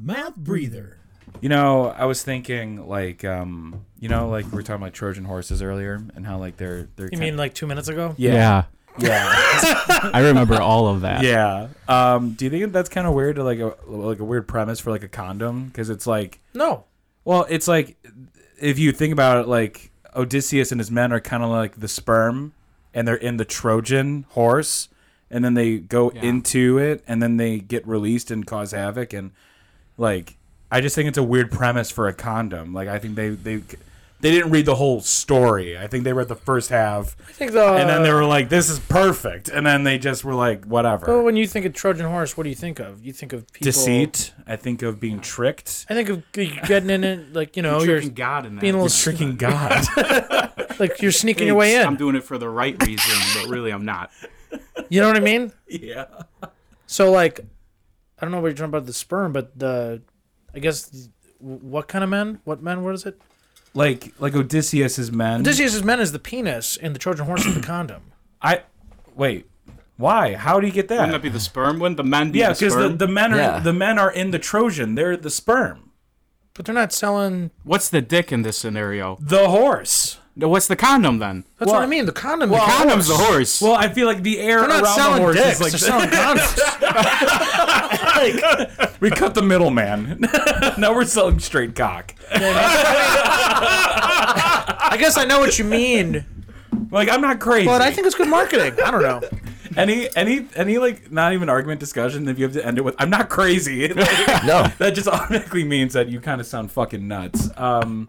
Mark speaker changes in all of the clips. Speaker 1: mouth breather.
Speaker 2: You know, I was thinking like, um, you know, like we were talking about Trojan horses earlier and how like they're they're.
Speaker 3: You mean like two minutes ago?
Speaker 2: yeah, yeah,
Speaker 4: I remember all of that.
Speaker 2: yeah. Um, do you think that's kind of weird to like a like a weird premise for like a condom? Because it's like,
Speaker 3: No.
Speaker 2: well, it's like if you think about it, like Odysseus and his men are kind of like the sperm, and they're in the Trojan horse, and then they go into it, and then they get released and cause havoc, and like I just think it's a weird premise for a condom. Like I think they they they didn't read the whole story. I think they read the first half,
Speaker 3: I think uh, the,
Speaker 2: and then they were like, "This is perfect," and then they just were like,
Speaker 3: Well,
Speaker 2: "Whatever."
Speaker 3: when you think of Trojan horse, what do you think of? You think of people,
Speaker 2: Deceit. I think of being tricked.
Speaker 3: I think of g- getting in it, like you know, you're,
Speaker 5: tricking God Oh, in that.
Speaker 3: being a little
Speaker 2: It's tricking God.
Speaker 3: like you're sneaking your way
Speaker 5: Thinks I'm
Speaker 3: in.
Speaker 5: doing it for the right reason, but really I'm not.
Speaker 3: You know what I mean?
Speaker 5: Yeah.
Speaker 3: So like, I don't know what you're talking about the sperm, but the, I guess, th- what kind of men? What men? What is it?
Speaker 2: like like Odysseus's men.
Speaker 3: Odysseus' men is the penis, and the Trojan horse is the condom.
Speaker 2: I wait. Why? How do you get
Speaker 5: Wouldn't that
Speaker 2: that?
Speaker 5: be the sperm? Wouldn't the men be the
Speaker 2: Yeah, because the,
Speaker 5: sperm?
Speaker 2: the men are
Speaker 6: Yeah.
Speaker 2: the men are in the Trojan. They're the sperm.
Speaker 3: But they're not selling.
Speaker 5: What's the dick in this scenario?
Speaker 2: The horse.
Speaker 5: No, What's the condom then?
Speaker 3: That's what I mean. The condom. the
Speaker 5: Condom's the horse.
Speaker 2: Well, I feel like the air
Speaker 3: They're not
Speaker 2: around the
Speaker 3: selling
Speaker 2: horse
Speaker 3: dicks.
Speaker 2: is like
Speaker 3: they're selling condoms.
Speaker 2: we cut the middleman. now we're selling straight cock.
Speaker 3: I guess I know what you mean,
Speaker 2: Like I'm not crazy.
Speaker 3: but I think it's good marketing. I don't know.
Speaker 2: any any any like not even argument discussion if you have to end it with I'm not crazy. Like,
Speaker 6: No.
Speaker 2: that just automatically means that you kind of sound fucking nuts. Um,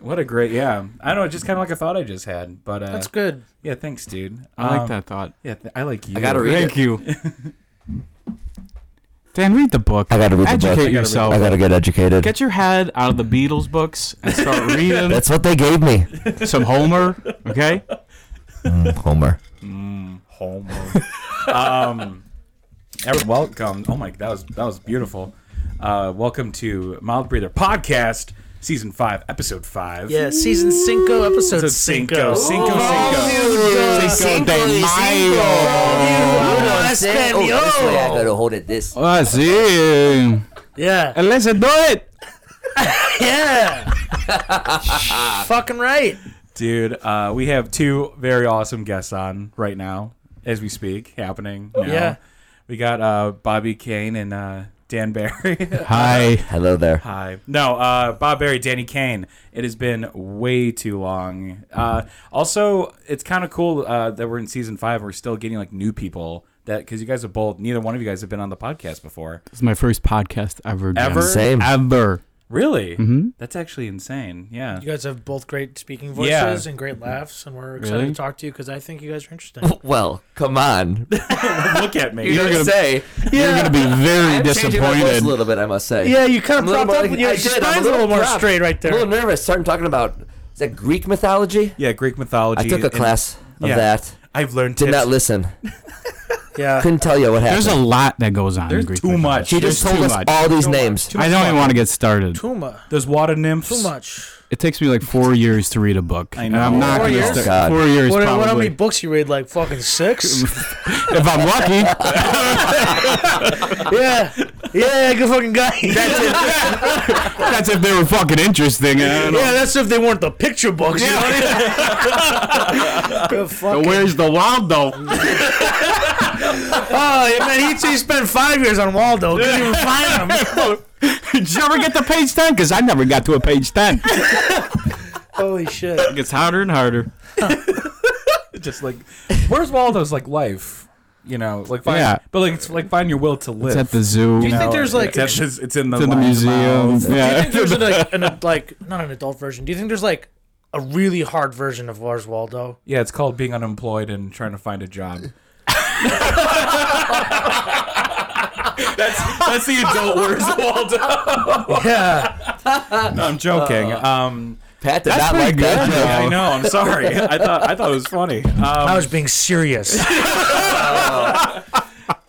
Speaker 2: what a great yeah. I don't know. Just kind of like a thought I just had, but uh,
Speaker 3: That's good.
Speaker 2: yeah. Thanks, dude.
Speaker 5: I
Speaker 2: Um,
Speaker 5: like that thought.
Speaker 2: Yeah, th- I like you.
Speaker 6: I gotta read
Speaker 5: Thank
Speaker 6: it.
Speaker 5: you. Dan, read the book.
Speaker 6: I gotta read the book.
Speaker 5: Educate
Speaker 6: I gotta read the
Speaker 5: yourself.
Speaker 6: I gotta get educated.
Speaker 5: Get your head out of the Beatles books and start reading
Speaker 6: That's what they gave me.
Speaker 5: some Homer. Okay.
Speaker 6: Homer.
Speaker 2: Homer. um, ever- welcome. Oh my, that was that was beautiful. Uh, welcome to Mild Breather Podcast, Season Five, Episode Five.
Speaker 3: Yeah, season cinco, episode
Speaker 2: Episode
Speaker 3: cinco.
Speaker 2: Cinco, Cinco, Cinco.
Speaker 6: Cinco de Oh, Mayo.
Speaker 3: Cinco de
Speaker 6: Oh, this way I gotta hold it this.
Speaker 5: I see.
Speaker 3: Yeah,
Speaker 5: Let's do it.
Speaker 3: yeah. Fucking right.
Speaker 2: Dude, uh, we have two very awesome guests on right now as we speak, happening. Now.
Speaker 3: Yeah.
Speaker 2: We got uh, Bobby Kane and uh, Dan Barry.
Speaker 6: Hi. Hello there.
Speaker 2: Hi. No, uh, Bob Barry, Danny Kane. It has been way too long. Uh, also, it's kind of cool uh, that we're in season five. We're still getting like new people that because you guys have both. Neither one of you guys have been on the podcast before.
Speaker 5: This is my first podcast ever. Jen.
Speaker 2: Ever?
Speaker 6: Same.
Speaker 5: Ever.
Speaker 2: Really? Mm-hmm. That's actually insane. Yeah.
Speaker 3: You guys have both great speaking voices
Speaker 2: Yeah.
Speaker 3: and great laughs, and we're excited
Speaker 5: Really?
Speaker 3: to talk to you because I think you guys are interesting.
Speaker 6: Well, come on.
Speaker 2: Look at me.
Speaker 6: You're gonna
Speaker 5: gonna-
Speaker 6: say.
Speaker 5: You're gonna be very
Speaker 6: I'm changing my voice
Speaker 5: disappointed.
Speaker 6: a little bit, I must say.
Speaker 3: you kind
Speaker 6: I'm a little more- I did, I'm
Speaker 3: spine's a little more
Speaker 6: proud.
Speaker 3: straight right
Speaker 6: I'm a
Speaker 3: there.
Speaker 6: little nervous. Starting talking about is that Greek mythology?
Speaker 2: Yeah, Greek mythology.
Speaker 6: I took a
Speaker 2: and-
Speaker 6: class of
Speaker 2: yeah.
Speaker 6: that.
Speaker 2: I've learned
Speaker 6: Did
Speaker 2: tips.
Speaker 6: not listen.
Speaker 3: Yeah.
Speaker 6: Couldn't tell you what happened.
Speaker 5: There's a lot that goes on.
Speaker 2: There's
Speaker 5: in Greek
Speaker 2: too
Speaker 5: mythology.
Speaker 2: much.
Speaker 6: she just
Speaker 5: there's
Speaker 6: told
Speaker 5: too
Speaker 6: us
Speaker 5: much.
Speaker 6: all these names.
Speaker 5: I don't even want to get started.
Speaker 3: Too much.
Speaker 2: There's water nymphs.
Speaker 3: Too much.
Speaker 5: It takes me like four years to read a book. I And
Speaker 2: know.
Speaker 5: I'm not
Speaker 3: Four
Speaker 5: gonna
Speaker 3: years?
Speaker 5: start-
Speaker 6: God.
Speaker 5: Four years
Speaker 3: What, what? How
Speaker 5: probably.
Speaker 3: many books you read? Like fucking six.
Speaker 5: if I'm lucky.
Speaker 3: yeah. Yeah. Good fucking guy.
Speaker 5: That's if they were fucking interesting. I don't know.
Speaker 3: yeah. That's if they weren't the picture books. You know what I mean? Good fucking.
Speaker 5: Where's the Waldo?
Speaker 3: Oh, yeah, man, he, he spent five years on Waldo. Couldn't even find him.
Speaker 5: Did you ever get to page 10? Because I never got to a page 10. It
Speaker 3: Holy shit.
Speaker 5: gets harder and harder.
Speaker 2: Just like, where's Waldo's like life? You know, like find,
Speaker 5: Yeah.
Speaker 2: but like it's like find your will to live.
Speaker 5: It's at the zoo.
Speaker 2: You
Speaker 3: think
Speaker 2: know,
Speaker 3: there's, like,
Speaker 2: it's, at this- it's in the,
Speaker 5: It's in the
Speaker 2: lion's
Speaker 5: museum.
Speaker 2: mouth.
Speaker 3: Do you think
Speaker 5: Yeah.
Speaker 3: there's an, like, an, like not an adult version? Do you think there's like a really hard version of Lars Waldo?
Speaker 2: Yeah, it's called being unemployed and trying to find a job. that's that's the adult words, Waldo.
Speaker 3: Yeah,
Speaker 2: No, I'm joking. Um,
Speaker 6: Pat did not
Speaker 5: pretty
Speaker 6: like that
Speaker 5: good,
Speaker 6: joke.
Speaker 2: I know. I'm sorry. I thought I thought it was funny.
Speaker 3: I
Speaker 2: Um,
Speaker 3: was being serious.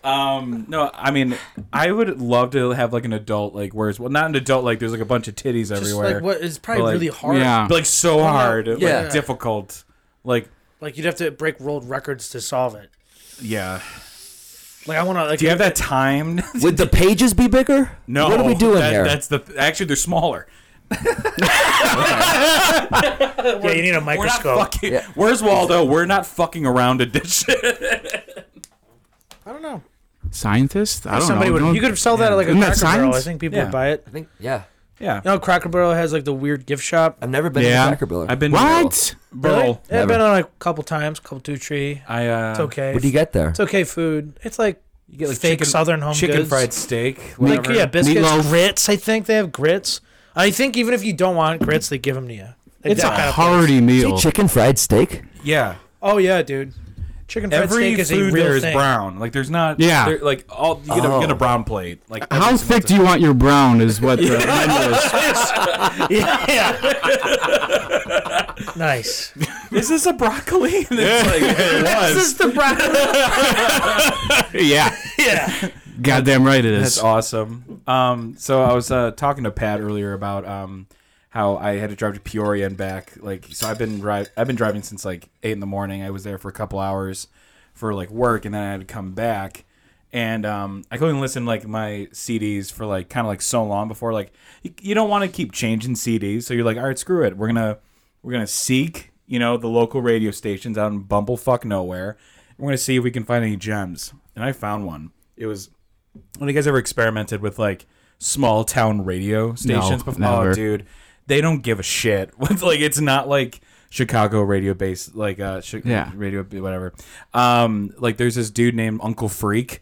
Speaker 2: um, no, I mean, I would love to have like an adult like where's well, not an adult like there's like a bunch of titties
Speaker 3: Just
Speaker 2: everywhere.
Speaker 3: like what it's probably
Speaker 2: But, like,
Speaker 3: really hard.
Speaker 5: yeah.
Speaker 2: But, like so hard,
Speaker 6: Yeah.
Speaker 2: like difficult, like
Speaker 3: Like you'd have to break world records to solve it.
Speaker 2: yeah.
Speaker 3: Like I want to. Like,
Speaker 2: Do you have that timed?
Speaker 6: Would the pages be bigger?
Speaker 2: No.
Speaker 6: What are we doing
Speaker 2: that-
Speaker 6: here?
Speaker 2: That's the actually they're smaller.
Speaker 3: Yeah, you need a
Speaker 2: We're not
Speaker 3: microscope.
Speaker 2: fucking. Where's Waldo? We're not fucking around to ditch it.
Speaker 3: I don't know.
Speaker 5: Scientist? I don't
Speaker 3: Somebody
Speaker 5: know.
Speaker 3: would.
Speaker 5: Don't-
Speaker 3: You could sell that at like a
Speaker 5: Isn't that
Speaker 3: Cracker Barrel. I
Speaker 5: science?
Speaker 3: think people
Speaker 2: Yeah.
Speaker 3: would buy it.
Speaker 6: I think yeah.
Speaker 2: Yeah.
Speaker 3: You know, Cracker Barrel has like the weird gift shop.
Speaker 6: I've never been
Speaker 5: Yeah.
Speaker 6: to Cracker Barrel.
Speaker 2: I've been
Speaker 5: what?
Speaker 2: Burl.
Speaker 3: Yeah, I've
Speaker 6: Never.
Speaker 3: been on a couple times, couple two tree.
Speaker 2: I uh
Speaker 3: It's okay.
Speaker 6: What do you get there?
Speaker 3: It's okay food. It's like
Speaker 2: you get like
Speaker 3: fake
Speaker 2: chicken,
Speaker 3: Southern home
Speaker 2: chicken
Speaker 3: goods.
Speaker 2: fried steak.
Speaker 3: like
Speaker 2: whatever.
Speaker 3: yeah, biscuits,
Speaker 5: Meatloaf.
Speaker 3: grits. I think they have grits. I think even if you don't want grits, they give them to you. Like
Speaker 5: It's a
Speaker 3: that kind of
Speaker 5: hearty
Speaker 6: Is it
Speaker 5: meal.
Speaker 6: chicken fried steak?
Speaker 2: Yeah.
Speaker 3: Oh yeah, dude. Chicken fried
Speaker 2: Every
Speaker 3: steak
Speaker 2: food
Speaker 3: is a real
Speaker 2: there is
Speaker 3: thing.
Speaker 2: brown. Like there's not.
Speaker 5: Yeah.
Speaker 2: there- Like all you get, a, you get a
Speaker 6: Oh.
Speaker 2: brown plate. Like
Speaker 5: How thick do you want your brown? Is what the menu is.
Speaker 3: yeah. nice.
Speaker 2: Is this a broccoli? And it's like it was.
Speaker 3: This is the brown.
Speaker 5: Yeah,
Speaker 3: yeah.
Speaker 5: goddamn right it
Speaker 2: That's
Speaker 5: is.
Speaker 2: awesome. Um, so I was uh, talking to Pat earlier about um, how I had to drive to Peoria and back. Like, so I've been dri- I've been driving since like eight in the morning. I was there for a couple hours for like work, and then I had to come back. And um, I couldn't listen to, like my CDs for like kind of like so long before like you, you don't want to keep changing CDs. So you're like, all right, screw it. We're gonna we're gonna seek you know the local radio stations out in bumblefuck nowhere. We're gonna see if we can find any gems. And I found one. It was have you guys ever experimented with like small town radio stations before? Oh,
Speaker 5: never.
Speaker 2: dude, they don't give a shit. It's like it's not like Chicago radio based, like uh, chi-
Speaker 5: Yeah.
Speaker 2: radio whatever. Um, like there's this dude named Uncle Freak,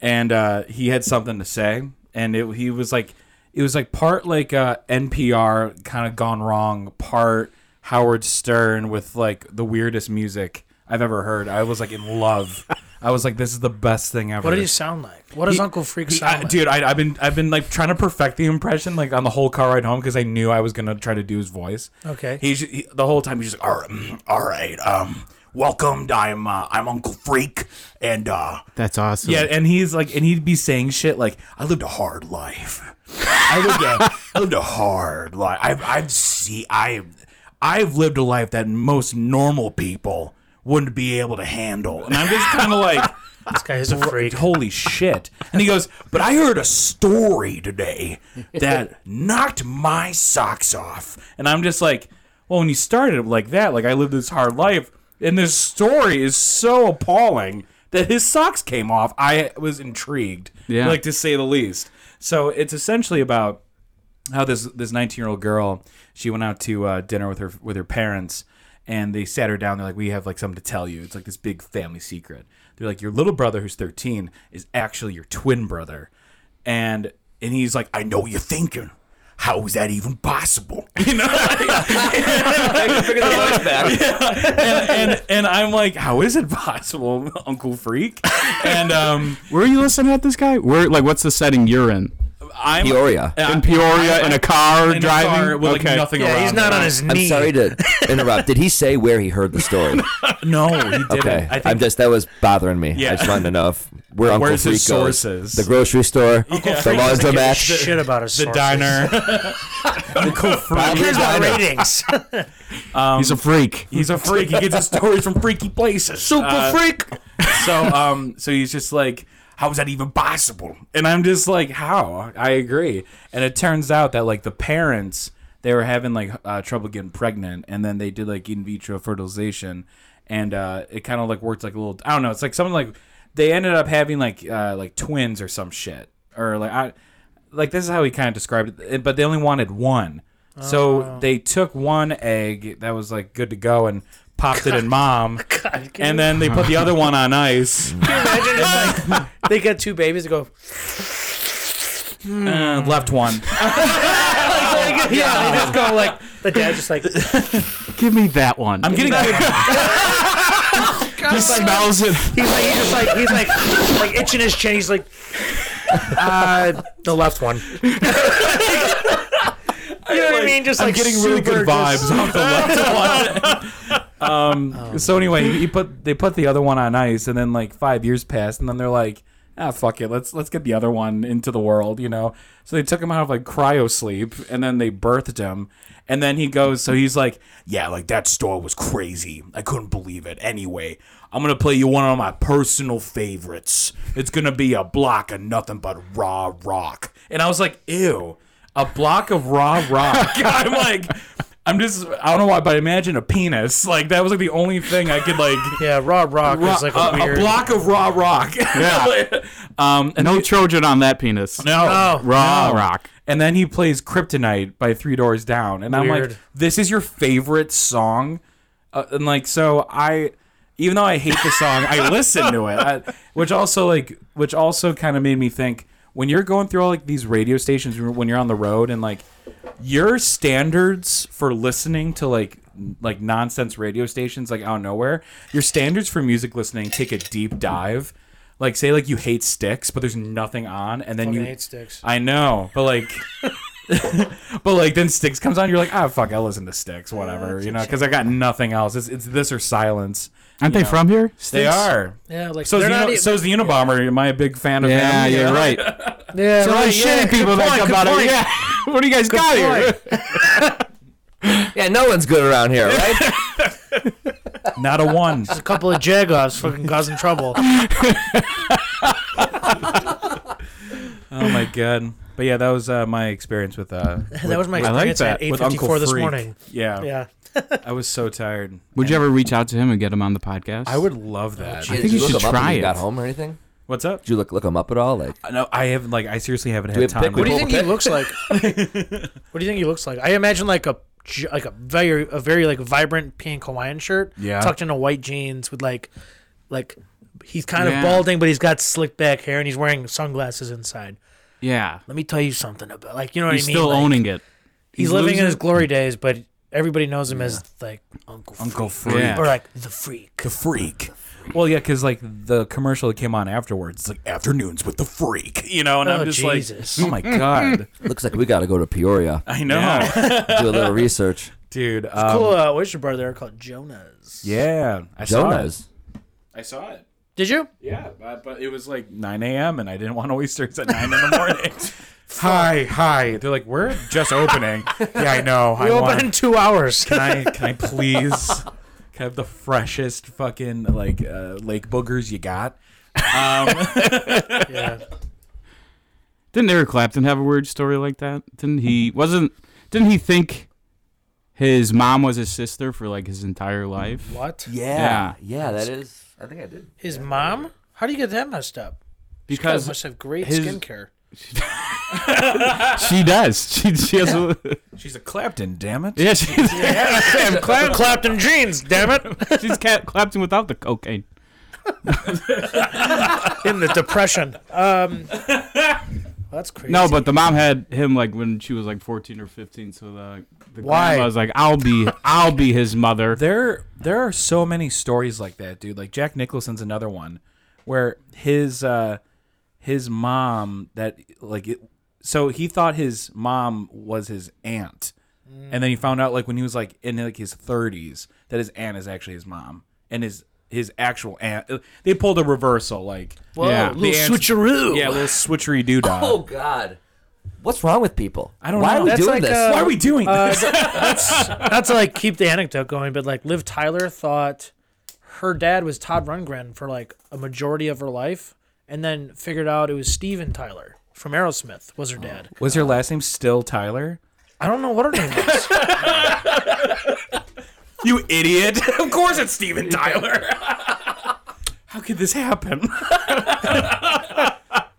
Speaker 2: and uh, he had something to say, and it, he was like, it was like part like uh, NPR kind of gone wrong, part Howard Stern with like the weirdest music I've ever heard. I was like in love. I was like, this is the best thing ever.
Speaker 3: What did he sound like? What does
Speaker 2: He-
Speaker 3: Uncle Freak
Speaker 2: he-
Speaker 3: sound
Speaker 2: I-
Speaker 3: like?
Speaker 2: dude, I, I've been I've been like trying to perfect the impression like on the whole car ride home because I knew I was gonna try to do his voice.
Speaker 3: Okay.
Speaker 2: He's he, the whole time he's just like, all right, mm, all right, um, welcome. I'm uh, I'm Uncle Freak, and uh,
Speaker 5: That's awesome.
Speaker 2: yeah, and he's like, and he'd be saying shit like, I lived a hard life. I lived a, I lived a hard life. I've I've see I've I've lived a life that most normal people wouldn't be able to handle, and I'm just kind of like.
Speaker 3: this guy is a freak.
Speaker 2: Holy shit. And he goes, But I heard a story today that knocked my socks off. And I'm just like, Well, when you started like that, like I lived this hard life, and this story is so appalling that his socks came off. I was intrigued,
Speaker 5: Yeah.
Speaker 2: like to say the least. So it's essentially about how this this 19 year old girl she went out to uh, dinner with her with her parents and they sat her down they're like we have like something to tell you it's like this big family secret they're like your little brother who's 13 is actually your twin brother and and he's like i know what you're thinking how is that even possible you know
Speaker 6: I can figure the voice back.
Speaker 2: and, and and i'm like how is it possible uncle freak and um
Speaker 5: Where are you listening at this guy? Where like what's the setting you're in?
Speaker 2: i'm
Speaker 6: Peoria.
Speaker 2: Uh,
Speaker 5: In Peoria in a car
Speaker 2: in a car
Speaker 5: driving?
Speaker 2: with like
Speaker 5: okay.
Speaker 2: nothing
Speaker 3: Yeah,
Speaker 2: around
Speaker 3: he's not on his
Speaker 6: I'm
Speaker 3: knee.
Speaker 6: sorry to interrupt. Did he say where he heard the story?
Speaker 2: no he didn't
Speaker 6: Okay,
Speaker 2: i think
Speaker 6: I'm just that was bothering me.
Speaker 2: Yeah.
Speaker 6: I just wanted to know if where Uncle
Speaker 2: Where's
Speaker 6: Freak
Speaker 2: his
Speaker 6: goes.
Speaker 2: sources?
Speaker 6: The grocery store, the
Speaker 3: Freak doesn't give a
Speaker 6: laundromat.
Speaker 3: Shit about his
Speaker 2: the
Speaker 3: sources.
Speaker 2: diner uncle freak
Speaker 3: Here's our ratings.
Speaker 2: Uh,
Speaker 5: He's a freak.
Speaker 2: He's a freak. He gets his stories from freaky places. Super
Speaker 3: freak.
Speaker 2: So um, so he's just like, how is that even possible? And I'm just like, how? I agree. And it turns out that like the parents, they were having like uh, trouble getting pregnant, and then they did like in vitro fertilization, and uh, it kind of like worked like a little. I don't know. It's like something like they ended up having like uh, like twins or some shit, or like I like this is how he kind of described it, but they only wanted one. So they took one egg that was like good to go and popped it in mom, and then they put the other one on ice,
Speaker 3: Imagine if, like, they get two babies to go.
Speaker 2: uh, left one.
Speaker 3: yeah, they just go like the dad just like
Speaker 5: Give me that one.
Speaker 2: I'm getting good.
Speaker 5: he smells it.
Speaker 3: He's like, he's just like, he's like, like itching his chin. He's like, uh, the left one. you know what I mean? Just
Speaker 2: I'm
Speaker 3: like
Speaker 2: getting really
Speaker 3: super
Speaker 2: good vibes
Speaker 3: just-
Speaker 2: off the left one. um, so anyway, he put they put the other one on ice, and then like five years passed, and then they're like, ah, fuck it, let's let's get the other one into the world, you know. So they took him out of like cryo sleep, and then they birthed him, and then he goes. So he's like, yeah, like that store was crazy. I couldn't believe it. Anyway, I'm gonna play you one of my personal favorites. It's gonna be a block of nothing but raw rock, and I was like, ew, a block of raw rock. I'm like. I'm just I don't know why, but I imagine a penis. Like that was like the only thing I could like
Speaker 3: Yeah, raw rock
Speaker 2: Ro-
Speaker 3: is like a,
Speaker 2: a, uh, a
Speaker 3: weird.
Speaker 2: block of raw rock. Yeah. um, and
Speaker 4: No Trojan on that penis.
Speaker 2: no,
Speaker 3: No.
Speaker 4: Raw rock.
Speaker 2: And then he plays Kryptonite by Three Doors Down, and I'm like,
Speaker 3: Weird.
Speaker 2: this is your favorite song, uh, and like so I. Even though I hate the song, I listen to it, I, which also like, which also kind of made me think when you're going through all like these radio stations when you're on the road and like your standards for listening to like n- like nonsense radio stations like out of nowhere your standards for music listening take a deep dive like say like you hate sticks but there's nothing on and then
Speaker 3: Fucking
Speaker 2: you
Speaker 3: hate Styx.
Speaker 2: i know but like but like then sticks comes on you're like ah fuck i listen to sticks whatever you know because i got nothing else it's, it's this or silence
Speaker 4: Aren't they from here?
Speaker 2: they are
Speaker 3: Yeah, like
Speaker 2: so is,
Speaker 3: they're
Speaker 2: the,
Speaker 3: not. e-
Speaker 2: Uni-
Speaker 3: even-
Speaker 2: so is the unabomber am i a big fan of
Speaker 4: Yeah,
Speaker 2: him
Speaker 4: you're right.
Speaker 3: yeah, e-
Speaker 4: All
Speaker 3: right,
Speaker 4: these
Speaker 3: yeah,
Speaker 4: shitty people
Speaker 3: good
Speaker 4: that
Speaker 3: point,
Speaker 4: come
Speaker 3: good
Speaker 4: out of
Speaker 3: point.
Speaker 4: yeah. What do you guys got here?
Speaker 6: Yeah, no one's good around here, right?
Speaker 2: not a one
Speaker 3: A couple of jagoffs fucking causing trouble.
Speaker 2: oh my god but yeah that was uh, my experience with uh
Speaker 3: that was my
Speaker 4: I like
Speaker 3: experience at
Speaker 4: that,
Speaker 2: with Uncle
Speaker 3: 8:54 this
Speaker 2: Freak.
Speaker 3: morning.
Speaker 2: yeah
Speaker 3: Yeah,
Speaker 2: I was so tired.
Speaker 4: Would you ever reach out to him and get him on the podcast?
Speaker 2: I would love
Speaker 3: Oh,
Speaker 2: that.
Speaker 4: think you should
Speaker 6: look him up when
Speaker 4: try
Speaker 6: you
Speaker 4: it.
Speaker 6: Got home or anything?
Speaker 2: What's up?
Speaker 6: Did you look look him up at all? Like,
Speaker 2: No, I haven't. Like, I seriously haven't
Speaker 6: we
Speaker 2: had time.
Speaker 6: have pickle
Speaker 3: what do you
Speaker 6: Well,
Speaker 3: think he
Speaker 6: that-
Speaker 3: looks like? what do you think he looks like? I imagine like a j- like a very a very like vibrant pink Hawaiian shirt,
Speaker 2: Yeah.
Speaker 3: tucked into white jeans with like like he's kind
Speaker 4: Yeah.
Speaker 3: of balding, but he's got slick back hair and he's wearing sunglasses inside.
Speaker 4: Yeah.
Speaker 3: Let me tell you something about like you know what
Speaker 4: He's
Speaker 3: I mean.
Speaker 4: still
Speaker 3: Like,
Speaker 4: owning it.
Speaker 3: He's,
Speaker 4: he's
Speaker 3: living
Speaker 4: losing-
Speaker 3: in his glory days, but everybody knows him as like Uncle
Speaker 2: Uncle
Speaker 3: Freak.
Speaker 2: Freak.
Speaker 4: Yeah.
Speaker 3: or like the Freak.
Speaker 2: The Freak. Well, yeah, because like the commercial that came on afterwards, it's like afternoons with the Freak, you know, and
Speaker 3: Oh,
Speaker 2: I'm just
Speaker 3: Jesus.
Speaker 2: like, oh my god,
Speaker 6: looks like we got to go to Peoria,
Speaker 2: I know,
Speaker 6: do a little research.
Speaker 2: dude.
Speaker 3: cool
Speaker 2: Um,
Speaker 3: uh, oyster bar there called Jonah's.
Speaker 2: yeah, I
Speaker 6: Jonas.
Speaker 2: saw it. I saw it.
Speaker 3: Did you?
Speaker 2: Yeah, but, but it was like 9 a.m. and I didn't want oysters at 9 in the morning. hi, hi. They're like, we're just opening. yeah, I know.
Speaker 3: We
Speaker 2: I
Speaker 3: opened
Speaker 2: want-
Speaker 3: in two hours.
Speaker 2: can I can I please can I have the freshest fucking like uh, lake boogers you got? Um,
Speaker 3: yeah.
Speaker 4: Didn't Eric Clapton have a weird story like that? Didn't he
Speaker 3: Mm-hmm.
Speaker 4: wasn't didn't he think his mom was his sister for like his entire life?
Speaker 3: What?
Speaker 6: Yeah, yeah, that is. I think I did.
Speaker 3: His mom? How do you get that messed up? Because must
Speaker 4: Because
Speaker 3: have great
Speaker 4: his-
Speaker 3: skincare.
Speaker 4: she does. She she has a,
Speaker 2: she's a Clapton, damn it.
Speaker 4: yeah, she's
Speaker 3: Yeah, Clapton. Clapton jeans, damn it!
Speaker 4: she's Cat Clapton without the cocaine.
Speaker 3: In the depression. Um, that's crazy.
Speaker 4: No, but the mom had him like when she was like 14 or 15. So the, the
Speaker 3: Why?
Speaker 4: grandma was like, "I'll be, I'll be his mother."
Speaker 2: There there are so many stories like that, dude. Like Jack Nicholson's another one where his uh his mom that like it, so he thought his mom was his aunt. And then he found out like when he was like in like his 30s that his aunt is actually his mom and his his actual aunt uh, they pulled a reversal like
Speaker 3: Whoa,
Speaker 4: yeah,
Speaker 3: little
Speaker 2: the ants-
Speaker 3: switcheroo.
Speaker 2: Yeah, a little switchery doo
Speaker 6: Oh God, what's wrong with people?
Speaker 2: I don't
Speaker 6: Why
Speaker 2: know.
Speaker 6: Why are
Speaker 2: That's
Speaker 6: we doing
Speaker 3: like,
Speaker 6: this?
Speaker 3: uh,
Speaker 2: Why are we doing this?
Speaker 3: Not to like keep the anecdote going, but like Liv Tyler thought her dad was Todd Rundgren for like a majority of her life, and then figured out it was Steven Tyler from Aerosmith was her dad.
Speaker 2: Was your last name still Tyler?
Speaker 3: I don't know what her name was.
Speaker 2: You idiot! of course it's Steven Tyler. How could this happen?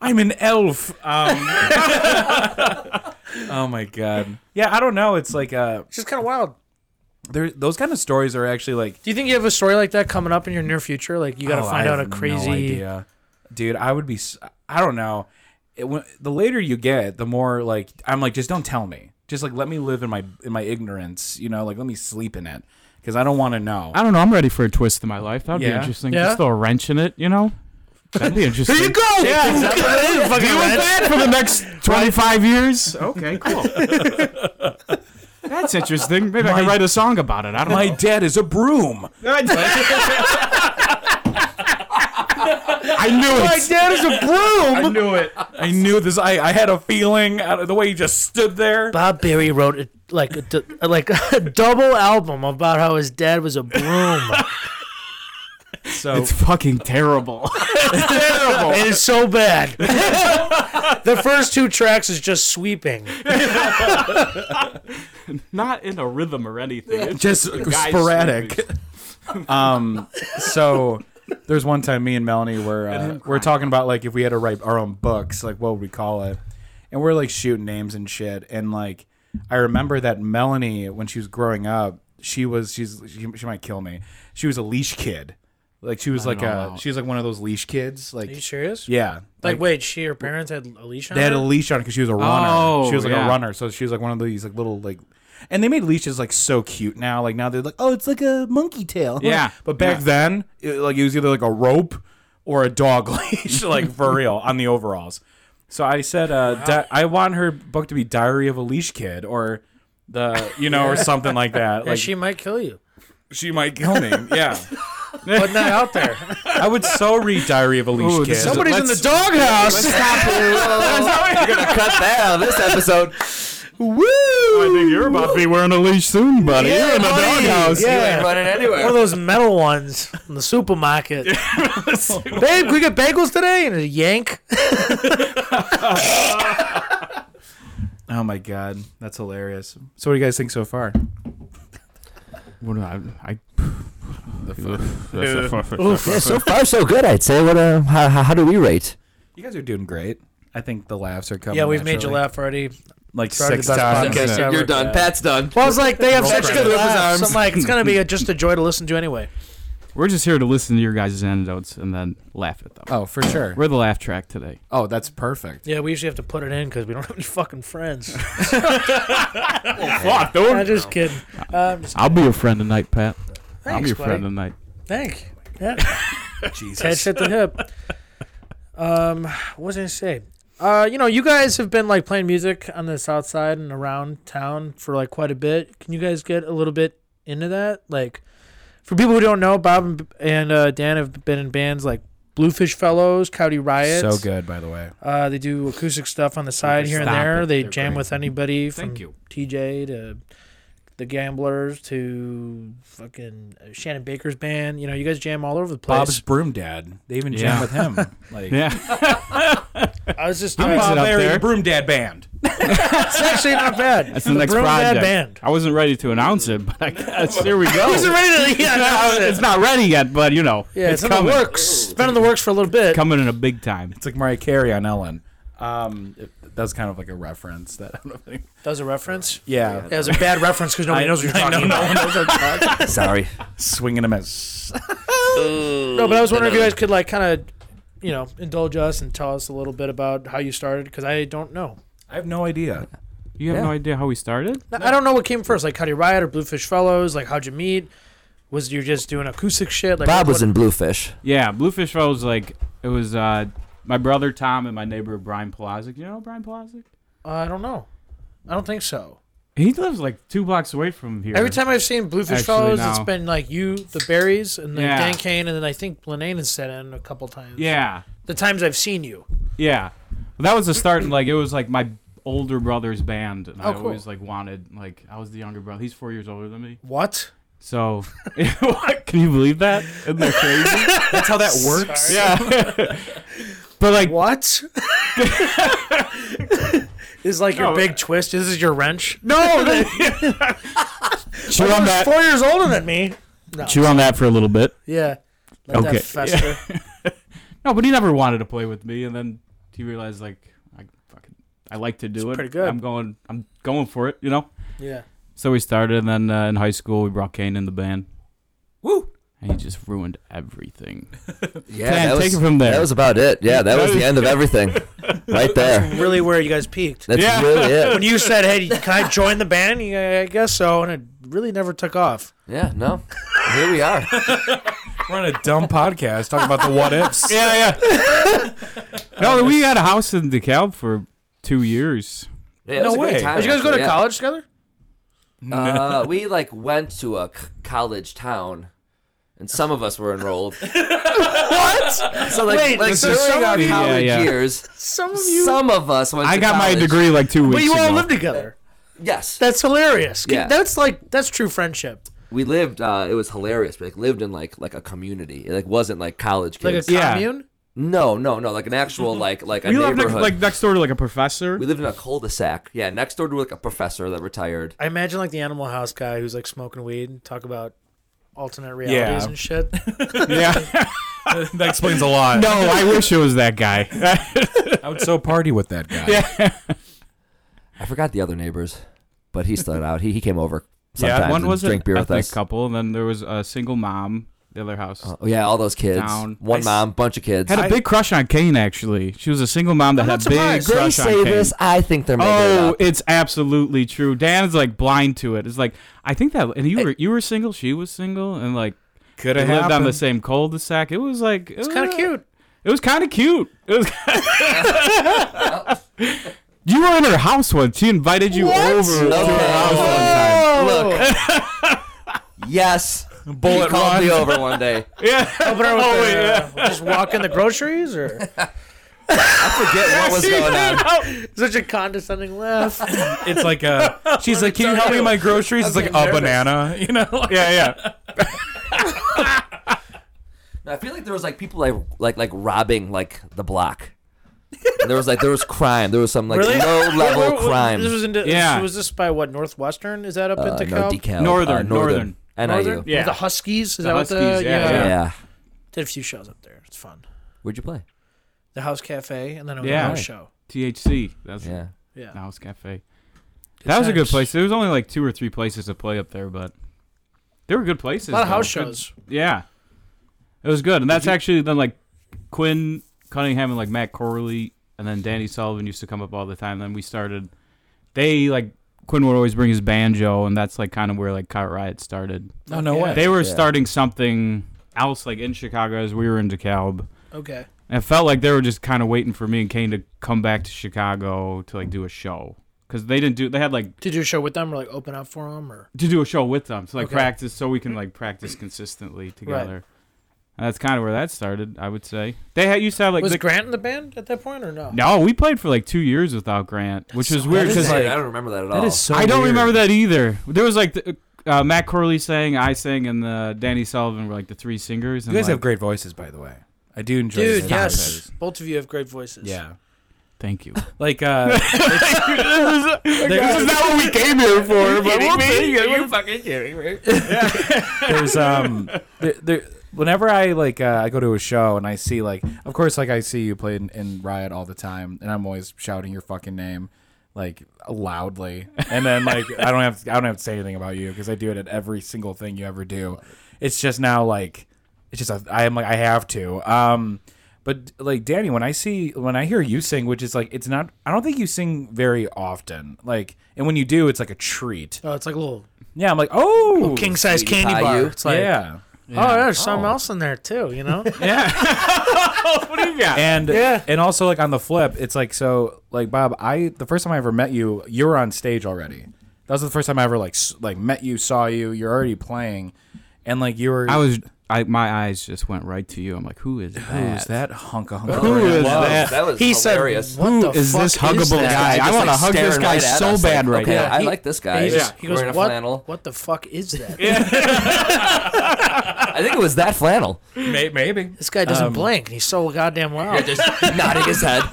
Speaker 2: I'm an elf. Um, oh my god. Yeah, I don't know. It's like uh,
Speaker 3: It's just kind of wild.
Speaker 2: there. Those kind of stories are actually like
Speaker 3: Do you think you have a story like that coming up in your near future? Like you got to
Speaker 2: Oh,
Speaker 3: find
Speaker 2: I
Speaker 3: out a
Speaker 2: have no
Speaker 3: crazy.
Speaker 2: idea. dude i would be s- i don't know it, when, the later you get the more like i'm like just don't tell me just like let me live in my in my ignorance you know like let me sleep in it because i don't want to know
Speaker 4: I don't know. I'm ready for a twist in my life. That'd be
Speaker 2: Yeah.
Speaker 4: interesting.
Speaker 3: Yeah.
Speaker 4: Just throw a wrench in it, you know. That'd be interesting. Here you go.
Speaker 3: Yeah, exactly.
Speaker 4: Deal with that for the next 25 years. Okay, cool. That's interesting. Maybe I can
Speaker 2: My-
Speaker 4: write a song about it. I don't
Speaker 2: my
Speaker 4: know.
Speaker 2: dad is a broom
Speaker 4: I I knew
Speaker 3: My
Speaker 4: it.
Speaker 3: dad is a
Speaker 2: I
Speaker 3: broom.
Speaker 2: knew it. I knew this. I, I had a feeling out of the way he just stood there.
Speaker 3: Bob Berry wrote a, like a, du- like a double album about how his dad was a broom.
Speaker 2: So
Speaker 4: It's fucking terrible. terrible.
Speaker 3: it is so bad. the first two tracks is just sweeping.
Speaker 4: Not in a rhythm or anything. It's
Speaker 2: just
Speaker 4: the guy
Speaker 2: sporadic.
Speaker 4: sleeping.
Speaker 2: um, so there's one time me and Melanie were uh, we're talking about like if we had to write our own books, like what would we call it? And we're like shooting names and shit. And like I remember that Melanie when she was growing up, she was she's she, she might kill me. She was a leash kid. Like she was like
Speaker 4: know.
Speaker 2: a she was like one of those leash kids. Like
Speaker 3: Are you serious?
Speaker 2: yeah,
Speaker 3: Like, wait, she her parents had Alicia.
Speaker 2: they had a leash on because she was a runner.
Speaker 4: Oh,
Speaker 2: she was like
Speaker 4: yeah.
Speaker 2: a runner, so she was like one of these like little like. And they made leashes like so cute now. Like now they're like, oh, it's like a monkey tail.
Speaker 4: Yeah.
Speaker 2: but back
Speaker 4: Yeah.
Speaker 2: then, it, like it was either like a rope or a dog leash, like for real on the overalls. So I said, uh, di- I want her book to be Diary of a Leash Kid or the you know or something like that.
Speaker 3: yeah,
Speaker 2: Like
Speaker 3: she might kill you.
Speaker 2: she might kill me. Yeah,
Speaker 3: Put that out there.
Speaker 2: I would so read Diary of a Leash
Speaker 4: Ooh,
Speaker 2: Kid.
Speaker 4: this is-
Speaker 3: Somebody's in the
Speaker 4: Let's-
Speaker 3: doghouse.
Speaker 6: You're gonna cut that out of this episode.
Speaker 5: I think you're about to be wearing a leash soon, buddy. you're in the
Speaker 3: buddy.
Speaker 5: doghouse.
Speaker 6: You
Speaker 3: Yeah.
Speaker 6: ain't running
Speaker 3: One of
Speaker 6: anywhere.
Speaker 3: those metal ones in the supermarket. Babe, can we get bagels today? And a yank.
Speaker 2: oh my god, that's hilarious. So what do you guys think so far?
Speaker 4: What do I, I
Speaker 6: so far, so good. I'd say. What? Uh, how, how do we rate?
Speaker 2: You guys are doing great. I think the laughs are coming.
Speaker 3: Yeah, we've made you
Speaker 2: naturally.
Speaker 3: laugh already.
Speaker 2: like
Speaker 3: Probably
Speaker 2: six
Speaker 3: the best
Speaker 2: times.
Speaker 3: podcast
Speaker 6: Okay,
Speaker 3: Yeah.
Speaker 6: you're done.
Speaker 2: Yeah.
Speaker 6: Pat's done.
Speaker 3: Well, I was like, they have such
Speaker 6: credit.
Speaker 3: good
Speaker 6: Up his arms.
Speaker 3: laughs. I'm like, it's gonna be a, just a joy to listen to anyway.
Speaker 4: We're just here to listen to your guys' anecdotes and then laugh at
Speaker 3: Uh,
Speaker 4: them.
Speaker 2: Oh, for sure.
Speaker 4: We're the laugh track today.
Speaker 2: Oh, that's perfect.
Speaker 3: Yeah, we usually have to put it in because we don't have any fucking friends.
Speaker 5: Fuck, dude.
Speaker 3: I'm just kidding. Uh, I'm just
Speaker 4: I'll be your friend tonight, Pat. I'll be
Speaker 3: Thanks,
Speaker 4: your friend
Speaker 3: buddy.
Speaker 4: tonight.
Speaker 3: Thank. Yeah. Catch at the hip. Um, what was I gonna say? Uh, you know, you guys have been like playing music on the south side and around town for like quite a bit. Can you guys get a little bit into that? Like, for people who don't know, Bob and, and uh, Dan have been in bands like Bluefish Fellows, Coyote Riots.
Speaker 2: So good, by the way.
Speaker 3: Uh, they do acoustic stuff on the side here and
Speaker 4: Stop
Speaker 3: there.
Speaker 4: it.
Speaker 3: They
Speaker 4: They're
Speaker 3: jam
Speaker 4: great.
Speaker 3: with anybody from
Speaker 4: Thank you.
Speaker 3: TJ to the Gamblers to fucking uh, Shannon Baker's band. You know, you guys jam all over the place.
Speaker 2: Bob's broom dad. They even
Speaker 4: Yeah.
Speaker 2: jam with him. Like
Speaker 4: Yeah.
Speaker 3: I was just
Speaker 4: Mix
Speaker 2: Bob
Speaker 4: it up
Speaker 2: Larry,
Speaker 4: there.
Speaker 2: the broom dad band.
Speaker 3: It's actually not bad.
Speaker 4: That's the next
Speaker 3: Broom Dad
Speaker 4: project.
Speaker 3: band.
Speaker 4: I wasn't ready to announce it, but I guess here we go.
Speaker 3: Wasn't ready to- yeah, that's it.
Speaker 4: it's not ready yet, but you know,
Speaker 3: Yeah, it's,
Speaker 4: it's,
Speaker 3: in the
Speaker 4: coming.
Speaker 3: works. It's been in the works for a little bit.
Speaker 4: Coming in a big time.
Speaker 2: It's like Mariah Carey on Ellen. Um, it, that was kind of like a reference that I don't know. If any-
Speaker 3: That was a reference.
Speaker 2: yeah.
Speaker 3: That was a bad reference because nobody knows what you're talking about.
Speaker 6: Sorry.
Speaker 2: Swinging him as
Speaker 3: No, but I was wondering if you guys could like kind of, you know, indulge us and tell us a little bit about how you started because I don't know.
Speaker 2: I have no idea.
Speaker 4: You have no idea how we started?
Speaker 3: No, I don't know what came first, like Cuddy Riot or Bluefish Fellows. Like how'd you meet? Was you just doing acoustic shit? Like
Speaker 6: Bob
Speaker 3: what-
Speaker 6: was in Bluefish.
Speaker 4: Yeah, Bluefish Fellows, like, it was uh, my brother Tom and my neighbor Brian Polazik. You know Brian Polazik?
Speaker 3: Uh, I don't know. I don't think so.
Speaker 4: He lives like two blocks away from here.
Speaker 3: Every time I've seen Bluefish
Speaker 4: Actually,
Speaker 3: Fellows,
Speaker 4: no.
Speaker 3: it's been like you, the Berries, and then
Speaker 4: Yeah.
Speaker 3: Dan Kane, and then I think Lenane has set in a couple times.
Speaker 4: Yeah.
Speaker 3: The times I've seen you.
Speaker 4: Yeah, well, that was the start. and, Like it was like my older brother's band, and I
Speaker 3: Oh, cool.
Speaker 4: always like wanted like I was the younger brother. He's four years older than me,
Speaker 3: What?
Speaker 4: so can you believe that? Isn't that crazy?
Speaker 2: That's how that works.
Speaker 4: yeah, but like
Speaker 3: What? this is like your
Speaker 4: No.
Speaker 3: big twist. This is your wrench. No,
Speaker 4: no,
Speaker 5: Chew on that.
Speaker 3: four years older than me. No.
Speaker 5: Chew on that for a little bit.
Speaker 3: Yeah. Let
Speaker 5: Okay.
Speaker 3: that fester.
Speaker 4: no, but he never wanted to play with me, and then he realized like I fucking I like to do it.
Speaker 3: pretty good.
Speaker 4: I'm going. I'm going for it. You know.
Speaker 3: Yeah.
Speaker 4: So we started, and then uh, in high school we brought Kane in the band.
Speaker 2: Woo.
Speaker 4: And he just ruined everything.
Speaker 6: Yeah,
Speaker 4: Can't
Speaker 6: that
Speaker 4: take
Speaker 6: was,
Speaker 4: it from there.
Speaker 6: That was about it. Yeah, that was the end of everything, right there.
Speaker 3: Really where you guys peaked.
Speaker 6: That's
Speaker 4: Yeah.
Speaker 6: really it.
Speaker 3: When you said, hey, can I join the band? Yeah, I guess so. And it really never took off.
Speaker 6: Yeah, no. Here we are.
Speaker 2: We're on a dumb podcast talking about the what ifs.
Speaker 4: Oh, yeah, yeah. no, we had a house in DeKalb for two years.
Speaker 6: Yeah, it
Speaker 2: No
Speaker 6: was a great
Speaker 2: way.
Speaker 6: time,
Speaker 3: Did you guys go to
Speaker 6: actually, yeah.
Speaker 3: college together?
Speaker 6: Uh, we like went to a c- college town, and some of us were enrolled. what? So like,
Speaker 3: Wait,
Speaker 6: like
Speaker 4: so some
Speaker 6: during our
Speaker 4: of you-
Speaker 6: college
Speaker 4: Yeah, yeah.
Speaker 6: years,
Speaker 3: Some of you.
Speaker 6: some of us went.
Speaker 4: I
Speaker 6: to
Speaker 4: got my
Speaker 6: college.
Speaker 4: degree like two weeks
Speaker 3: but you
Speaker 4: ago.
Speaker 3: all live together.
Speaker 6: Yes,
Speaker 3: That's hilarious.
Speaker 6: Yeah.
Speaker 3: That's like that's true friendship.
Speaker 6: we lived. Uh, it was hilarious. We like lived in like like a community. It like wasn't like college
Speaker 3: Like a
Speaker 6: kids.
Speaker 4: Yeah.
Speaker 3: commune.
Speaker 6: no, no, no. Like an actual like like a
Speaker 4: we live
Speaker 6: neighborhood.
Speaker 4: next, like next door to like a professor.
Speaker 6: we lived in a cul-de-sac. Yeah, next door to like a professor that retired.
Speaker 3: I imagine like the Animal House guy who's like smoking weed, talk about alternate realities
Speaker 2: Yeah.
Speaker 3: and shit.
Speaker 4: yeah.
Speaker 2: that explains a lot.
Speaker 4: no, I wish it was that guy.
Speaker 2: I would so party with that guy. Yeah,
Speaker 6: I forgot the other neighbors, but he stood out. He he came over. Sometimes
Speaker 4: yeah, one
Speaker 6: and
Speaker 4: was
Speaker 6: drink
Speaker 4: an
Speaker 6: beer with
Speaker 4: ethnic
Speaker 6: us.
Speaker 4: couple, and then there was a single mom. The other house
Speaker 6: Oh yeah, all those kids.
Speaker 4: Down.
Speaker 6: One
Speaker 4: I s-
Speaker 6: mom, bunch of kids.
Speaker 4: had a big crush on Kane. Actually, she was a single mom that
Speaker 3: I'm not
Speaker 4: had a big
Speaker 3: surprised.
Speaker 6: they
Speaker 4: crush on
Speaker 6: say
Speaker 4: Kane.
Speaker 6: this, I think they're making it
Speaker 4: Oh,
Speaker 6: up.
Speaker 4: it's absolutely true. Dan's like blind to it. It's like I think that, and you
Speaker 6: Hey.
Speaker 4: were you were single, she was single, and like
Speaker 2: could
Speaker 4: they
Speaker 2: have
Speaker 4: lived
Speaker 2: happened.
Speaker 4: on the same cul-de-sac. It was like it
Speaker 3: It's
Speaker 4: was
Speaker 3: kind of cute.
Speaker 4: It was kind of cute. It was. you were in her house once. She invited you over to her house one time.
Speaker 6: Look. yes.
Speaker 2: Bullet
Speaker 6: he called
Speaker 2: run.
Speaker 6: me over one day.
Speaker 4: Yeah,
Speaker 3: Helping her with the, uh, just walking the groceries, or
Speaker 6: I forget what was going on.
Speaker 3: such a condescending laugh.
Speaker 2: It's like a. She's like, "Can you help me with my groceries?" It's like a banana, you know. Like,
Speaker 4: yeah, yeah.
Speaker 6: No, I feel like there was like people like like like robbing like the block. And there was like there was crime. There was some like
Speaker 3: Really?
Speaker 6: low
Speaker 3: Where-
Speaker 6: level
Speaker 3: where-
Speaker 6: crime.
Speaker 3: This was in.
Speaker 4: Yeah.
Speaker 3: This, was this by what Northwestern? Is that up
Speaker 6: Uh,
Speaker 3: in
Speaker 6: no
Speaker 3: DeKalb?
Speaker 6: decal.
Speaker 4: Northern,
Speaker 6: uh,
Speaker 4: Northern.
Speaker 6: NIU.
Speaker 3: Northern?
Speaker 4: Yeah.
Speaker 3: The Huskies. Is
Speaker 4: The
Speaker 3: that what
Speaker 4: Huskies,
Speaker 3: the?
Speaker 4: yeah,
Speaker 3: Yeah,
Speaker 6: Yeah.
Speaker 4: yeah.
Speaker 3: Did a few shows up there. It's fun.
Speaker 6: Where'd you play?
Speaker 3: The House Cafe, and then another
Speaker 4: Yeah.
Speaker 3: house show.
Speaker 4: THC. That's
Speaker 6: Yeah.
Speaker 3: Yeah.
Speaker 4: the house cafe. that was a good
Speaker 3: times.
Speaker 4: place. There was only like two or three places to play up there, but there were good places.
Speaker 3: A lot of
Speaker 4: though.
Speaker 3: house
Speaker 4: Good-
Speaker 3: shows.
Speaker 4: Yeah, it was good, and that's actually then like Quinn Cunningham and like Matt Corley, and then Danny Sullivan used to come up all the time. Then we started. They like Quinn would always bring his banjo, and that's like kind of where like Cart Riot started.
Speaker 2: No, no way.
Speaker 4: They were
Speaker 6: Yeah.
Speaker 4: starting something else like in Chicago as we were in DeKalb.
Speaker 3: Okay.
Speaker 4: And it felt like they were just kind of waiting for me and Kane to come back to Chicago to like do a show because they didn't do. They had like
Speaker 3: Did you do a show with them or like open up for them or?
Speaker 4: to do a show with them to like
Speaker 3: Okay.
Speaker 4: practice so we can like practice consistently together. And that's kind of where that started, I would say. They had used to have like
Speaker 3: was
Speaker 4: the-
Speaker 3: Grant in the band at that point or no?
Speaker 4: no, we played for like two years without Grant, which was weird
Speaker 6: That is
Speaker 4: because
Speaker 6: weird.
Speaker 4: like,
Speaker 6: I don't remember that at all.
Speaker 2: That is so.
Speaker 4: I don't
Speaker 2: weird.
Speaker 4: remember that either. There was like the, uh, Matt Corley sang, I sang, and the Danny Sullivan were like the three singers.
Speaker 2: You
Speaker 4: And,
Speaker 2: guys
Speaker 4: like,
Speaker 2: have great voices, by the way. I do enjoy.
Speaker 3: Dude,
Speaker 2: your
Speaker 3: yes.
Speaker 2: voices.
Speaker 3: Both of you have great voices.
Speaker 2: Yeah.
Speaker 4: Thank you.
Speaker 2: Like uh,
Speaker 4: this is not what we came here for, but we'll take it.
Speaker 6: fucking kidding me?
Speaker 2: there's um there, there whenever I like uh, I go to a show and I see like of course like I see you play in, in Riot all the time and I'm always shouting your fucking name like loudly and then like I don't have I don't have to say anything about you because I do it at every single thing you ever do. It's just now like it's just a, I am like I have to. Um but like Danny, when I see when I hear you sing, which is like it's not I don't think you sing very often. Like and when you do, it's like a treat.
Speaker 3: Oh, it's like a little
Speaker 2: Yeah, I'm like, oh
Speaker 3: king size
Speaker 6: Sweet
Speaker 3: candy
Speaker 6: pie,
Speaker 3: bar.
Speaker 6: you.
Speaker 3: It's like
Speaker 2: yeah.
Speaker 3: oh, there's something else in there too. You know,
Speaker 4: What do you got?
Speaker 2: and
Speaker 3: Yeah.
Speaker 2: and also like on the flip, it's like so like Bob, I the first time I ever met you, you were on stage already. That was the first time I ever like s- like met you, saw you. You're already playing, and like you were.
Speaker 4: I was, I my eyes just went right to you. I'm like, who is that?
Speaker 2: who's that hunk of hunk?
Speaker 4: Who is that?
Speaker 6: That was
Speaker 3: he
Speaker 6: hilarious.
Speaker 3: said, "What the
Speaker 4: is
Speaker 3: fuck
Speaker 4: this huggable
Speaker 3: is that?"
Speaker 4: guy? I
Speaker 6: Just,
Speaker 4: wanna
Speaker 6: like,
Speaker 4: hug this
Speaker 6: staring
Speaker 4: guy
Speaker 6: right at
Speaker 4: so
Speaker 6: us,
Speaker 4: bad
Speaker 6: like,
Speaker 4: right
Speaker 6: okay,
Speaker 4: now.
Speaker 6: I
Speaker 3: He-
Speaker 6: like this guy.
Speaker 3: And he's
Speaker 6: He's
Speaker 3: just- he goes,
Speaker 6: wearing a
Speaker 3: what,
Speaker 6: flannel.
Speaker 3: what the fuck is that?
Speaker 6: I think it was that flannel.
Speaker 2: Maybe, maybe.
Speaker 3: This guy doesn't blink. and He's so goddamn loud.
Speaker 6: Just nodding his head.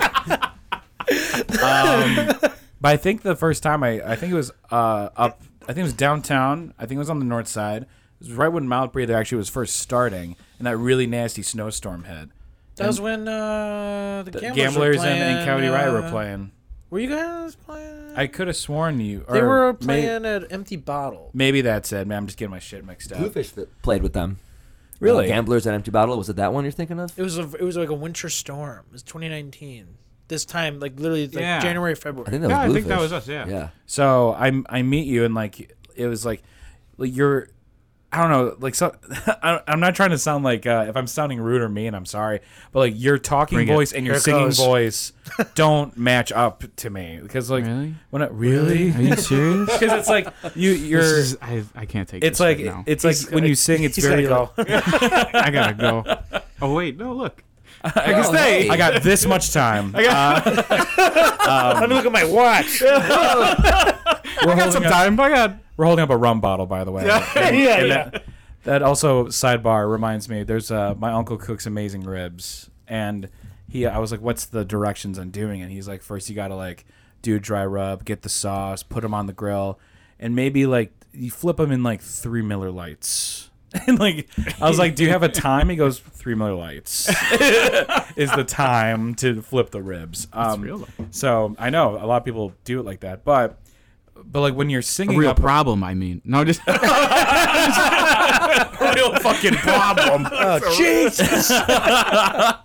Speaker 2: But I think the first time I, I think it was uh, up, I think it was downtown. I think it was on the north side. It was right when Mild Breather actually was first starting, and that really nasty snowstorm hit.
Speaker 3: That was when uh, the,
Speaker 2: The
Speaker 3: gamblers,
Speaker 2: gamblers,
Speaker 3: were
Speaker 2: and,
Speaker 3: playing,
Speaker 2: and County
Speaker 3: uh,
Speaker 2: Riot were playing.
Speaker 3: Were you guys playing?
Speaker 2: I could have sworn you.
Speaker 3: they
Speaker 2: or
Speaker 3: were
Speaker 2: may-
Speaker 3: playing an empty bottle.
Speaker 2: maybe that's it. Man, I'm just getting my shit mixed up.
Speaker 6: Bluefish that played with them.
Speaker 2: Really?
Speaker 6: Uh, Gamblers and Empty Bottle. Was it that one you're thinking of?
Speaker 3: It was a, it was like a winter storm. It was 2019. This time, like literally, like
Speaker 4: Yeah.
Speaker 3: January,
Speaker 6: I
Speaker 3: February.
Speaker 6: think that
Speaker 4: Yeah,
Speaker 6: was
Speaker 4: I
Speaker 6: Bluefish.
Speaker 4: think that was us, yeah.
Speaker 6: Yeah.
Speaker 2: So I I meet you and like it was like like you're I don't know, like so. I, I'm not trying to sound like uh, if I'm sounding rude or mean, I'm sorry, but like your talking
Speaker 4: Bring it.
Speaker 2: voice and your
Speaker 3: Here it
Speaker 2: singing
Speaker 3: goes.
Speaker 2: voice don't match up to me because like
Speaker 4: Really?
Speaker 2: when I, really
Speaker 4: Are you serious?
Speaker 2: because it's like you you're
Speaker 4: This is- I, I can't take
Speaker 2: it's
Speaker 4: this
Speaker 2: like
Speaker 4: right now.
Speaker 2: it's like when you sing it's very like,
Speaker 4: I gotta go. Oh wait, no, look.
Speaker 6: I can stay.
Speaker 2: I got this much time. I
Speaker 3: Let me look at my watch.
Speaker 2: we're,
Speaker 4: Oh,
Speaker 2: holding up,
Speaker 4: Time, my God.
Speaker 2: we're holding up a rum bottle by the way. And-
Speaker 3: yeah, yeah.
Speaker 2: and That, that also sidebar reminds me. There's uh, my uncle cooks amazing ribs, and he I was like, "What's the directions on doing?" it? And he's like, first you gotta like do a dry rub, get the sauce, put them on the grill, and maybe like you flip them in like three Miller Lights." And like I was like, "Do you have a time?" He goes, three Miller Lights." is the time to flip the ribs. Um,
Speaker 4: real, though.
Speaker 2: So I know a lot of people do it like that, but but like when you're singing
Speaker 4: Real
Speaker 2: up
Speaker 4: problem, I mean. No, just
Speaker 2: real fucking problem. oh, Jesus.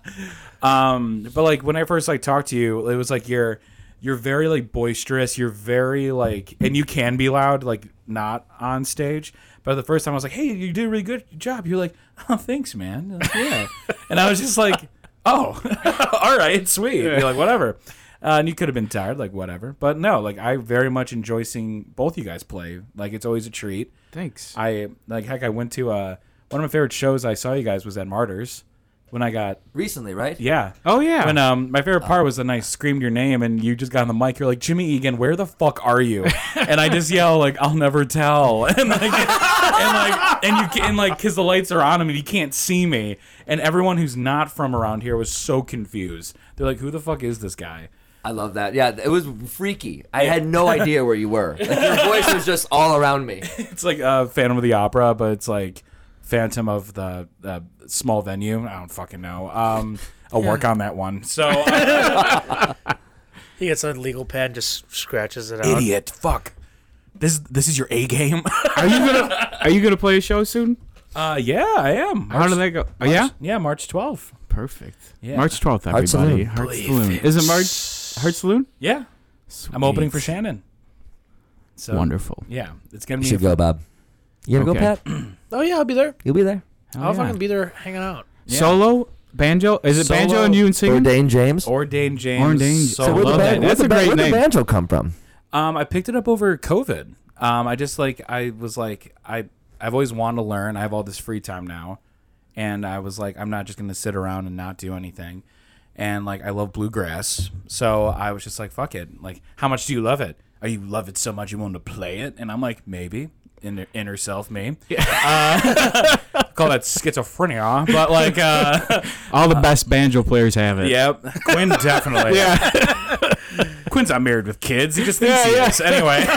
Speaker 2: um, but like when I first like talked to you, it was like you're you're very like boisterous. You're very like, and you can be loud, like not on stage. But the first time I was like, "Hey, you did a really good job." You're like, "Oh, thanks, man." I'm like, yeah, and I was just like, "Oh, all right, sweet." You're like, "Whatever." Uh, and you could have been tired, like whatever. But no, like I very much enjoy seeing both you guys play. Like it's always a treat.
Speaker 4: thanks.
Speaker 2: I like heck. I went to uh, one of my favorite shows. I saw you guys was at Martyrs when I got
Speaker 6: Recently, right?
Speaker 2: yeah.
Speaker 4: Oh yeah. Oh.
Speaker 2: When um, my favorite part was when I screamed your name and you just got on the mic. You're like Jimmy Egan, where the fuck are you? and I just yell like I'll never tell. And like and like and you can and like because the lights are on him and he can't see me. And everyone who's not from around here was so confused. They're like, who the fuck is this guy?
Speaker 6: I love that. Yeah, it was freaky. I had no idea where you were. Like your voice was just all around me.
Speaker 2: It's like uh, Phantom of the Opera, but it's like Phantom of the uh, small venue. I don't fucking know. Um, I'll work on that one. So uh,
Speaker 3: He gets a legal pad and just scratches it out.
Speaker 2: idiot, fuck. This this is your A game.
Speaker 4: are you gonna Are you gonna play a show soon?
Speaker 2: uh, yeah, I am.
Speaker 4: How did that go? Oh yeah.
Speaker 2: Yeah, March 12th.
Speaker 4: Perfect.
Speaker 2: Yeah.
Speaker 4: March twelfth,
Speaker 5: Heart
Speaker 4: everybody.
Speaker 5: Saloon.
Speaker 4: Heart Saloon. Is it March Heart Saloon?
Speaker 2: Yeah, I'm opening for Shannon. So
Speaker 4: Wonderful.
Speaker 2: Yeah, it's gonna
Speaker 6: You
Speaker 2: be.
Speaker 6: should go, Bob. You gonna
Speaker 4: Okay.
Speaker 6: go, Pat?
Speaker 3: Oh yeah, I'll be there.
Speaker 6: You'll be there.
Speaker 4: Hell
Speaker 3: I'll
Speaker 4: yeah.
Speaker 3: fucking be there hanging out.
Speaker 2: Yeah.
Speaker 4: Solo banjo. Is it banjo
Speaker 2: Solo-
Speaker 4: and you and
Speaker 6: Or
Speaker 4: singing?
Speaker 6: Dane James.
Speaker 2: Ordained James.
Speaker 4: Ordained-
Speaker 2: So
Speaker 4: So
Speaker 6: where
Speaker 4: where'd
Speaker 2: love
Speaker 6: the,
Speaker 4: that.
Speaker 6: ban- where
Speaker 4: That's
Speaker 6: the
Speaker 4: a
Speaker 6: ba-
Speaker 4: great
Speaker 6: where
Speaker 4: name.
Speaker 6: the banjo come from?
Speaker 2: Um, I picked it up over COVID. Um, I just like I was like I I've always wanted to learn. I have all this free time now, and I was like I'm not just gonna sit around and not do anything. And like I love bluegrass, so I was just like fuck it. Like how much do you love it? Are you love it so much you want to play it? And I'm like maybe inner inner self me. Uh, call that schizophrenia, but like uh,
Speaker 4: All the best banjo players have it.
Speaker 2: yep, Quinn definitely.
Speaker 4: Yeah.
Speaker 2: Quinn's not married with kids. He just thinks he
Speaker 4: Yeah, yeah.
Speaker 2: is. Anyway.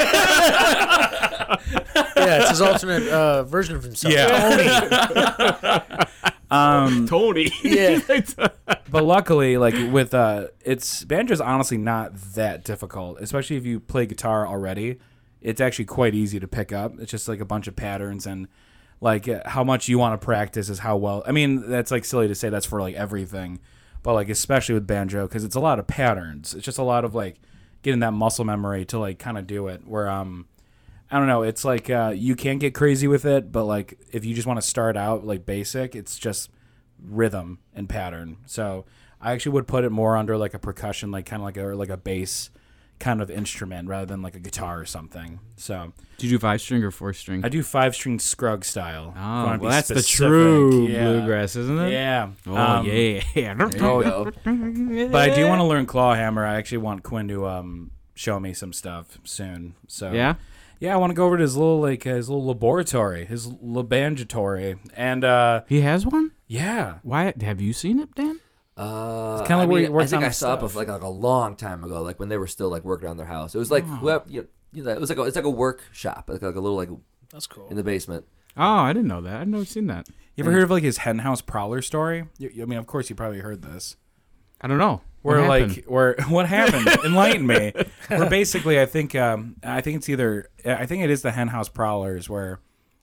Speaker 3: Yeah, it's his alternate uh, version of himself.
Speaker 2: Yeah. um,
Speaker 4: Tony.
Speaker 3: Yeah.
Speaker 2: but luckily, like with uh, it's banjo's honestly not that difficult, especially if you play guitar already. It's actually quite easy to pick up. It's just like a bunch of patterns and like uh, how much you want to practice is how well. I mean, that's like silly to say that's for like everything, but like especially with banjo because it's a lot of patterns. It's just a lot of like getting that muscle memory to like kind of do it. Where um, I don't know. It's like uh, you can get crazy with it, but like if you just want to start out like basic, it's just rhythm and pattern. So I actually would put it more under like a percussion, like kind of like a or like a bass kind of instrument rather than like a guitar or something. So
Speaker 4: Did you do five string or four string?
Speaker 2: I do five string scrug style. if you
Speaker 4: Oh,
Speaker 2: wanna
Speaker 4: well,
Speaker 2: be
Speaker 4: that's the
Speaker 2: specific.
Speaker 4: true
Speaker 2: Yeah.
Speaker 4: bluegrass, isn't it?
Speaker 2: Yeah.
Speaker 4: Oh
Speaker 2: Um,
Speaker 4: yeah.
Speaker 6: Oh, no.
Speaker 2: But I do want to learn clawhammer. I actually want Quinn to um show me some stuff soon. So
Speaker 4: Yeah.
Speaker 2: Yeah, I want to go over to his little like uh, his little laboratory, his labanjatory, and uh
Speaker 4: He has one.
Speaker 2: yeah,
Speaker 4: Why have you seen it, Dan?
Speaker 6: Uh,
Speaker 2: It's kinda like where
Speaker 6: I, mean,
Speaker 2: you worked
Speaker 6: I think
Speaker 2: on
Speaker 6: I
Speaker 2: the
Speaker 6: saw it
Speaker 2: stuff.
Speaker 6: before, like, like a long time ago, like when they were still like working on their house. It was like whoever, you you know, it was like a, it's like a workshop, like, like a little like
Speaker 3: That's cool.
Speaker 6: in the basement.
Speaker 4: Oh, I didn't know that. I'd never seen that.
Speaker 2: You ever heard of like his henhouse prowler story? You, I mean, of course you probably heard this.
Speaker 4: I don't know. What
Speaker 2: Where
Speaker 4: happened?
Speaker 2: like where what happened? Enlighten me. Where basically I think um I think it's either I think it is the henhouse prowlers where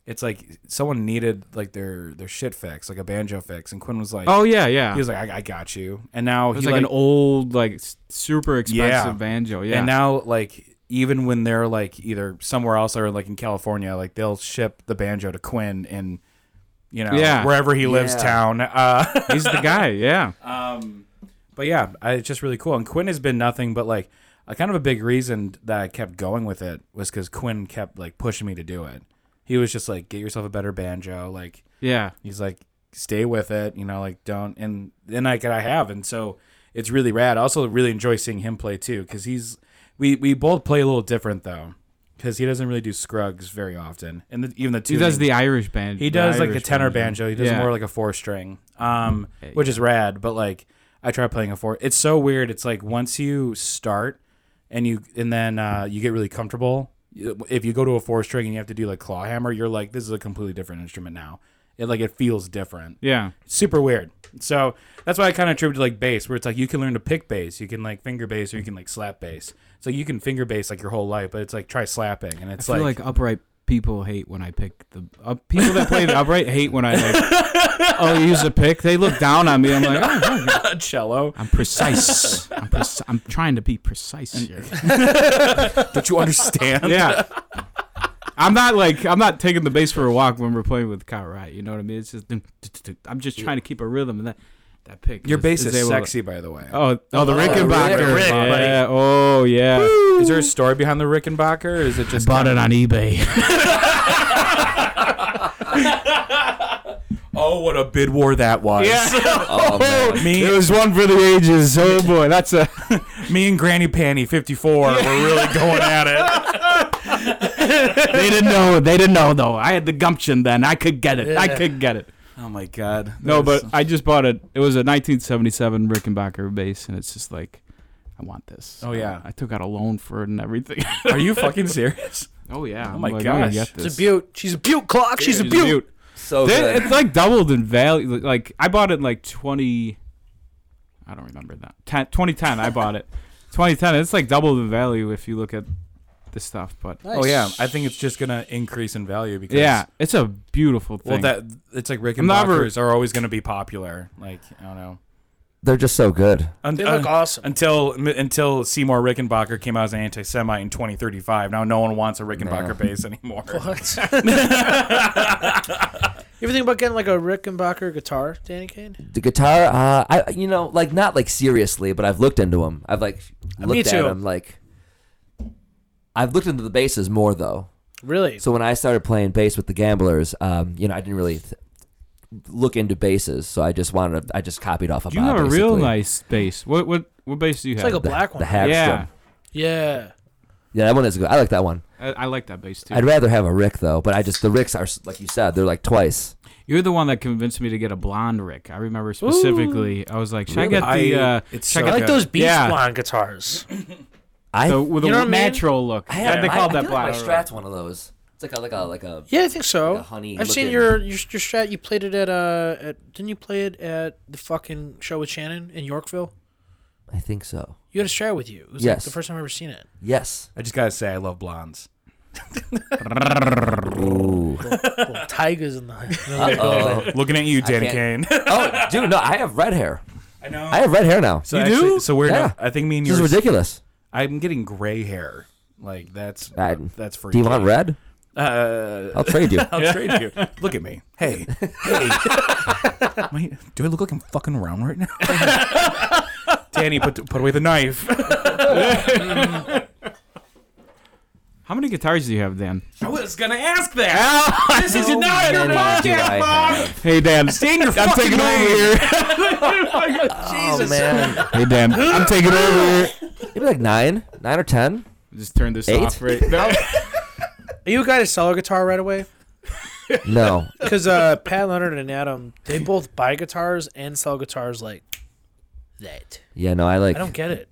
Speaker 2: it's like someone needed like their their shit fix, like a banjo fix, and Quinn was like,
Speaker 4: Oh yeah, yeah.
Speaker 2: he was like, I, I got you, and now
Speaker 4: It was
Speaker 2: he
Speaker 4: like,
Speaker 2: like
Speaker 4: an old, like s- super expensive
Speaker 2: Yeah.
Speaker 4: banjo. Yeah.
Speaker 2: And now, like, even when they're like either somewhere else or like in California, like they'll ship the banjo to Quinn and you know
Speaker 4: Yeah.
Speaker 2: wherever he lives
Speaker 6: Yeah.
Speaker 2: town. Uh,
Speaker 4: He's the guy. Yeah.
Speaker 2: but yeah, I, it's just really cool. And Quinn has been nothing but like a kind of a big reason that I kept going with it was because Quinn kept like pushing me to do it. He was just like, get yourself a better banjo, like
Speaker 4: Yeah.
Speaker 2: He's like, stay with it, you know, like don't. And then I I have, and so it's really rad. I also really enjoy seeing him play too, because he's we we both play a little different though, because he doesn't really do scrugs very often, and the, even the two
Speaker 4: He does the Irish band.
Speaker 2: he does like the
Speaker 4: Irish
Speaker 2: tenor banjo. He does
Speaker 4: Yeah.
Speaker 2: more like a four string, um,
Speaker 4: Okay,
Speaker 2: which is rad. But like, I try playing a four. It's so weird. It's like once you start, and you and then uh, you get really comfortable. you- If you go to a four string and you have to do like claw hammer, you're like, this is a completely different instrument now. It like it feels different.
Speaker 4: Yeah.
Speaker 2: Super weird. So that's why I kind of attribute to like bass, where it's like you can learn to pick bass, you can like finger bass, or you can like slap bass. So you can finger bass like your whole life, but it's like try slapping, and
Speaker 4: I
Speaker 2: it's
Speaker 4: feel like, upright people hate when I pick the uh, people that play the upright hate when I like, oh use a pick. They look down on me. I'm like oh, oh,
Speaker 2: like a cello.
Speaker 4: I'm precise. I'm, preci- I'm trying to be precise here.
Speaker 2: Don't you understand?
Speaker 4: yeah. I'm not like I'm not taking the bass for a walk when we're playing with Kyle Wright. You know what I mean? It's just dun- dun- dun- dun. I'm just trying to keep a rhythm and that that pick.
Speaker 2: Your bass is,
Speaker 4: able to-
Speaker 2: sexy, by the way.
Speaker 4: Oh, oh, the
Speaker 6: Oh,
Speaker 4: Rickenbacker.
Speaker 6: Rick,
Speaker 2: buddy.
Speaker 4: yeah. Oh, yeah.
Speaker 2: Is there a story behind the Rickenbacker? Or is it just
Speaker 4: Bought it on eBay.
Speaker 2: Oh, what a bid war that was!
Speaker 6: Oh, man.
Speaker 2: me,
Speaker 4: was one for the ages. Oh boy, that's a.
Speaker 2: me and Granny Panty fifty four were really going at it.
Speaker 4: They didn't know. They didn't know though. I had the gumption then. I could get it. I could get it.
Speaker 2: Oh my god!
Speaker 4: No, but I just bought it. It was a 1977 Rickenbacker bass, and it's just like, I want this.
Speaker 2: Oh, yeah.
Speaker 4: I took out a loan for it and everything.
Speaker 2: are you fucking serious?
Speaker 4: oh yeah.
Speaker 2: Oh, my
Speaker 4: I'm gonna
Speaker 2: gosh.
Speaker 4: get
Speaker 3: It's
Speaker 4: this.
Speaker 3: a beaut. She's a beaut, Clock. She's a beaut.
Speaker 6: So
Speaker 4: They-
Speaker 6: good.
Speaker 4: it's like doubled in value. Like I bought it in like 20. I don't remember that. 10, 2010. I bought it. 2010. It's like doubled in value if you look at the stuff. But
Speaker 2: Oh yeah, I think it's just gonna increase in value because
Speaker 4: yeah, it's a beautiful
Speaker 2: Well,
Speaker 4: thing.
Speaker 2: that it's like Rickenbackers
Speaker 4: I'm not ever-
Speaker 2: are always gonna be popular. Like I don't know.
Speaker 6: They're just so good.
Speaker 2: Un- uh,
Speaker 3: They look
Speaker 2: un-
Speaker 3: awesome.
Speaker 2: Until m- until Seymour Rickenbacker came out as an anti-Semite in 2035. Now no one wants a Rickenbacker
Speaker 6: Yeah.
Speaker 2: bass anymore.
Speaker 3: What? you ever think about getting like a Rickenbacker guitar, Danny Kane?
Speaker 6: The guitar, uh, I you know, like not like seriously, but I've looked into them. I've like looked
Speaker 3: too.
Speaker 6: at them like. I've looked into the basses more though.
Speaker 3: Really?
Speaker 6: So when I started playing bass with the Gamblers, um, you know, I didn't really th- look into basses, so I just wanted, to, I just copied off of.
Speaker 4: you
Speaker 6: Bob,
Speaker 4: have a real
Speaker 6: basically.
Speaker 4: nice bass. What what what bass do you
Speaker 3: it's
Speaker 4: have?
Speaker 3: like a
Speaker 6: The-
Speaker 3: black one.
Speaker 6: The Hagstrom.
Speaker 4: yeah,
Speaker 6: Yeah.
Speaker 3: yeah.
Speaker 6: that one is good. I like that one.
Speaker 4: I, I like that bass too.
Speaker 6: I'd rather have a Rick though, but I just the Ricks are s- like you said, they're like twice.
Speaker 4: You're the one that convinced me to get a blonde Rick. I remember specifically. I was like, should
Speaker 2: Really?
Speaker 4: I get the
Speaker 2: I-
Speaker 4: uh,
Speaker 2: it's so
Speaker 4: should
Speaker 3: I
Speaker 4: I get
Speaker 2: good.
Speaker 3: like those beast
Speaker 4: Yeah.
Speaker 3: blonde guitars.
Speaker 6: I
Speaker 4: the, with
Speaker 3: You
Speaker 4: a
Speaker 3: know what I mean?
Speaker 4: natural look?
Speaker 6: I have,
Speaker 4: they
Speaker 6: I-
Speaker 4: called
Speaker 6: I,
Speaker 4: that
Speaker 6: feel
Speaker 4: black.
Speaker 6: Like my Strat's one of those. It's like a like a like a.
Speaker 3: Yeah, I think so.
Speaker 6: Like a honey
Speaker 3: I've seen
Speaker 6: looking-
Speaker 3: your, your your strat. You played it at uh, at, didn't you play it at the fucking show with Shannon in Yorkville?
Speaker 6: I think so.
Speaker 3: You had a strat with you. It was like
Speaker 6: Yes.
Speaker 3: the first time I ever seen it.
Speaker 6: Yes.
Speaker 2: I just gotta say, I love blondes.
Speaker 6: Ooh.
Speaker 3: Little tigers in the.
Speaker 6: Uh-oh.
Speaker 2: Looking at you, Danny Kane.
Speaker 6: can't- Uh, oh, dude, no, I have red hair.
Speaker 2: I know.
Speaker 6: I have red hair now.
Speaker 2: So
Speaker 4: You
Speaker 2: actually-
Speaker 4: do?
Speaker 2: So we're
Speaker 6: Yeah.
Speaker 2: not- I think me and
Speaker 6: This
Speaker 2: you.
Speaker 6: is
Speaker 2: are-
Speaker 6: ridiculous.
Speaker 2: I'm getting gray hair. Like that's uh,
Speaker 6: I-
Speaker 2: that's free.
Speaker 6: Do you want red?
Speaker 2: Uh,
Speaker 6: I'll trade you.
Speaker 2: I'll trade you. Look at me. Hey, hey. Am I- do I look like I'm fucking around right now? Danny, put put away the knife.
Speaker 4: How many guitars do you have, Dan?
Speaker 2: I was gonna ask that. this is not
Speaker 6: Many
Speaker 2: your
Speaker 6: do I
Speaker 2: podcast, Bob.
Speaker 6: have.
Speaker 4: Hey, Dan.
Speaker 2: Dang your
Speaker 4: I'm
Speaker 2: fucking
Speaker 4: taking over
Speaker 2: name.
Speaker 4: here.
Speaker 6: Oh man,
Speaker 4: Hey, Dan. I'm taking over here.
Speaker 6: maybe like nine, nine or ten.
Speaker 4: Just turn this
Speaker 6: Eight?
Speaker 4: off right now.
Speaker 3: Are you a guy to sell a guitar right away?
Speaker 6: No,
Speaker 3: Because uh, Pat Leonard and Adam, they both buy guitars and sell guitars like that.
Speaker 6: yeah, no, I like.
Speaker 3: I don't get it.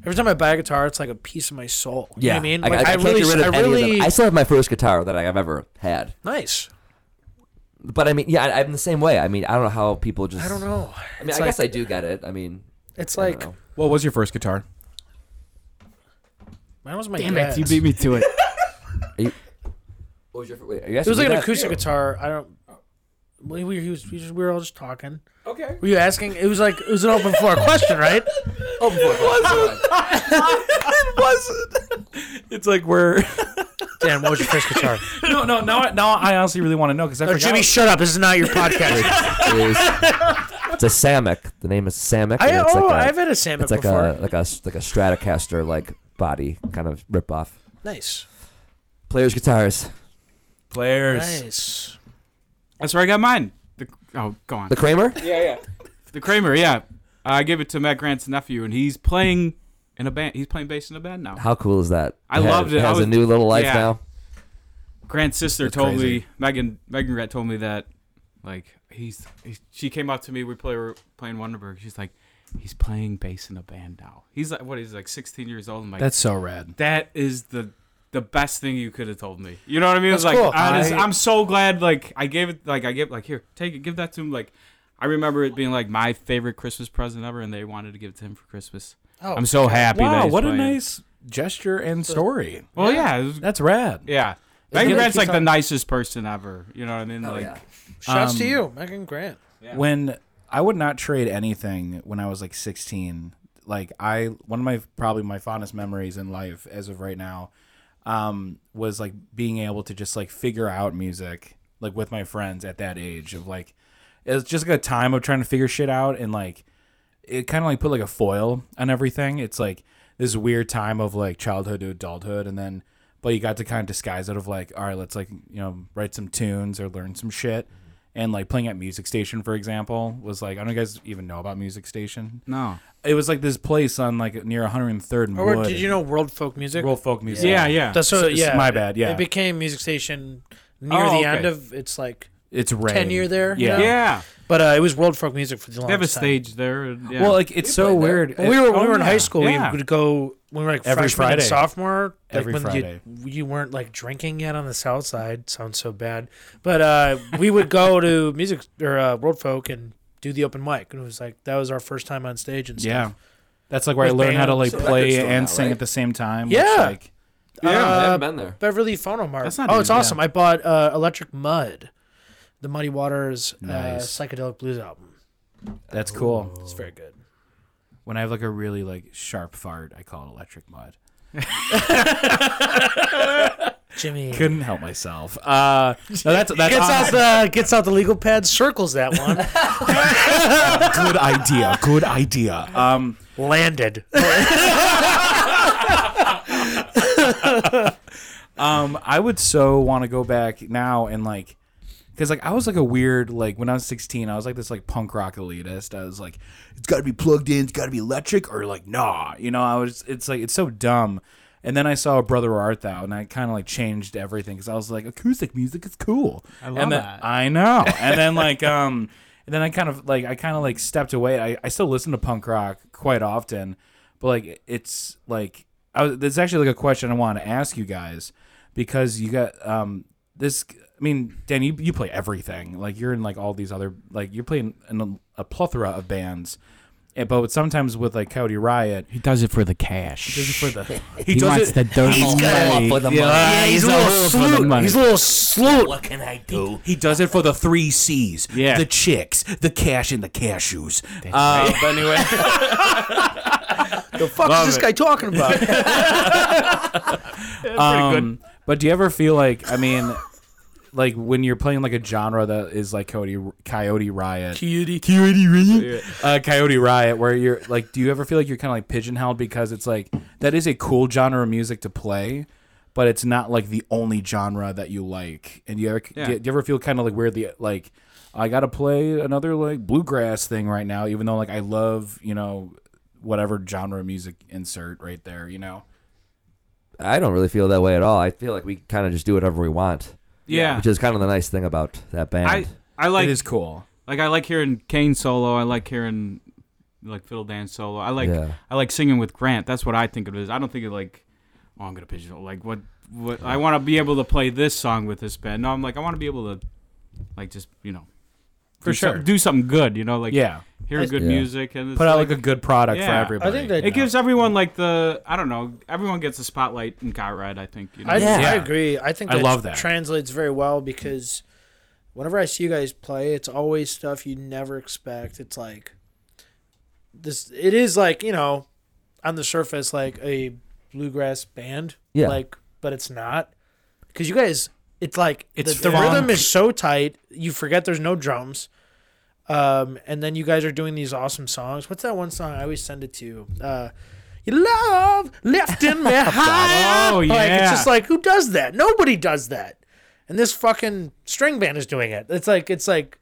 Speaker 3: Every time I buy a guitar, it's like a piece of my soul. You
Speaker 6: yeah,
Speaker 3: know what I mean,
Speaker 6: I,
Speaker 3: like,
Speaker 6: I can't
Speaker 3: really,
Speaker 6: get rid of
Speaker 3: I
Speaker 6: any
Speaker 3: really,
Speaker 6: of them. I still have my first guitar that I've ever had.
Speaker 3: nice.
Speaker 6: But I mean, yeah, I, I'm the same way. I mean, I don't know how people just.
Speaker 3: I don't know.
Speaker 6: I mean,
Speaker 3: it's
Speaker 6: I
Speaker 3: like,
Speaker 6: guess I do get it. I mean,
Speaker 3: It's
Speaker 6: I
Speaker 3: like
Speaker 6: don't know.
Speaker 2: What was your first guitar?
Speaker 3: mine was my
Speaker 4: Damn
Speaker 3: dad's.
Speaker 4: it! You beat me to it.
Speaker 6: What was your? Wait, are you
Speaker 3: It was like an
Speaker 6: asking me that?
Speaker 3: acoustic guitar. I don't. We, we, he was, we, just, we were all just talking.
Speaker 2: Okay.
Speaker 3: Were you asking? It was like it was an open floor question, right?
Speaker 6: Oh, boy, boy, boy.
Speaker 2: it wasn't. It's like we're
Speaker 3: Dan, what was your first guitar?
Speaker 2: no, no, no. Now I honestly really want to know because I
Speaker 3: No,
Speaker 2: forgot.
Speaker 3: Oh, Jimmy, shut up. This is not your podcast.
Speaker 6: is- it's a Samick. The name is Samick.
Speaker 3: I,
Speaker 6: and it's
Speaker 3: oh,
Speaker 6: like a-
Speaker 3: I've had a Samick
Speaker 6: it's like
Speaker 3: before.
Speaker 6: a like a like a Stratocaster like body kind of ripoff.
Speaker 3: nice.
Speaker 6: Players guitars.
Speaker 2: players.
Speaker 3: Nice.
Speaker 4: That's where I got mine. The, oh, go on.
Speaker 6: The Kramer.
Speaker 4: The Kramer, yeah. I give it to Matt Grant's nephew, and he's playing in a band. He's playing bass in a band now.
Speaker 6: How cool is that?
Speaker 4: I
Speaker 6: had-
Speaker 4: loved it. I
Speaker 6: Has
Speaker 4: was-
Speaker 6: a new little life
Speaker 4: yeah.
Speaker 6: now.
Speaker 4: Grant's sister
Speaker 6: That's
Speaker 4: told
Speaker 6: crazy.
Speaker 4: me Megan Megan Grant told me that like he's, he's she came up to me. We play were playing Wonderberg. She's like, he's playing bass in a band now. He's like what? He's like 16 years old. I'm like,
Speaker 3: That's so rad.
Speaker 4: that is the the best thing you could have told me. You know what I mean?
Speaker 3: That's
Speaker 4: like
Speaker 3: cool.
Speaker 4: honest,
Speaker 3: I-
Speaker 4: I'm so glad like I gave it like I give like here, take it, give that to him. Like I remember it being like my favorite Christmas present ever and they wanted to give it to him for Christmas.
Speaker 3: Oh,
Speaker 4: I'm so happy that
Speaker 2: Wow,
Speaker 4: he's
Speaker 2: what a
Speaker 4: playing.
Speaker 2: nice gesture and story.
Speaker 4: Well yeah, it was-
Speaker 2: That's rad.
Speaker 4: yeah. Megan
Speaker 2: good.
Speaker 4: Grant's like
Speaker 2: Keep
Speaker 4: the
Speaker 2: on- Oh,
Speaker 4: nicest person ever. You know what I mean? like
Speaker 3: Shouts to you, Megan Grant.
Speaker 2: when I would not trade anything when I was like 16. Like I, one of my probably my fondest memories in life as of right now, um, was like being able to just like figure out music like with my friends at that age of like, it was just like a time of trying to figure shit out and like, it kind of like put like a foil on everything. It's like this weird time of like childhood to adulthood, and then but you got to kind of disguise it of like, all right, let's like you know write some tunes or learn some shit, and like playing at Music Station for example was like I don't know if you guys even know about Music Station.
Speaker 4: no.
Speaker 2: It was like this place on like near 103rd and
Speaker 3: Or
Speaker 2: Wood.
Speaker 3: Oh, did you know world folk music?
Speaker 2: World folk music?
Speaker 4: Yeah, yeah.
Speaker 3: That's so
Speaker 2: It's-
Speaker 3: yeah.
Speaker 2: my bad, yeah.
Speaker 3: It became music station near
Speaker 4: Oh,
Speaker 3: the
Speaker 4: okay.
Speaker 3: end of its like
Speaker 2: it's rare.
Speaker 3: tenure there.
Speaker 2: Yeah.
Speaker 3: Yeah.
Speaker 4: yeah.
Speaker 3: But uh, it was world folk music for the longest
Speaker 4: They have a
Speaker 3: time.
Speaker 4: stage there. and- Yeah.
Speaker 2: Well, uh, like it's so weird.
Speaker 3: When we were when
Speaker 4: Oh,
Speaker 3: we were in
Speaker 4: yeah.
Speaker 3: high school,
Speaker 4: Yeah.
Speaker 3: we would go when we were like
Speaker 2: Every
Speaker 3: freshman and
Speaker 2: Friday.
Speaker 3: sophomore. like,
Speaker 2: Every
Speaker 3: when
Speaker 2: Friday.
Speaker 3: You, you weren't like drinking yet on the south side. Sounds so bad, but uh, we would go to music or uh, world folk and do the open mic, and it was like that was our first time on stage and
Speaker 2: yeah.
Speaker 3: stuff.
Speaker 2: That's like where I
Speaker 3: With
Speaker 2: learned how to like
Speaker 3: bands.
Speaker 6: a record
Speaker 2: play
Speaker 6: store
Speaker 2: and
Speaker 6: now,
Speaker 2: sing
Speaker 6: right?
Speaker 2: at the same time.
Speaker 3: Yeah.
Speaker 2: Which, like,
Speaker 6: Yeah, I
Speaker 3: Uh,
Speaker 6: haven't been there.
Speaker 3: Beverly Phonomart.
Speaker 4: That's not
Speaker 3: oh,
Speaker 4: even-
Speaker 3: it's awesome. I bought uh, Electric Mud, the Muddy Waters
Speaker 2: Nice.
Speaker 3: uh, psychedelic blues album.
Speaker 2: that's cool.
Speaker 3: It's very good.
Speaker 2: When I have like a really like sharp fart, I call it electric mud.
Speaker 3: Jimmy
Speaker 2: couldn't help myself. Uh, no, that's that's
Speaker 3: gets out
Speaker 2: honestly
Speaker 3: the gets out the legal pad, circles that one,
Speaker 2: a good idea. Good idea. Um,
Speaker 3: landed.
Speaker 2: um, I would so want to go back now and like, because like I was like a weird like when I was sixteen, I was like this like punk rock elitist. I was like, it's got to be plugged in, it's got to be electric, or like nah, you know. I was it's like it's so dumb. And then I saw Brother Art Thou, and I kind of like changed everything because I was like, acoustic music is cool. I
Speaker 4: love
Speaker 2: and then,
Speaker 4: that.
Speaker 2: I know. And then like um and then I kind of like I kind of like stepped away. I, I still listen to punk rock quite often, but like it's like I was there's actually like a question I want to ask you guys because you got um this I mean, Dan, you, you play everything. Like you're in like all these other like you're playing in a, a plethora of bands. Eh, But sometimes with like Coyote Riot,
Speaker 5: He does it for the cash.
Speaker 2: this is for the
Speaker 5: He, wants the dirty money.
Speaker 6: for the money.
Speaker 3: Yeah, Uh, he's,
Speaker 5: he's
Speaker 3: a
Speaker 5: all
Speaker 3: little
Speaker 5: over for the
Speaker 3: slow.
Speaker 5: money.
Speaker 3: He's a little slow.
Speaker 6: What can I do?
Speaker 2: He does it for the three C's.
Speaker 4: Yeah.
Speaker 2: The chicks, the cash, and the cashews. Uh, But anyway,
Speaker 3: The fuck is this guy talking about?
Speaker 2: um, but do you ever feel like, I mean, like when you're playing like a genre that is like Coyote, Coyote Riot, Coyote Riot, uh, Coyote Riot, where you're like, do you ever feel like you're kind of like pigeonholed because it's like that is a cool genre of music to play, but it's not like the only genre that you like. And do you ever
Speaker 4: Yeah.
Speaker 2: do, you, do you ever feel kind of like weirdly like I gotta play another like bluegrass thing right now, even though like I love you know whatever genre of music insert right there, you know.
Speaker 6: I don't really feel that way at all. I feel like we kind of just do whatever we want,
Speaker 4: yeah.
Speaker 6: which is kind of the nice thing about that band.
Speaker 4: I I like
Speaker 2: it is cool.
Speaker 4: Like I like hearing Kane solo. I like hearing like fiddle dance solo. I like
Speaker 6: Yeah.
Speaker 4: I like singing with Grant. That's what I think of it. As. I don't think of like oh I'm gonna pigeonhole. Like what what I want to be able to play this song with this band. No, I'm like I want to be able to like just you know
Speaker 2: For
Speaker 4: do some-
Speaker 2: sure.
Speaker 4: do something good. You know like
Speaker 2: Yeah,
Speaker 4: hear good
Speaker 6: Yeah.
Speaker 4: music and it's
Speaker 2: put out like a good product for
Speaker 4: Yeah.
Speaker 2: everybody.
Speaker 3: I think that-
Speaker 4: it gives everyone like the I don't know everyone gets a spotlight in Car Ride. I think you know.
Speaker 3: I,
Speaker 2: Yeah.
Speaker 3: I agree. I think
Speaker 2: I
Speaker 3: that
Speaker 2: love that.
Speaker 3: translates very well because whenever I see you guys play, it's always stuff you never expect. It's like this. It is like you know, on the surface, like a bluegrass band.
Speaker 6: Yeah.
Speaker 3: Like, but it's not because you guys, it's like
Speaker 2: It's
Speaker 3: the, the
Speaker 2: funk.
Speaker 3: rhythm is so tight, you forget there's no drums. Um, and then you guys are doing these awesome songs. What's that one song? I always send it to you. Uh, you love left in me high.
Speaker 4: Oh,
Speaker 3: Like, it's
Speaker 4: yeah.
Speaker 3: just like who does that? Nobody does that. And this fucking string band is doing it. It's like it's like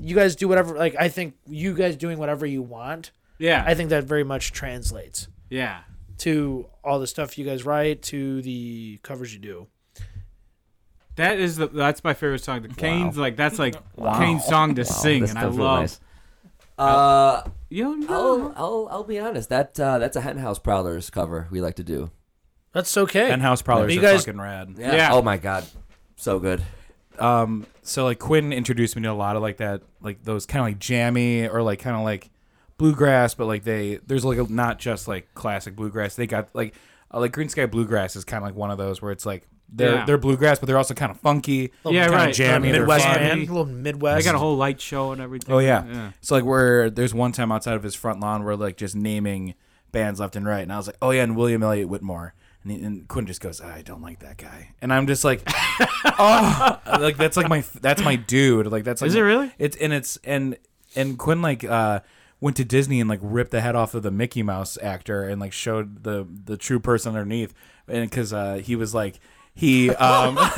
Speaker 3: you guys do whatever. Like I think you guys doing whatever you want.
Speaker 4: Yeah.
Speaker 3: I think that very much translates
Speaker 4: yeah.
Speaker 3: to all the stuff you guys write, to the covers you do.
Speaker 4: That is the that's my favorite song. The Kane's like that's like Kane's song to sing,
Speaker 6: That's
Speaker 4: and I
Speaker 6: definitely
Speaker 4: love.
Speaker 6: nice. Uh,
Speaker 4: You know,
Speaker 2: Oh.
Speaker 6: I'll, I'll I'll be honest. That uh, that's a Henhouse Prowlers cover we like to do.
Speaker 3: That's okay.
Speaker 2: And House Prowlers
Speaker 3: You
Speaker 2: are
Speaker 3: guys-
Speaker 2: fucking rad.
Speaker 4: Yeah.
Speaker 6: Oh my god, so good.
Speaker 2: um so like Quinn introduced me to a lot of like that like those kind of like jammy or like kind of like bluegrass but like they there's like a, not just like classic bluegrass they got like uh, like green sky bluegrass is kind of like one of those where it's like they're
Speaker 4: Yeah.
Speaker 2: they're bluegrass but they're also kind of funky
Speaker 4: Yeah,
Speaker 2: kinda
Speaker 4: right.
Speaker 2: jammy they're
Speaker 3: Midwest
Speaker 2: fun.
Speaker 3: man, little Midwest.
Speaker 4: they got a whole light show and everything.
Speaker 2: oh yeah. so like where there's one time outside of his front lawn where like just naming bands left and right and i was like oh yeah and william elliott whitmore and, he, and quinn just goes i don't like that guy and i'm just like "Oh, like that's like my that's my dude. Like that's like
Speaker 4: Is it really?
Speaker 2: It's and it's and and Quinn like uh went to Disney and like ripped the head off of the Mickey Mouse actor and like showed the the true person underneath and because uh he was like he um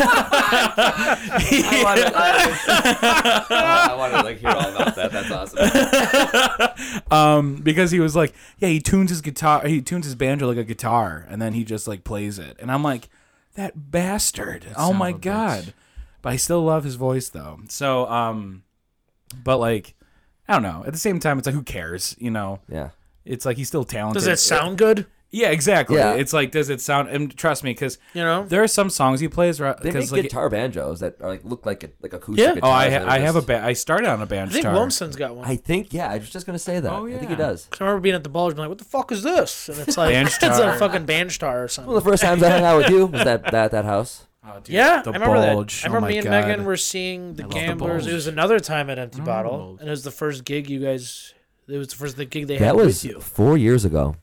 Speaker 6: I want to, I want to like hear all about that. That's awesome.
Speaker 2: um because he was like yeah he tunes his guitar he tunes his banjo like a guitar and then he just like plays it and I'm like that bastard oh
Speaker 4: son
Speaker 2: my
Speaker 4: of a bitch.
Speaker 2: god but I still love his voice though so um but like I don't know at the same time it's like who cares you know
Speaker 6: Yeah.
Speaker 2: It's like he's still talented.
Speaker 3: Does that sound good?
Speaker 2: Yeah, exactly.
Speaker 6: Yeah.
Speaker 2: It's like, does it sound? And trust me, because
Speaker 3: You know?
Speaker 2: there are some songs he plays.
Speaker 6: They make
Speaker 2: Because like,
Speaker 6: guitar banjos that are like look like a, like acoustic.
Speaker 3: Yeah.
Speaker 2: oh, I
Speaker 6: guitars, and
Speaker 2: ha-
Speaker 6: they're
Speaker 2: I have a
Speaker 6: just-
Speaker 2: ba- I started on a band.
Speaker 3: I think Wilmson's got one.
Speaker 6: I think yeah. I was just gonna say that.
Speaker 4: Oh,
Speaker 6: I think
Speaker 4: yeah.
Speaker 6: he does.
Speaker 3: I remember being at the ball and being like, "What the fuck is this?" And it's like, "It's
Speaker 2: Bandstar.
Speaker 3: a fucking bandstar or
Speaker 6: Well, the
Speaker 3: something."
Speaker 6: first times I hung out with you was that that that house.
Speaker 3: Yeah,
Speaker 2: The
Speaker 3: I remember
Speaker 2: Bulge.
Speaker 3: that. I
Speaker 2: Oh
Speaker 3: remember
Speaker 2: my
Speaker 3: me and
Speaker 2: God.
Speaker 3: Megan were seeing the
Speaker 4: love The
Speaker 3: Gamblers.
Speaker 4: Bulge.
Speaker 3: it was another time at Empty Bottle,
Speaker 4: Bulge.
Speaker 3: and it was the first gig you guys. It was the first the gig they
Speaker 6: That
Speaker 3: had
Speaker 6: was
Speaker 3: with you.
Speaker 6: four years ago.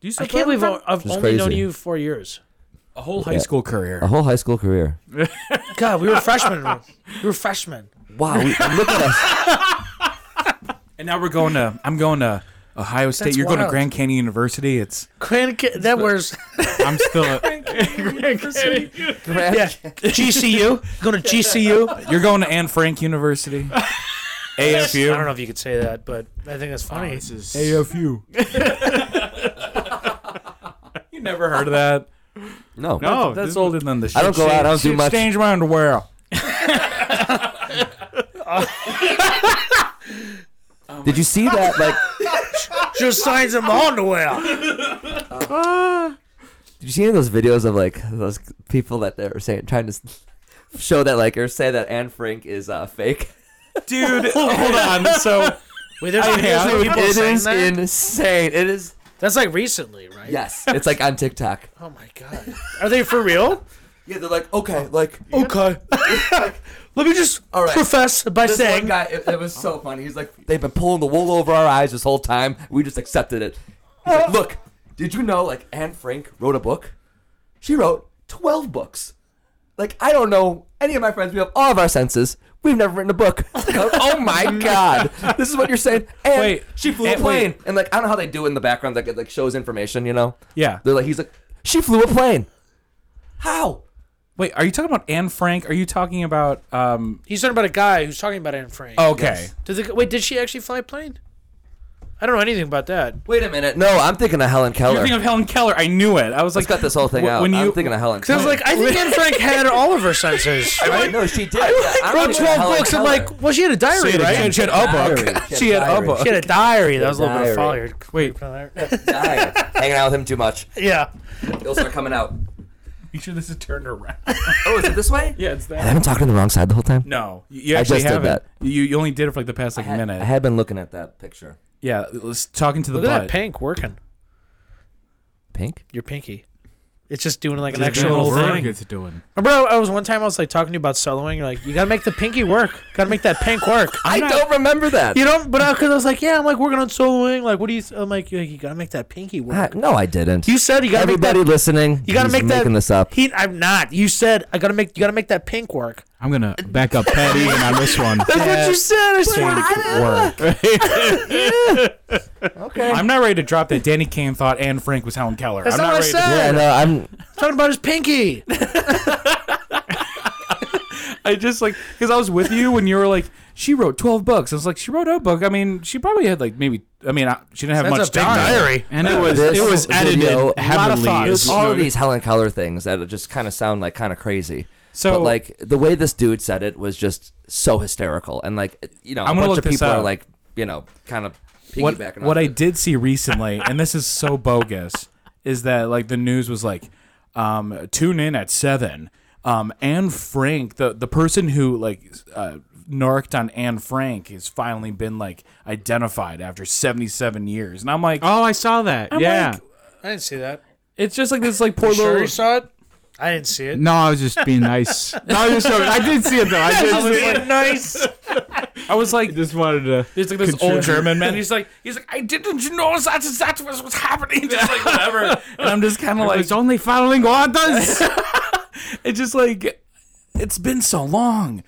Speaker 4: Do you still
Speaker 3: I can't believe I've I've
Speaker 6: It's
Speaker 3: only
Speaker 6: crazy.
Speaker 3: known you four years.
Speaker 2: a whole high
Speaker 6: Yeah.
Speaker 2: school career.
Speaker 6: A whole high school career.
Speaker 3: God, we were freshmen. we were freshmen.
Speaker 6: Wow. We, look at us.
Speaker 2: And now we're going to. I'm going to Ohio State. You're going to
Speaker 3: wild.
Speaker 2: Grand Canyon University. It's
Speaker 3: Crank, that was
Speaker 4: I'm still.
Speaker 3: yeah. GCU. Going to GCU.
Speaker 2: you're going to Anne Frank University. AFU.
Speaker 3: I don't know if you could say that, but I think that's funny.
Speaker 4: this is,
Speaker 2: AFU. you never heard of that?
Speaker 6: No.
Speaker 4: no,
Speaker 2: That's
Speaker 4: this-
Speaker 2: older than the. Shit
Speaker 6: I don't go out, I don't do
Speaker 2: Oh, shit
Speaker 6: much.
Speaker 2: Change my underwear.
Speaker 6: Did you see that? Like,
Speaker 3: Just signs them underwear.
Speaker 6: did you see any of those videos of like those people that are saying trying to s- show that like or say that Anne Frank is uh, fake?
Speaker 2: Dude, hold on. So
Speaker 3: Wait, there's videos of people
Speaker 6: it
Speaker 3: saying
Speaker 6: is
Speaker 3: that.
Speaker 6: insane. It is.
Speaker 3: That's like recently, right?
Speaker 6: Yes, it's like on TikTok.
Speaker 3: Oh my god. Are they for real?
Speaker 6: Yeah, they're like, okay, like
Speaker 3: Okay. Let me just
Speaker 6: All right.
Speaker 3: profess by
Speaker 6: this
Speaker 3: saying
Speaker 6: one guy. It, it was so funny. He's like, they've been pulling the wool over our eyes this whole time. We just accepted it. He's like, look, did you know? Like Anne Frank wrote a book. She wrote twelve books. Like I don't know any of my friends. We have all of our senses. We've never written a book. oh my god! This is what you're saying. And
Speaker 2: Wait,
Speaker 6: she flew a
Speaker 2: and
Speaker 6: plane,
Speaker 2: wait.
Speaker 6: and like I don't know how they do it in the background. Like it like shows information, you know?
Speaker 2: yeah.
Speaker 6: They're like, he's like, she flew a plane. How?
Speaker 2: Wait, are you talking about Anne Frank? Are you talking about um
Speaker 3: he's talking about a guy who's talking about Anne Frank.
Speaker 2: okay.
Speaker 3: Did the, wait, did she actually fly a plane? I don't know anything about that.
Speaker 6: Wait a minute. No, I'm thinking of Helen Keller.
Speaker 2: You're thinking of Helen Keller. I knew it. I was
Speaker 6: Let's
Speaker 2: like
Speaker 6: cut this whole thing
Speaker 2: wh-
Speaker 6: out.
Speaker 2: When you
Speaker 6: I'm thinking of Helen
Speaker 3: Because I
Speaker 6: Keller.
Speaker 3: was like, I think Anne Frank had all of her senses.
Speaker 6: I
Speaker 3: Right?
Speaker 6: know she did.
Speaker 3: I wrote 12 books. I'm like, well, she had a diary,
Speaker 2: she
Speaker 3: right?
Speaker 2: had, she had a
Speaker 6: Diary.
Speaker 2: book.
Speaker 6: She had
Speaker 2: She had a
Speaker 6: diary.
Speaker 2: book.
Speaker 3: She had a diary. That was a little bit of folly.
Speaker 6: Diary.
Speaker 2: Wait.
Speaker 6: hanging out with him too much.
Speaker 3: Yeah.
Speaker 6: It'll start coming out.
Speaker 2: You sure this is turned around?
Speaker 6: Oh, is it this way?
Speaker 2: yeah, it's
Speaker 6: I
Speaker 2: that.
Speaker 6: haven't talked on the wrong side the whole time.
Speaker 2: No, you you
Speaker 6: I
Speaker 2: actually
Speaker 6: just did
Speaker 2: haven't.
Speaker 6: that.
Speaker 2: You you only did it for like the past like
Speaker 6: I,
Speaker 2: minute.
Speaker 6: I had been looking at that picture.
Speaker 2: yeah, let's talking to the
Speaker 3: Look at that
Speaker 2: butt.
Speaker 3: pink working.
Speaker 6: Pink?
Speaker 3: Your pinky. It's just doing like an
Speaker 2: Just
Speaker 3: extra
Speaker 2: doing
Speaker 3: little
Speaker 2: work.
Speaker 3: thing.
Speaker 2: thing.
Speaker 5: It's doing.
Speaker 3: Bro, I was one time I was like talking to you about soloing. You're like, you gotta make the pinky work. Gotta make that pink work.
Speaker 6: I don't remember that.
Speaker 3: You don't, but I, cause I was like, yeah, I'm like working on soloing. Like, what do you? I'm like, you, you gotta make that pinky
Speaker 6: Ah,
Speaker 3: work.
Speaker 6: no, I didn't.
Speaker 3: You said you gotta
Speaker 6: Everybody
Speaker 3: make that.
Speaker 6: listening,
Speaker 3: You gotta
Speaker 6: he's
Speaker 3: make that.
Speaker 6: making this up.
Speaker 3: He, I'm not. You said I gotta make. You gotta make that pink work.
Speaker 4: I'm gonna back up Pat Egan on this one.
Speaker 3: That's what you said. I swear to God.
Speaker 6: Okay.
Speaker 2: I'm not ready to drop that Danny Kane thought Anne Frank was Helen Keller.
Speaker 3: That's
Speaker 2: I'm
Speaker 3: not
Speaker 2: not
Speaker 3: what I
Speaker 2: ready to-
Speaker 3: said.
Speaker 6: yeah, no, I'm.
Speaker 3: Talking about his pinky.
Speaker 2: I just like because I was with you when you were like she wrote twelve books. I was like she wrote a book. I mean she probably had like maybe I mean I, she didn't have
Speaker 3: That's
Speaker 2: much
Speaker 3: a big
Speaker 2: time.
Speaker 3: diary.
Speaker 4: And it was
Speaker 6: This
Speaker 4: it was edited
Speaker 6: video- a lot of
Speaker 4: heavily.
Speaker 2: thought. It was
Speaker 4: It's
Speaker 6: all of
Speaker 4: good.
Speaker 6: these Helen Keller things that just kind of sound like kind of crazy.
Speaker 2: So-
Speaker 6: but like the way this dude said it was just so hysterical, and like you know,
Speaker 2: I'm
Speaker 6: a
Speaker 2: gonna
Speaker 6: bunch
Speaker 2: look
Speaker 6: of
Speaker 2: this
Speaker 6: people are
Speaker 2: up.
Speaker 6: like you know, kind of piggybacking.
Speaker 2: What
Speaker 6: off
Speaker 2: what I
Speaker 6: it.
Speaker 2: did see recently, and this is so bogus, is that like the news was like, um, tune in at seven. Um, Anne Frank, the the person who like uh, narked on Anne Frank, has finally been like identified after seventy seven years, and I'm like,
Speaker 4: Oh, I saw that.
Speaker 2: I'm
Speaker 4: yeah.
Speaker 2: like,
Speaker 3: I didn't see that.
Speaker 2: it's just like this like poor
Speaker 3: Sure, you
Speaker 2: little.
Speaker 3: saw it. I didn't see it.
Speaker 4: no, I was just being nice. No, I was just joking. I did see it though. I did.
Speaker 2: I was like,
Speaker 3: nice.
Speaker 2: I was like,
Speaker 4: just wanted to.
Speaker 2: It's like this old German man. He's like, he's like, I didn't you know that that was what's happening. Just like whatever. and I'm just kind of like,
Speaker 4: it's only following orders.
Speaker 2: it's just like, it's been so long.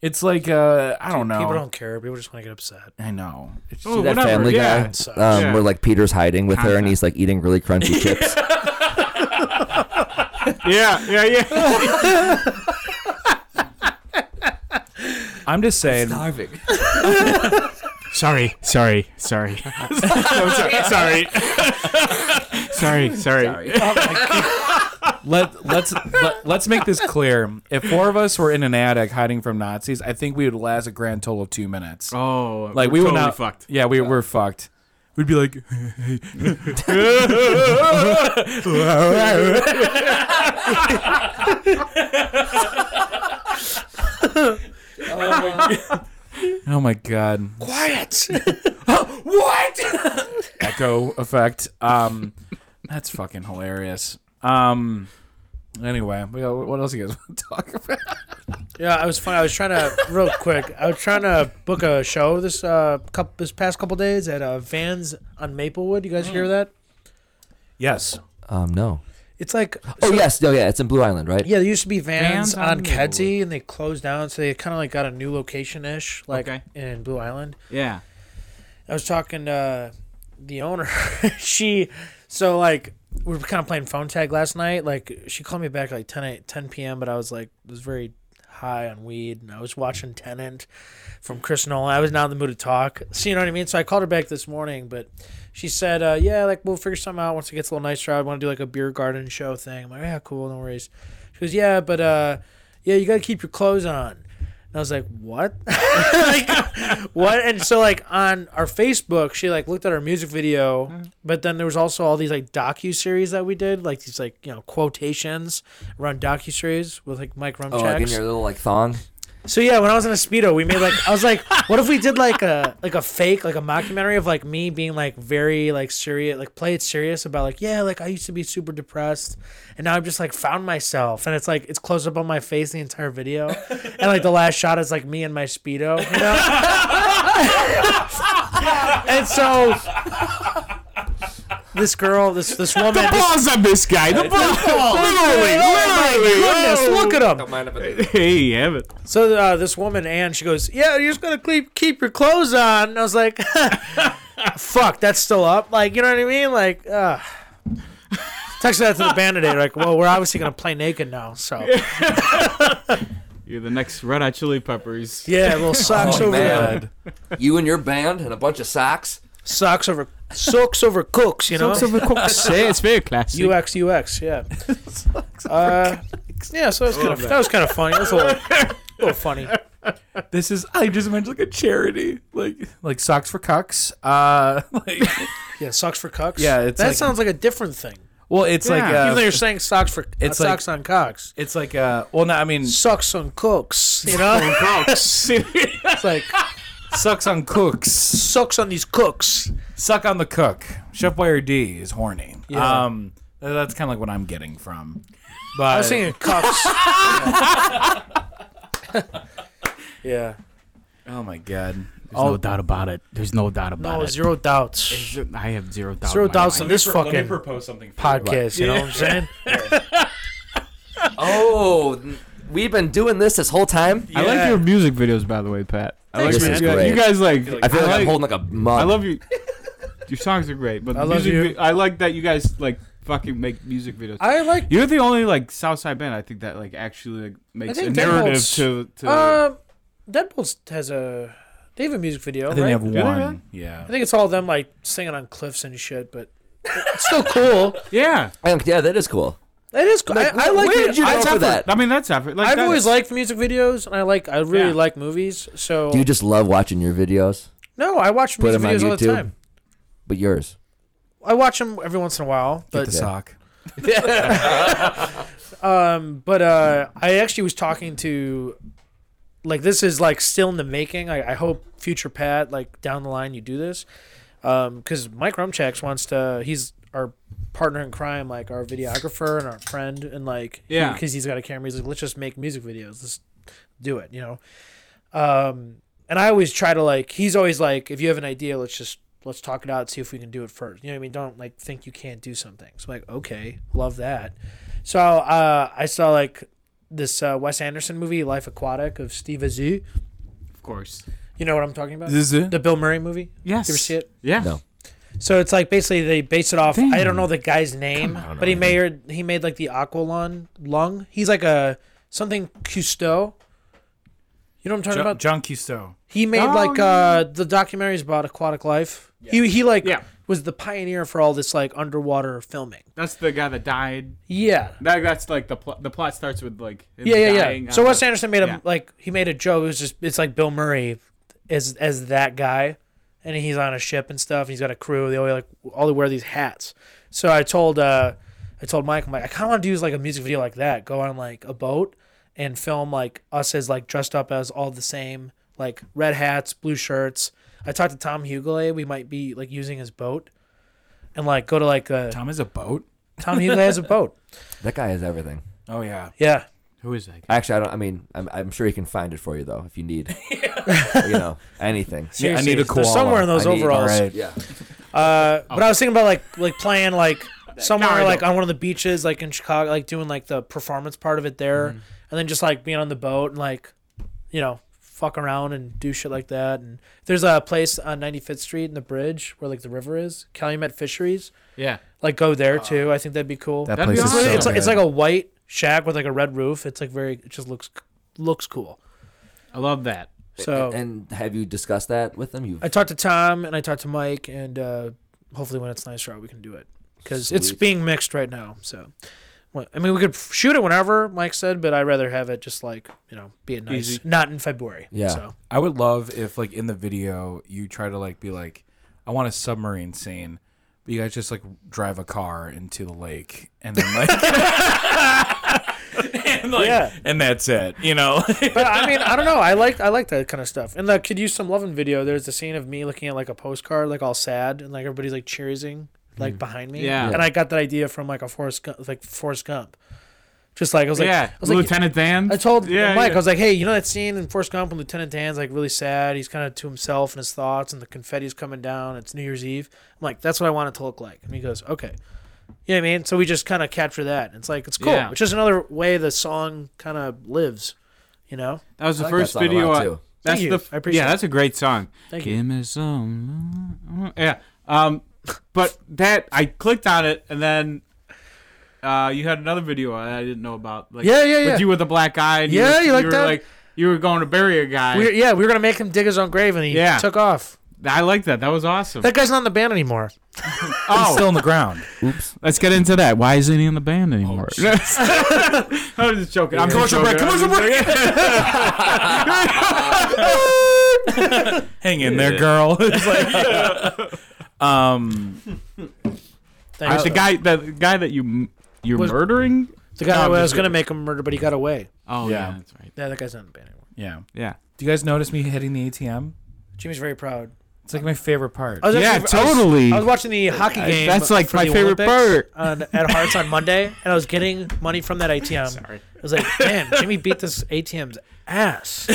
Speaker 2: It's like, uh, I don't know.
Speaker 3: People don't care. People just want to get upset.
Speaker 2: I know. It's
Speaker 4: Oh,
Speaker 2: just,
Speaker 6: that
Speaker 4: whatever,
Speaker 6: Family
Speaker 4: yeah.
Speaker 6: Guy,
Speaker 3: sucks.
Speaker 6: um,
Speaker 4: Yeah.
Speaker 6: where like Peter's hiding with her, and he's like eating really crunchy chips.
Speaker 4: Yeah, yeah,
Speaker 2: Oh,
Speaker 4: yeah.
Speaker 2: I'm just saying.
Speaker 6: Starving.
Speaker 4: sorry, sorry, sorry. I'm sorry, sorry, sorry, sorry.
Speaker 2: Let let's let, let's make this clear. If four of us were in an attic hiding from Nazis, I think we would last a grand total of two minutes.
Speaker 4: Oh,
Speaker 2: like we
Speaker 4: we're
Speaker 2: would
Speaker 4: totally
Speaker 2: not.
Speaker 4: fucked.
Speaker 2: Yeah, we we're fucked. We'd be like, oh my god,
Speaker 3: Quiet.
Speaker 2: what? Echo effect. Um, that's fucking hilarious. Um, anyway, we got- what else you guys want to talk about?
Speaker 3: Yeah, I was funny. I was trying to real quick. I was trying to book a show this uh couple, this past couple days at uh, Vans on Maplewood. You guys hear
Speaker 4: Oh.
Speaker 3: that?
Speaker 2: Yes,
Speaker 6: Um, no.
Speaker 3: It's like
Speaker 6: Oh yes, no, yeah, it's in Blue Island, right?
Speaker 3: yeah, there used to be Vans,
Speaker 4: Vans on
Speaker 3: on
Speaker 4: Maplewood.
Speaker 3: Kedzie, and they closed down, so they kind of like got a new location ish, like
Speaker 4: Okay.
Speaker 3: in Blue Island.
Speaker 4: Yeah.
Speaker 3: I was talking to the owner. she, so like we were kind of playing phone tag last night. Like she called me back at like 10, a- 10 p.m. But I was like was very high on weed and I was watching Tenant from Chris Nolan. I was not in the mood to talk. So you know what I mean. So I called her back this morning, but she said, uh, "Yeah, like we'll figure something out once it gets a little nicer. I want to do like a beer garden show thing." I'm like, "Yeah, cool, no worries." She goes, "Yeah, but uh, yeah, you got to keep your clothes on." And I was like, "What?" like, what? And so like on our Facebook, she like looked at our music video, but then there was also all these like docu series that we did, like these like you know quotations around docu series with like Mike Rumchak.
Speaker 6: Oh, like in your little like thong.
Speaker 3: So yeah, when I was in a speedo, we made like I was like, what if we did like a like a fake like a mockumentary of like me being like very like serious, like play it serious about like yeah, like I used to be super depressed, and now I've just like found myself, and it's like it's close up on my face the entire video, and like the last shot is like me in my speedo, you know. and so this girl, this this woman, this,
Speaker 4: Balls on this guy. The balls.
Speaker 3: goodness,
Speaker 2: Oh
Speaker 3: look at him.
Speaker 4: Hey, you have it.
Speaker 3: So uh, this woman Anne, she goes, "Yeah, you're just gonna keep keep your clothes on." And I was like, "Fuck, that's still up." Like, you know what I mean? Like, uh. texted that to the band today. Like, well, we're obviously gonna play naked now, so
Speaker 4: You're the next Red Hot Chili Peppers.
Speaker 3: yeah,
Speaker 2: Oh,
Speaker 3: little socks over
Speaker 6: man.
Speaker 3: the,
Speaker 6: You and your band and a bunch of socks.
Speaker 3: socks over socks over cooks, you know.
Speaker 4: Say it's very classic.
Speaker 3: UX UX, yeah. uh, yeah, so that was
Speaker 2: Oh,
Speaker 3: kind of that was kind of funny. It was a little, little funny.
Speaker 2: this is. I just mentioned like a charity, like like socks for cucks. Uh, like
Speaker 3: Yeah, socks for cocks.
Speaker 2: Yeah, it's
Speaker 3: that
Speaker 2: like-
Speaker 3: sounds like a different thing.
Speaker 2: well, it's like
Speaker 4: Yeah.
Speaker 2: uh,
Speaker 3: Even though you're saying socks for
Speaker 2: it's
Speaker 3: uh,
Speaker 2: like-
Speaker 3: socks on cocks.
Speaker 2: It's like uh well no I mean
Speaker 3: sucks on cooks. You know, it's like
Speaker 2: sucks on cooks.
Speaker 3: sucks on these cooks.
Speaker 2: Suck on the cook. Chef Boyardee is horny.
Speaker 3: Yeah.
Speaker 2: Um Uh, That's kind of like what I'm getting from. But
Speaker 3: I was thinking cuffs. yeah.
Speaker 2: oh my god,
Speaker 4: There's no doubt about it. There's no doubt about
Speaker 3: No,
Speaker 4: it.
Speaker 3: Oh, zero doubts.
Speaker 4: Zero, I have zero doubt.
Speaker 3: Zero
Speaker 4: in my
Speaker 3: doubts on
Speaker 4: mind.
Speaker 3: this
Speaker 2: Let me
Speaker 3: fucking
Speaker 2: propose something. For you.
Speaker 3: podcast. You know what I'm saying?
Speaker 6: Oh, n- we've been doing this this whole time.
Speaker 4: I like
Speaker 2: Yeah.
Speaker 4: your music videos, by the way, Pat. I like
Speaker 3: Thanks,
Speaker 4: your-
Speaker 3: man.
Speaker 4: you guys-
Speaker 6: Great.
Speaker 4: You guys like.
Speaker 6: I feel like, I'm holding like a mug.
Speaker 4: I love you. Your songs are great, but
Speaker 3: I
Speaker 4: the
Speaker 3: love
Speaker 4: music
Speaker 3: you.
Speaker 4: vi- I like that you guys like fucking make music videos.
Speaker 3: I like.
Speaker 4: You're the only like Southside band I think that like actually like, makes a
Speaker 3: think
Speaker 4: narrative
Speaker 3: Deadbolt's-
Speaker 4: to to.
Speaker 3: Um, Deadpool has a. They have a music video.
Speaker 2: I think
Speaker 3: right?
Speaker 2: they have
Speaker 4: they
Speaker 2: one.
Speaker 4: really?
Speaker 2: Yeah.
Speaker 3: I think it's all them like singing on cliffs and shit, but it's still cool.
Speaker 4: yeah,
Speaker 6: Um, yeah, that is cool.
Speaker 3: It is cool. I, I like
Speaker 6: where
Speaker 3: it.
Speaker 6: did you
Speaker 3: I,
Speaker 6: go for that?
Speaker 4: I mean that's effort. Like,
Speaker 3: I've
Speaker 4: that's-
Speaker 3: always liked music videos, and I like. I really
Speaker 4: Yeah.
Speaker 3: like movies. So
Speaker 6: Do you just love watching your videos?
Speaker 3: no, I watch
Speaker 6: Put
Speaker 3: music
Speaker 6: 'em on
Speaker 3: videos all the
Speaker 6: YouTube?
Speaker 3: time.
Speaker 6: But yours.
Speaker 3: I watch them every once in a while,
Speaker 2: Get
Speaker 3: but
Speaker 2: the sock.
Speaker 3: um, but uh, I actually was talking to, like, this is like still in the making. I, I hope future Pat, like down the line, you do this, because Mike Rumchaks wants to. He's our partner in crime, like our videographer and our friend, and like,
Speaker 4: Yeah.
Speaker 3: because he's got a camera. He's like, let's just make music videos. Let's do it, you know. Um, and I always try to like. He's always like, if you have an idea, let's just. Let's talk it out, see if we can do it first. You know what I mean? Don't like think you can't do something. So like, okay, love that. So uh, I saw like this uh, Wes Anderson movie, Life Aquatic, of Steve Azu.
Speaker 4: of course.
Speaker 3: You know what I'm talking about?
Speaker 2: This is
Speaker 3: The Bill Murray movie.
Speaker 4: Yes.
Speaker 3: You ever see it?
Speaker 4: Yeah.
Speaker 6: No.
Speaker 3: So it's like basically they base it off. I don't know the guy's name,
Speaker 2: Come on,
Speaker 3: but he made he made like the Aqualung lung. He's like a something Cousteau. You know what I'm talking
Speaker 2: John,
Speaker 3: about?
Speaker 2: John Cousteau.
Speaker 3: He made
Speaker 4: Oh,
Speaker 3: like
Speaker 4: yeah.
Speaker 3: uh, the documentaries about aquatic life. He he like
Speaker 4: Yeah.
Speaker 3: was the pioneer for all this like underwater filming.
Speaker 4: That's the guy that died.
Speaker 3: Yeah.
Speaker 4: That that's like the plot. The plot starts with like him
Speaker 3: yeah, yeah,
Speaker 4: dying
Speaker 3: yeah.
Speaker 4: on
Speaker 3: So
Speaker 4: the-
Speaker 3: Wes Anderson made him
Speaker 4: yeah.
Speaker 3: like he made a joke. It was just it's like Bill Murray as as that guy, and he's on a ship and stuff. And he's got a crew. They all like all they wear these hats. So I told uh I told Mike, I'm like, I kind of want to do like a music video like that. Go on like a boat and film like us as like dressed up as all the same like red hats, blue shirts. I talked to Tom Hughley. We might be like using his boat. And like go to like uh,
Speaker 2: Tom is a boat.
Speaker 3: Tom Hughley has a boat.
Speaker 6: That guy has everything.
Speaker 2: Oh yeah.
Speaker 3: Yeah,
Speaker 4: Who is that? Guy?
Speaker 6: Actually, I don't. I mean, I'm, I'm sure he can find it for you though, if you need, you know, anything.
Speaker 2: Yeah, I
Speaker 3: Seriously,
Speaker 2: need a
Speaker 3: they're
Speaker 2: koala.
Speaker 3: somewhere in those
Speaker 6: I need-
Speaker 3: overalls.
Speaker 2: Right.
Speaker 6: Yeah.
Speaker 3: Uh, but I was thinking about like like playing like somewhere
Speaker 4: No, I
Speaker 3: like
Speaker 4: don't.
Speaker 3: on one of the beaches like in Chicago, like doing like the performance part of it there,
Speaker 2: Mm-hmm.
Speaker 3: and then just like being on the boat and like, you know, fuck around and do shit like that. And there's a place on 95th Street in the bridge where like the river is, Calumet Fisheries.
Speaker 4: Yeah.
Speaker 3: Like go there too. I think that'd be cool.
Speaker 2: That
Speaker 4: That'd be
Speaker 2: place
Speaker 3: it's,
Speaker 2: is
Speaker 4: awesome.
Speaker 2: so
Speaker 3: it's, like, it's
Speaker 2: good.
Speaker 3: like a white shack with like a red roof. It's like very. It just looks looks cool.
Speaker 4: I love that.
Speaker 3: So
Speaker 6: And have you discussed that with them? You
Speaker 3: I talked to Tom and I talked to Mike, and uh, hopefully when it's nicer out, we can do it because it's
Speaker 6: Sweet.
Speaker 3: being mixed right now. So, well, I mean, we could shoot it whenever Mike said, but I'd rather have it just like you know, be it nice,
Speaker 4: Easy.
Speaker 3: not in February.
Speaker 6: Yeah.
Speaker 3: So
Speaker 2: I would love if like in the video you try to like be like, I want a submarine scene, but you guys just like drive a car into the lake and then like. And, like,
Speaker 3: Yeah.
Speaker 2: and that's it, you know.
Speaker 3: but I mean, I don't know. I like I like that kind of stuff. And the could use some loving video. There's the scene of me looking at like a postcard, like all sad, and like everybody's like cheersing like behind me.
Speaker 4: Yeah.
Speaker 3: And I got that idea from like a Forrest Gump, like Forrest Gump. Just like I was like,
Speaker 4: yeah.
Speaker 3: I was like,
Speaker 4: Lieutenant Dan.
Speaker 3: I told
Speaker 4: Yeah,
Speaker 3: Mike,
Speaker 4: yeah.
Speaker 3: I was like, hey, you know that scene in Forrest Gump when Lieutenant Dan's like really sad, he's kind of to himself and his thoughts, and the confetti's coming down. It's New Year's Eve. I'm like, that's what I want it to look like. And he goes, okay. You know what I mean? So we just kind of capture that. It's like it's cool.
Speaker 4: Yeah.
Speaker 3: It's just another way the song kind of lives. You know?
Speaker 4: That was the
Speaker 6: like that
Speaker 4: first
Speaker 6: song a
Speaker 4: video.
Speaker 6: lot,
Speaker 4: I,
Speaker 6: too.
Speaker 4: that's
Speaker 3: Thank
Speaker 4: the
Speaker 3: you. I appreciate
Speaker 4: yeah.
Speaker 3: it.
Speaker 4: That's a great song.
Speaker 3: Thank
Speaker 4: Give
Speaker 3: you.
Speaker 4: me some. Yeah. Um, but that I clicked on it and then. Uh, you had another video that I didn't know about. Like,
Speaker 3: Yeah, yeah,
Speaker 4: with
Speaker 3: yeah.
Speaker 4: you with the black eye. and
Speaker 3: Yeah,
Speaker 4: were,
Speaker 3: you like
Speaker 4: were
Speaker 3: that?
Speaker 4: Like, you were going to bury a guy.
Speaker 3: We yeah, we were gonna make him dig his own grave, and he
Speaker 4: Yeah.
Speaker 3: took off.
Speaker 4: I like that. That was awesome.
Speaker 3: That guy's not in the band anymore.
Speaker 2: It's
Speaker 4: oh,
Speaker 2: still in the ground.
Speaker 4: let's get into that. Why isn't he in the band
Speaker 3: Oh,
Speaker 4: anymore? I'm just joking. I'm
Speaker 2: Commercial break, commercial
Speaker 4: break.
Speaker 2: Hang in there, girl. It's like, um,
Speaker 3: Thanks.
Speaker 4: the guy, the guy that you m- you're
Speaker 3: Was-
Speaker 4: murdering.
Speaker 3: the guy
Speaker 4: No, I'm
Speaker 3: I was
Speaker 4: just
Speaker 3: gonna make him murder, but he got away.
Speaker 4: Oh
Speaker 2: Yeah.
Speaker 4: that's right.
Speaker 3: Yeah, that guy's not in the band anymore.
Speaker 2: yeah.
Speaker 4: Yeah.
Speaker 2: Do you guys notice me hitting the ATM?
Speaker 3: Jimmy's very proud.
Speaker 1: It's like my favorite part.
Speaker 3: I was
Speaker 4: Yeah,
Speaker 3: actually- I was-
Speaker 4: totally.
Speaker 3: I was watching the hockey game.
Speaker 4: that's, like,
Speaker 3: for
Speaker 4: my
Speaker 3: the
Speaker 4: favorite
Speaker 3: Olympics On, at Hearts on Monday, and I was getting money from that ATM. Sorry. I was like, man, Jimmy beat this ATM's ass.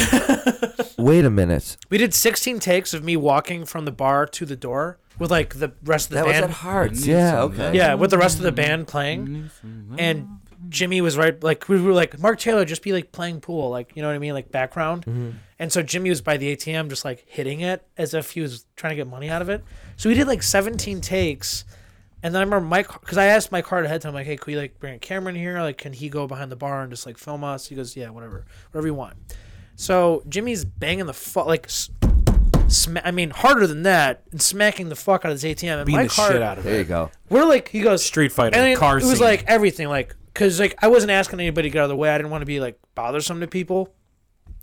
Speaker 6: Wait a minute.
Speaker 3: We did 16 takes of me walking from the bar to the door with like the rest of the
Speaker 6: That was
Speaker 3: band.
Speaker 6: at Hearts. Yeah, okay.
Speaker 3: yeah, with the rest of the band playing, and Jimmy was right. Like we were like Mark Taylor, just be like playing pool, like you know what I mean, like background.
Speaker 2: Mm-hmm.
Speaker 3: And so Jimmy was by the ATM, just like hitting it as if he was trying to get money out of it. So we did like 17 takes, and then I remember Mike because I asked Mike Hart ahead of time, like, hey, could you like bring a camera in here? Like, can he go behind the bar and just like film us? He goes, yeah, whatever, whatever you want. So Jimmy's banging the fuck like. s- Sma- I mean, harder than that, and smacking the fuck out of his ATM. And
Speaker 2: Beating
Speaker 3: Mike
Speaker 2: the
Speaker 3: Hart,
Speaker 2: shit out of
Speaker 6: There
Speaker 2: it.
Speaker 6: you go.
Speaker 3: we're like, he goes
Speaker 2: Street Fighter,
Speaker 3: and it,
Speaker 2: car
Speaker 3: it was
Speaker 2: scene.
Speaker 3: like everything, like because like I wasn't asking anybody to get out of the way. I didn't want to be like bothersome to people.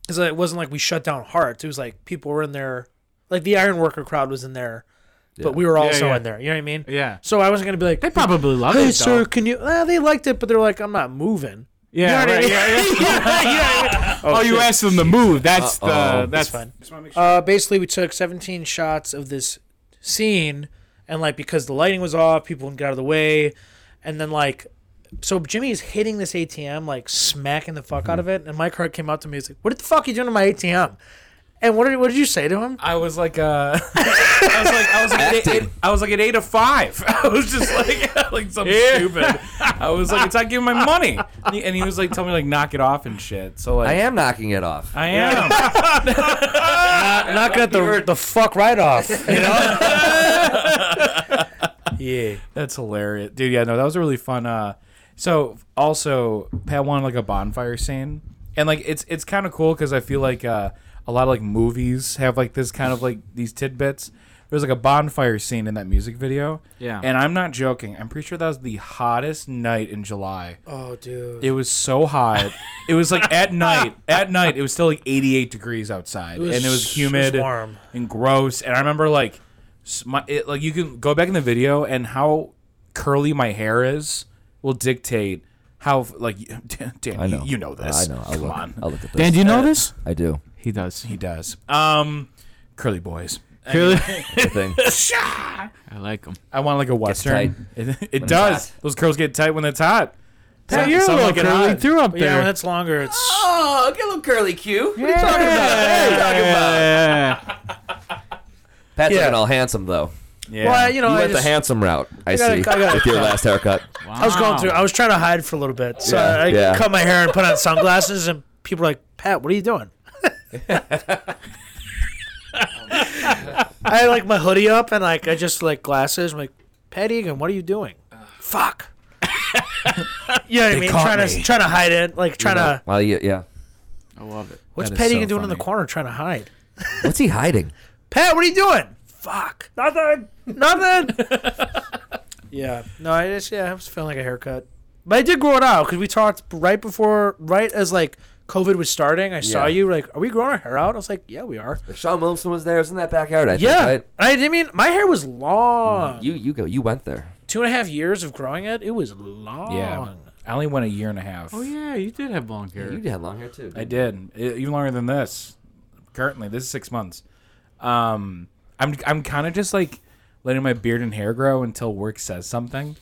Speaker 3: Because it wasn't like we shut down hearts. It was like people were in there, like the iron worker crowd was in there, but we were also
Speaker 4: yeah.
Speaker 3: in there. You know what I mean?
Speaker 4: Yeah.
Speaker 3: So I wasn't gonna be like,
Speaker 4: They probably love
Speaker 3: hey
Speaker 4: it.
Speaker 3: sir,
Speaker 4: though.
Speaker 3: can you? Ah, they liked it, but they're like, I'm not moving.
Speaker 4: Yeah.
Speaker 3: You know what I
Speaker 4: right,
Speaker 3: mean?
Speaker 4: yeah, yeah.
Speaker 3: Yeah,
Speaker 4: Oh, you asked them to move. That's the. That's
Speaker 3: That's fine. Uh, basically, we took 17 shots of this scene, and like because the lighting was off, people got out of the way, and then like, so Jimmy is hitting this ATM, like smacking the fuck out of it, and my card came out to me. He's like, "What the fuck are you doing to my ATM?" And what did what did you say to him?
Speaker 1: I was like, uh,
Speaker 2: I was like, I was like,
Speaker 6: Acting.
Speaker 2: it, I was like an eight to five. I was just like, like something stupid. I was like, it's not giving my money. And he, and he was like, telling me like, knock it off and shit. So like,
Speaker 6: I am knocking it off.
Speaker 2: I am.
Speaker 3: Not got the the fuck right off. You know? yeah.
Speaker 2: That's hilarious, dude. Yeah, no, that was a really fun. Uh, so also, Pat wanted like a bonfire scene, and like it's it's kind of cool because I feel like uh, a lot of like movies have like this kind of like these tidbits. There's like a bonfire scene in that music video.
Speaker 4: Yeah.
Speaker 2: and I'm not joking. I'm pretty sure that was the hottest night in July.
Speaker 3: Oh, dude.
Speaker 2: It was so hot. it was like at night. At night, it was still like 88 degrees outside,
Speaker 3: was-
Speaker 2: and it
Speaker 3: it
Speaker 2: was
Speaker 3: was
Speaker 2: humid,
Speaker 3: warm.
Speaker 2: and gross. And I remember like, s- my it, like you can go back in the video and how curly my hair is will dictate how like Dan, Dan
Speaker 6: I know.
Speaker 2: You, you know this.
Speaker 6: I know. I'll
Speaker 2: Come
Speaker 6: look,
Speaker 2: on,
Speaker 6: I'll look at this.
Speaker 4: Dan, do you
Speaker 3: Uh,
Speaker 4: know this?
Speaker 6: I do.
Speaker 4: He does.
Speaker 2: he does. Um, curly boys.
Speaker 4: Clearly,
Speaker 6: Thing.
Speaker 4: I like him.
Speaker 2: I want like a
Speaker 6: tight
Speaker 2: western. It, it does.
Speaker 6: hot.
Speaker 2: Those curls get tight when it's hot. Pat,
Speaker 4: you're a little curly too up
Speaker 3: Yeah,
Speaker 4: there.
Speaker 3: when it's longer, it's
Speaker 6: Oh, get a little curly Q. What are you talking about? What are you talking about?
Speaker 4: Yeah.
Speaker 6: Pat's
Speaker 3: Yeah.
Speaker 6: looking all handsome though.
Speaker 2: Yeah.
Speaker 3: well, you know,
Speaker 6: you
Speaker 3: I
Speaker 6: went
Speaker 3: just,
Speaker 6: the handsome route. I,
Speaker 3: gotta-
Speaker 6: see.
Speaker 3: I gotta-
Speaker 6: with your last haircut.
Speaker 3: I was going through. I was trying to hide for a little bit, so
Speaker 6: Yeah,
Speaker 3: I
Speaker 6: yeah.
Speaker 3: cut my hair and put on sunglasses, and people were like, "Pat, what are you doing?" I had like my hoodie up and like I just like glasses. I'm like, Pat Egan, what are you doing? Fuck. yeah, I mean,
Speaker 2: caught
Speaker 3: trying
Speaker 2: me.
Speaker 3: to trying to hide it, like trying to.
Speaker 6: Well, yeah, yeah.
Speaker 4: I love it.
Speaker 3: What's
Speaker 2: That is
Speaker 3: Pat
Speaker 2: so
Speaker 3: Egan doing in the
Speaker 2: funny.
Speaker 3: corner, trying to hide?
Speaker 6: What's he hiding?
Speaker 3: Pat, what are you doing? Fuck. Nothing. Nothing. yeah. No, I just yeah, I was feeling like a haircut, but I did grow it out because we talked right before, right as like COVID was starting. I saw
Speaker 6: Yeah.
Speaker 3: you were like, are we growing our hair out? I was like, yeah, we are.
Speaker 6: Sean Wilson was there. It was in that backyard. I
Speaker 3: Yeah. Mm.
Speaker 6: think.
Speaker 3: I didn't mean my hair was
Speaker 6: Right?
Speaker 3: long.
Speaker 6: You you go. You went there.
Speaker 3: Two and a half years of growing it. It was long.
Speaker 2: yeah. I only went a year and a half.
Speaker 4: Oh yeah, you did have long hair.
Speaker 6: You had long hair too.
Speaker 2: I did E- even longer than this. Currently, this is six months. Um, I'm I'm kind of just like letting my beard and hair grow until work says something.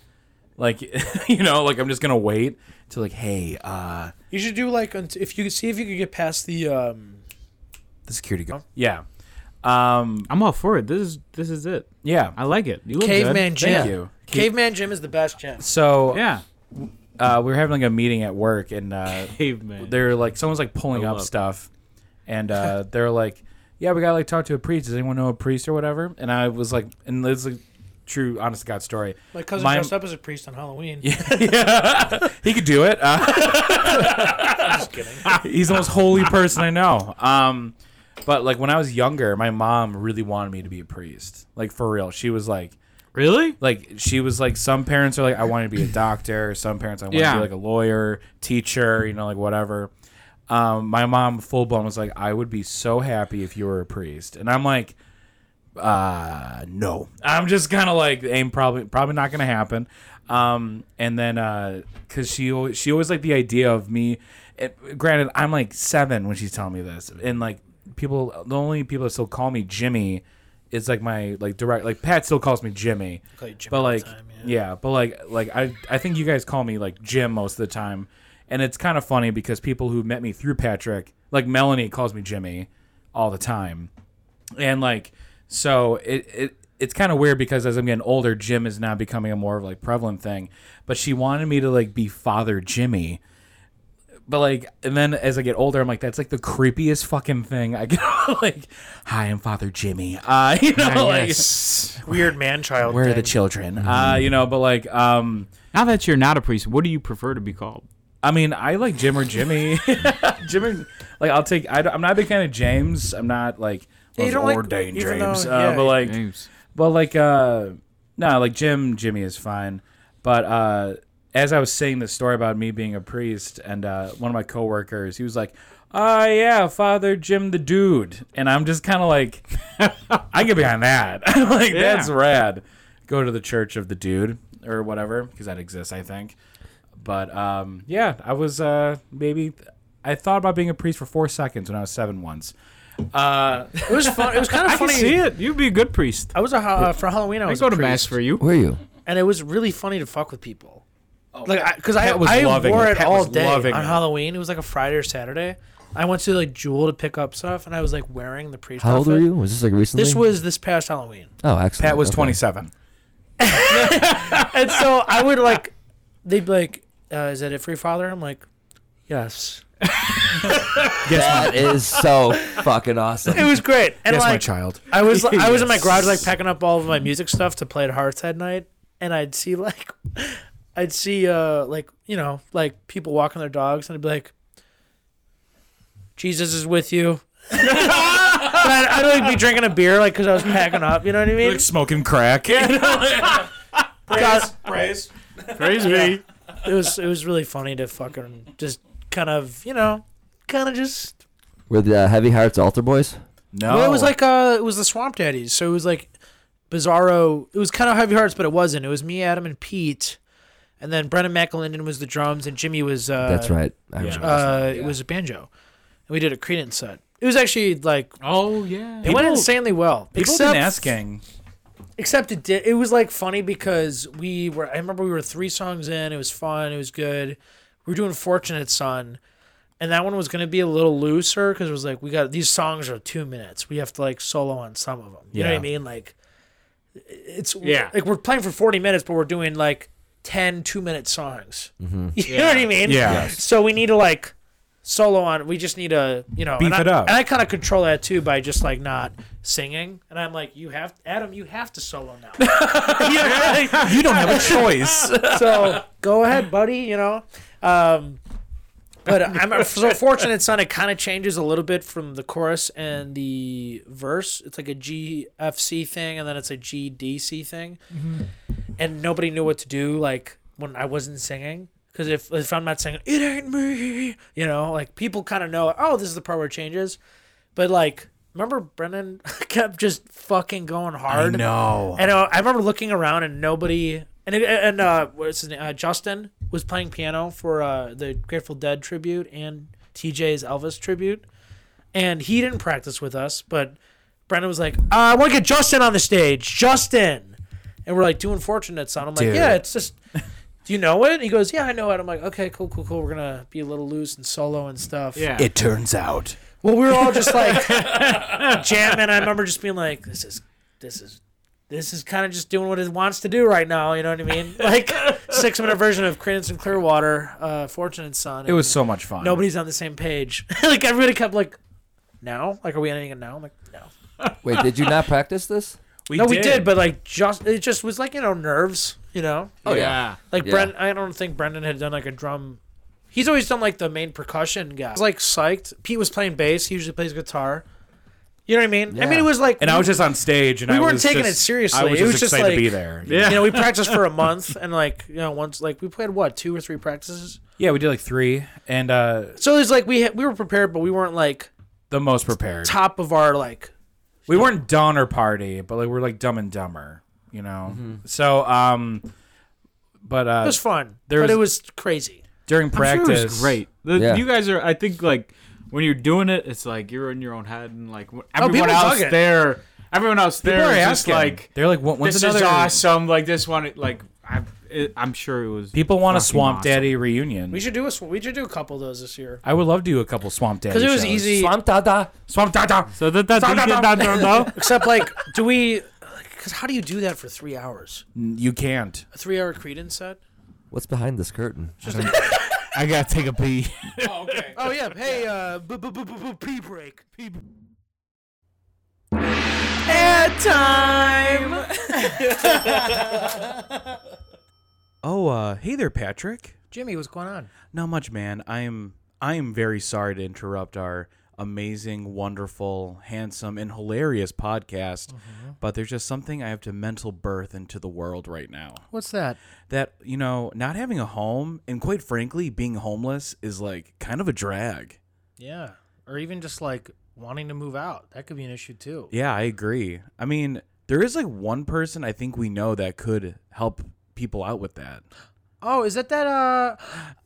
Speaker 2: Like you know, like I'm just gonna wait to like, hey, uh,
Speaker 3: You should do like unt- if you could see if you could get past the um
Speaker 2: the security guard. Yeah, um,
Speaker 4: I'm all for it. This is this is it.
Speaker 2: yeah.
Speaker 4: I like it. You look
Speaker 3: caveman
Speaker 4: Good.
Speaker 3: gym.
Speaker 2: Thank you.
Speaker 3: Caveman gym is the best gym.
Speaker 2: So
Speaker 4: Yeah.
Speaker 2: uh, we were having like a meeting at work, and uh,
Speaker 4: Caveman.
Speaker 2: they're like someone's like pulling
Speaker 4: I
Speaker 2: up
Speaker 4: love-
Speaker 2: stuff and uh they're like yeah we gotta like talk to a priest does anyone know a priest or whatever and i was like and it's like true honest to god story
Speaker 3: My cousin
Speaker 2: My-
Speaker 3: dressed up as a priest on Halloween.
Speaker 2: he could do it uh, he's the most holy person i know um but like when i was younger my mom really wanted me to be a priest like for real she was like
Speaker 4: Really?
Speaker 2: like she was like some parents are like i want to be a doctor some parents i want to
Speaker 4: Yeah.
Speaker 2: be like a lawyer teacher you know like whatever um, my mom full blown was like i would be so happy if you were a priest and i'm like uh no i'm just kind of like aim probably probably not gonna happen um and then uh because she always she always like the idea of me it, granted i'm like seven when she's telling me this and like people the only people that still call me jimmy is like my like direct like Pat still calls me Jimmy.
Speaker 3: call you Jimmy
Speaker 2: but
Speaker 3: all the
Speaker 2: like
Speaker 3: time,
Speaker 2: yeah. but like like I I think you guys call me like Jim most of the time. And it's kind of funny because people who met me through Patrick, like Melanie calls me Jimmy all the time. And like so it it it's kind of weird because as I'm getting older, Jim is now becoming a more of like prevalent thing. But she wanted me to like be Father Jimmy but like and then as i get older i'm like that's like the creepiest fucking thing i get like hi i'm father jimmy uh you know
Speaker 3: Ah,
Speaker 2: like
Speaker 3: Oh, Weird man child.
Speaker 2: where are the
Speaker 3: thing.
Speaker 2: children uh you know but like um
Speaker 4: Now that you're not a priest, what do you prefer to be called?
Speaker 2: i mean i like jim or jimmy jim or, like i'll take I, am not a big fan of james i'm not like
Speaker 3: Yeah, you
Speaker 2: those
Speaker 3: don't like-
Speaker 2: ordained
Speaker 3: even
Speaker 2: james
Speaker 3: though-
Speaker 2: uh,
Speaker 3: yeah,
Speaker 2: but like
Speaker 4: James.
Speaker 2: Well, like, uh, no, like Jim, Jimmy is fine. But uh, as I was saying this story about me being a priest, and uh, one of my coworkers, he was like, "Ah, yeah, Father Jim the dude," and I'm just kind of like, I get behind that. like, that's rad. Go to the church of the dude or whatever, because that exists, I think. But um, yeah, I was uh, maybe I thought about being a priest for four seconds when I was seven once. Uh,
Speaker 3: It was fun. It was kind of
Speaker 4: I can
Speaker 3: funny.
Speaker 4: see it. You'd be a good priest.
Speaker 3: I was a ho- uh, for Halloween. I
Speaker 4: I
Speaker 3: was
Speaker 4: go
Speaker 3: a
Speaker 4: to mass
Speaker 3: priest,
Speaker 4: for you.
Speaker 6: Where are you?
Speaker 3: and it was really funny to fuck with people. Like, because I,
Speaker 2: Pat was
Speaker 3: I
Speaker 2: loving
Speaker 3: wore
Speaker 2: it.
Speaker 3: it,
Speaker 2: Pat
Speaker 3: all
Speaker 2: was
Speaker 3: day on
Speaker 2: loving it.
Speaker 3: Halloween. It was like a Friday or Saturday. I went to like Jewel to pick up stuff, and I was like wearing the priest.
Speaker 6: How old were
Speaker 3: outfit.
Speaker 6: you? Was this like recently?
Speaker 3: This was this past Halloween,
Speaker 6: Oh, excellent.
Speaker 2: Pat was
Speaker 6: Okay.
Speaker 2: 27.
Speaker 3: and so I would like, they'd be like, uh, "Is that it for your father?" I'm like, "Yes."
Speaker 6: That is so fucking awesome.
Speaker 3: It was great, and
Speaker 2: Yes,
Speaker 3: like,
Speaker 2: my child.
Speaker 3: I was I was in my garage like packing up all of my music stuff to play at Hearts at night, and I'd see like I'd see uh like you know like people walking their dogs, and I'd be like, Jesus is with you. And I'd, I'd like be drinking a beer like because I was packing up, you know what I mean?
Speaker 2: Like smoking crack.
Speaker 3: God,
Speaker 2: Praise.
Speaker 4: Praise me.
Speaker 3: it was it was really funny to fucking just kind of you know kind of just
Speaker 6: Were the uh, Heavy Hearts Altar Boys?
Speaker 2: No,
Speaker 3: Well, it
Speaker 6: Oh.
Speaker 3: was like uh, it was the Swamp Daddies, so it was like Bizarro. It was kind of heavy hearts, but it wasn't. It was me, Adam, and Pete, and then Brendan McElinden was the drums, and Jimmy was. Uh,
Speaker 6: That's right. I
Speaker 2: yeah.
Speaker 6: remember.
Speaker 3: Uh, It was a banjo, and we did a Credence set. It was actually like
Speaker 4: Oh yeah.
Speaker 3: it went insanely well.
Speaker 2: people
Speaker 3: except,
Speaker 2: been asking.
Speaker 3: Except it did. It was like funny because we were. I remember we were three songs in. It was fun. It was good. We were doing "Fortunate Son," and that one was going to be a little looser because it was like we got these songs are two minutes. We have to like solo on some of them. You know what I
Speaker 2: Yeah.
Speaker 3: mean? Like it's
Speaker 4: Yeah.
Speaker 3: Like we're playing for forty minutes, but we're doing like 10 two minute songs. You know what I mean?
Speaker 2: Mm-hmm. Yeah. Yes.
Speaker 3: So we need to like solo on. We just need to you know
Speaker 2: Beef
Speaker 3: and
Speaker 2: it
Speaker 3: I,
Speaker 2: up.
Speaker 3: And I kind of control that too by just like not singing. And I'm like, you have Adam, you have to solo now. You know, like,
Speaker 2: You don't have a choice.
Speaker 3: so go ahead, buddy. You know. Um, but I'm so fortunate, son. It kind of changes a little bit from the chorus and the verse. It's like a GFC thing, and then it's a GDC thing. And nobody knew what to do, like when I wasn't singing, because if if I'm not singing, it ain't me. You know, like people kind of know. Oh, this is the part where it changes. But like, remember Brennan kept just fucking going hard.
Speaker 2: no,
Speaker 3: And uh, I remember looking around and nobody. And it- and uh, what's his name? Uh, Justin was playing piano for uh, the Grateful Dead tribute and TJ's Elvis tribute, and he didn't practice with us. But Brendan was like, uh, "I want to get Justin on the stage, Justin," and we're like doing "Fortunate Son." I'm like,
Speaker 2: Dude.
Speaker 3: "Yeah, it's just." Do you know it? And he goes, "Yeah, I know it." I'm like, "Okay, cool, cool, cool. We're gonna be a little loose and solo and stuff."
Speaker 4: Yeah.
Speaker 2: it turns out.
Speaker 3: Well, we were all just like jamming. I remember just being like, "This is, this is, this is kind of just doing what it wants to do right now." You know what I mean? Like six minute version of Credence and Clearwater, uh, Fortunate Son.
Speaker 2: It was so much fun.
Speaker 3: nobody's on the same page. like everybody kept like, "Now, like, are we ending it now?" I'm like, "No,
Speaker 6: Wait, did you not practice this?
Speaker 2: We
Speaker 3: no, we did," but like, just it just was like you know nerves, you know.
Speaker 6: Oh,
Speaker 3: Like
Speaker 6: Yeah.
Speaker 3: Brent, I don't think Brendan had done like a drum. He's always done like the main percussion guy. I was like psyched. Pete was playing bass. He usually plays guitar. You know what I mean? I mean,
Speaker 6: Yeah.
Speaker 3: it was like
Speaker 2: and I was just on stage, and
Speaker 3: We
Speaker 2: I
Speaker 3: weren't
Speaker 2: was
Speaker 3: taking
Speaker 2: just-
Speaker 3: it seriously.
Speaker 2: I was
Speaker 3: It
Speaker 2: just
Speaker 3: was just
Speaker 2: excited
Speaker 3: like-
Speaker 2: to be there.
Speaker 3: you know we practiced for a month and like you know once like we played what two or three practices.
Speaker 2: yeah, we did like three, and uh,
Speaker 3: So it's like we had, we were prepared, but we weren't like
Speaker 2: the most prepared.
Speaker 3: top of our like.
Speaker 2: we weren't Donner Party, but like we're like Dumb and Dumber, you know. So, um, but
Speaker 3: Mm-hmm. It
Speaker 2: uh,
Speaker 3: was fun,
Speaker 2: there
Speaker 3: but
Speaker 2: was-
Speaker 3: it was crazy.
Speaker 2: during
Speaker 4: I'm
Speaker 2: practice,
Speaker 4: sure it was great. The-
Speaker 6: Yeah.
Speaker 4: You guys are. I think like when you're doing it, it's like you're in your own head, and like wh-
Speaker 3: Oh, people
Speaker 4: everyone else
Speaker 3: dug it.
Speaker 4: there everyone else there
Speaker 2: They're
Speaker 4: was just
Speaker 2: asking.
Speaker 4: like
Speaker 2: they're like, "When- when's
Speaker 4: this
Speaker 2: another?"
Speaker 4: is awesome. Like this one, like I, it, I'm sure it was.
Speaker 2: People want a
Speaker 4: fucking
Speaker 2: Swamp
Speaker 4: awesome.
Speaker 2: Daddy reunion.
Speaker 3: We should do a sw- we should do a couple of those this year
Speaker 2: I would love to do a couple Swamp Daddy.
Speaker 3: because it was
Speaker 2: shows.
Speaker 3: easy.
Speaker 6: Swamp Dada.
Speaker 2: Swamp Dada.
Speaker 4: So that that
Speaker 2: Stop,
Speaker 4: that-
Speaker 2: stop,
Speaker 4: that- that- that-
Speaker 3: Except like, do we? Because how do you do that for three hours?
Speaker 2: You can't.
Speaker 3: A three-hour Credence set.
Speaker 6: What's behind this curtain?
Speaker 5: I gotta take a pee.
Speaker 3: Oh yeah. Hey, uh, b- b- b- b- b- pee break. Pee b-
Speaker 2: Oh, uh, hey there, Patrick.
Speaker 3: Jimmy, what's going on?
Speaker 2: Not much, man. I am I am very sorry to interrupt our amazing, wonderful, handsome, and hilarious podcast,
Speaker 4: Mm-hmm.
Speaker 2: but there's just something I have to mental birth into the world right now.
Speaker 3: What's that?
Speaker 2: That, you know, not having a home and quite frankly, being homeless is like kind of a drag.
Speaker 3: Yeah. Or even just like wanting to move out. That could be an issue too.
Speaker 2: Yeah, I agree. I mean, there is like one person I think we know that could help people out with that.
Speaker 3: Oh, is that that? Uh,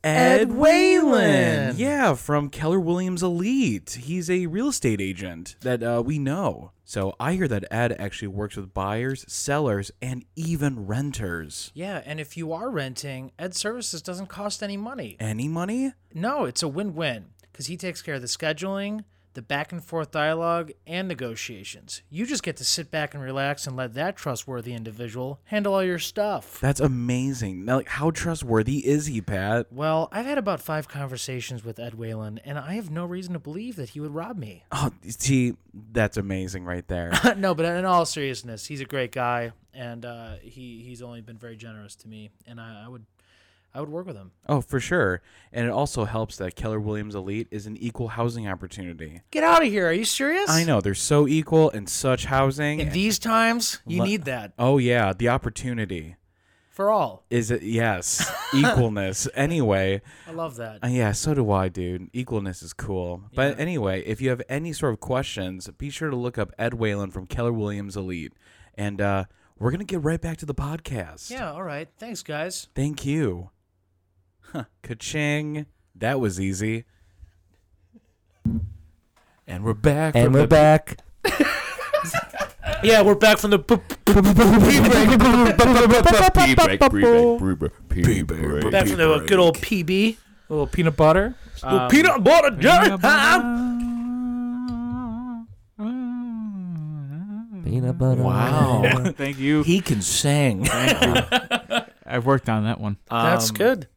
Speaker 2: Ed
Speaker 3: Ed
Speaker 2: Whalen.
Speaker 3: Whalen.
Speaker 2: Yeah, from Keller Williams Elite. He's a real estate agent that uh, we know. So I hear that Ed actually works with buyers, sellers, and even renters.
Speaker 3: yeah. And if you are renting, Ed Services doesn't cost any money.
Speaker 2: Any money?
Speaker 3: No, it's a win-win because he takes care of the scheduling, the back and forth dialogue, and negotiations. You just get to sit back and relax and let that trustworthy individual handle all your stuff.
Speaker 2: That's amazing. Now, like, how trustworthy is he, Pat?
Speaker 3: Well, I've had about five conversations with Ed Whalen, and I have no reason to believe that he would rob me.
Speaker 2: Oh, see, that's amazing right there.
Speaker 3: no, but in all seriousness, he's a great guy, and uh, he he's only been very generous to me, and I, I would I would work with him.
Speaker 2: oh, for sure. And it also helps that Keller Williams Elite is an equal housing opportunity.
Speaker 3: Get out of here! Are you serious?
Speaker 2: I know, they're so equal and such housing.
Speaker 3: In these times, you
Speaker 2: Le-
Speaker 3: need that
Speaker 2: oh, yeah, the opportunity.
Speaker 3: for all.
Speaker 2: Is it yes? Equalness. anyway,
Speaker 3: I love that.
Speaker 2: uh, yeah, so do I, dude. Equalness is cool. But anyway, if you have any sort of questions, be sure to look up Ed Whalen from Keller Williams Elite, and uh, we're gonna get right back to the podcast.
Speaker 3: yeah. All right. Thanks, guys.
Speaker 2: Thank you. Huh. Ka-ching. That was easy.
Speaker 5: And we're back.
Speaker 6: And
Speaker 5: from
Speaker 6: we're
Speaker 5: the-
Speaker 6: back.
Speaker 3: Yeah, we're back from the.
Speaker 5: Pee break, pee break, pee break, pee break.
Speaker 3: Back from the good old PB.
Speaker 4: A little peanut butter.
Speaker 2: Um,
Speaker 3: peanut butter
Speaker 6: Peanut butter.
Speaker 2: Wow.
Speaker 4: Thank you.
Speaker 2: he can sing.
Speaker 4: I've worked on that one.
Speaker 3: That's
Speaker 2: Um,
Speaker 3: good.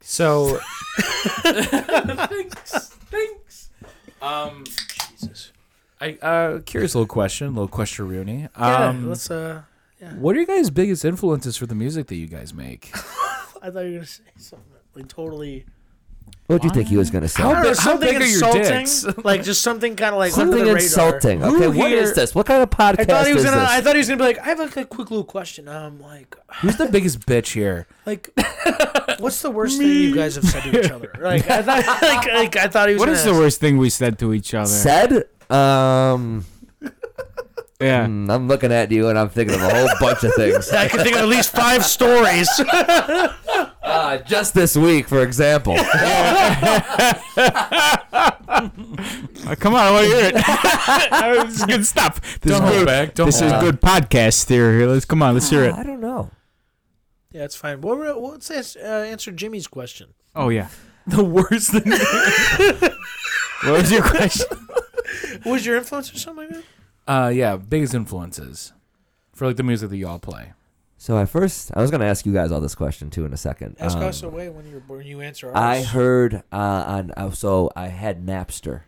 Speaker 2: So
Speaker 4: Um,
Speaker 2: I uh curious little question, little question Rooney.
Speaker 3: yeah,
Speaker 2: um,
Speaker 3: let's. Uh,
Speaker 2: What are your guys' biggest influences for the music that you guys make?
Speaker 3: I thought you were gonna say something like totally.
Speaker 6: What do you think he was gonna say?
Speaker 2: How-
Speaker 3: I don't know,
Speaker 2: big-
Speaker 3: something
Speaker 2: big are your
Speaker 3: insulting,
Speaker 2: dicks?
Speaker 3: like just something kind of like under
Speaker 6: Something
Speaker 3: the radar.
Speaker 6: insulting.
Speaker 2: Who
Speaker 6: Okay, what
Speaker 2: here-
Speaker 6: is this? What kind of podcast
Speaker 3: I thought he was
Speaker 6: is
Speaker 3: gonna.
Speaker 6: this?
Speaker 3: I thought he was gonna be like, I have like a quick little question. Um, like,
Speaker 2: Who's the biggest bitch here?
Speaker 3: like, what's the worst thing you guys have said to each other? Like, I thought, like, like I thought he was.
Speaker 4: what
Speaker 3: gonna
Speaker 4: is the worst thing we said to each other?
Speaker 6: Said. Um,
Speaker 4: yeah.
Speaker 6: mm, I'm looking at you and I'm thinking of a whole bunch of things.
Speaker 3: I can think of at least five stories.
Speaker 6: Uh, just this week, for example.
Speaker 4: Uh, come on, I want to hear it. this is good stuff. This
Speaker 2: Don't
Speaker 4: is
Speaker 2: hold
Speaker 4: good.
Speaker 2: back, don't
Speaker 4: this
Speaker 2: hold
Speaker 4: is
Speaker 2: back.
Speaker 4: good podcast theory. Let's come on. Let's hear it.
Speaker 6: I don't know.
Speaker 3: yeah, it's fine. Well, we're- well, let's ask, uh, answer Jimmy's question.
Speaker 4: Oh yeah.
Speaker 2: The worst thing.
Speaker 4: What was your question?
Speaker 3: What Was your influence or something like that?
Speaker 2: Uh, yeah, biggest influences for like the music that y'all play.
Speaker 6: So I first, I was gonna ask you guys all this question too in a second.
Speaker 3: Ask
Speaker 6: Um,
Speaker 3: us away when you when you answer ours.
Speaker 6: I heard uh, on uh, so I had Napster,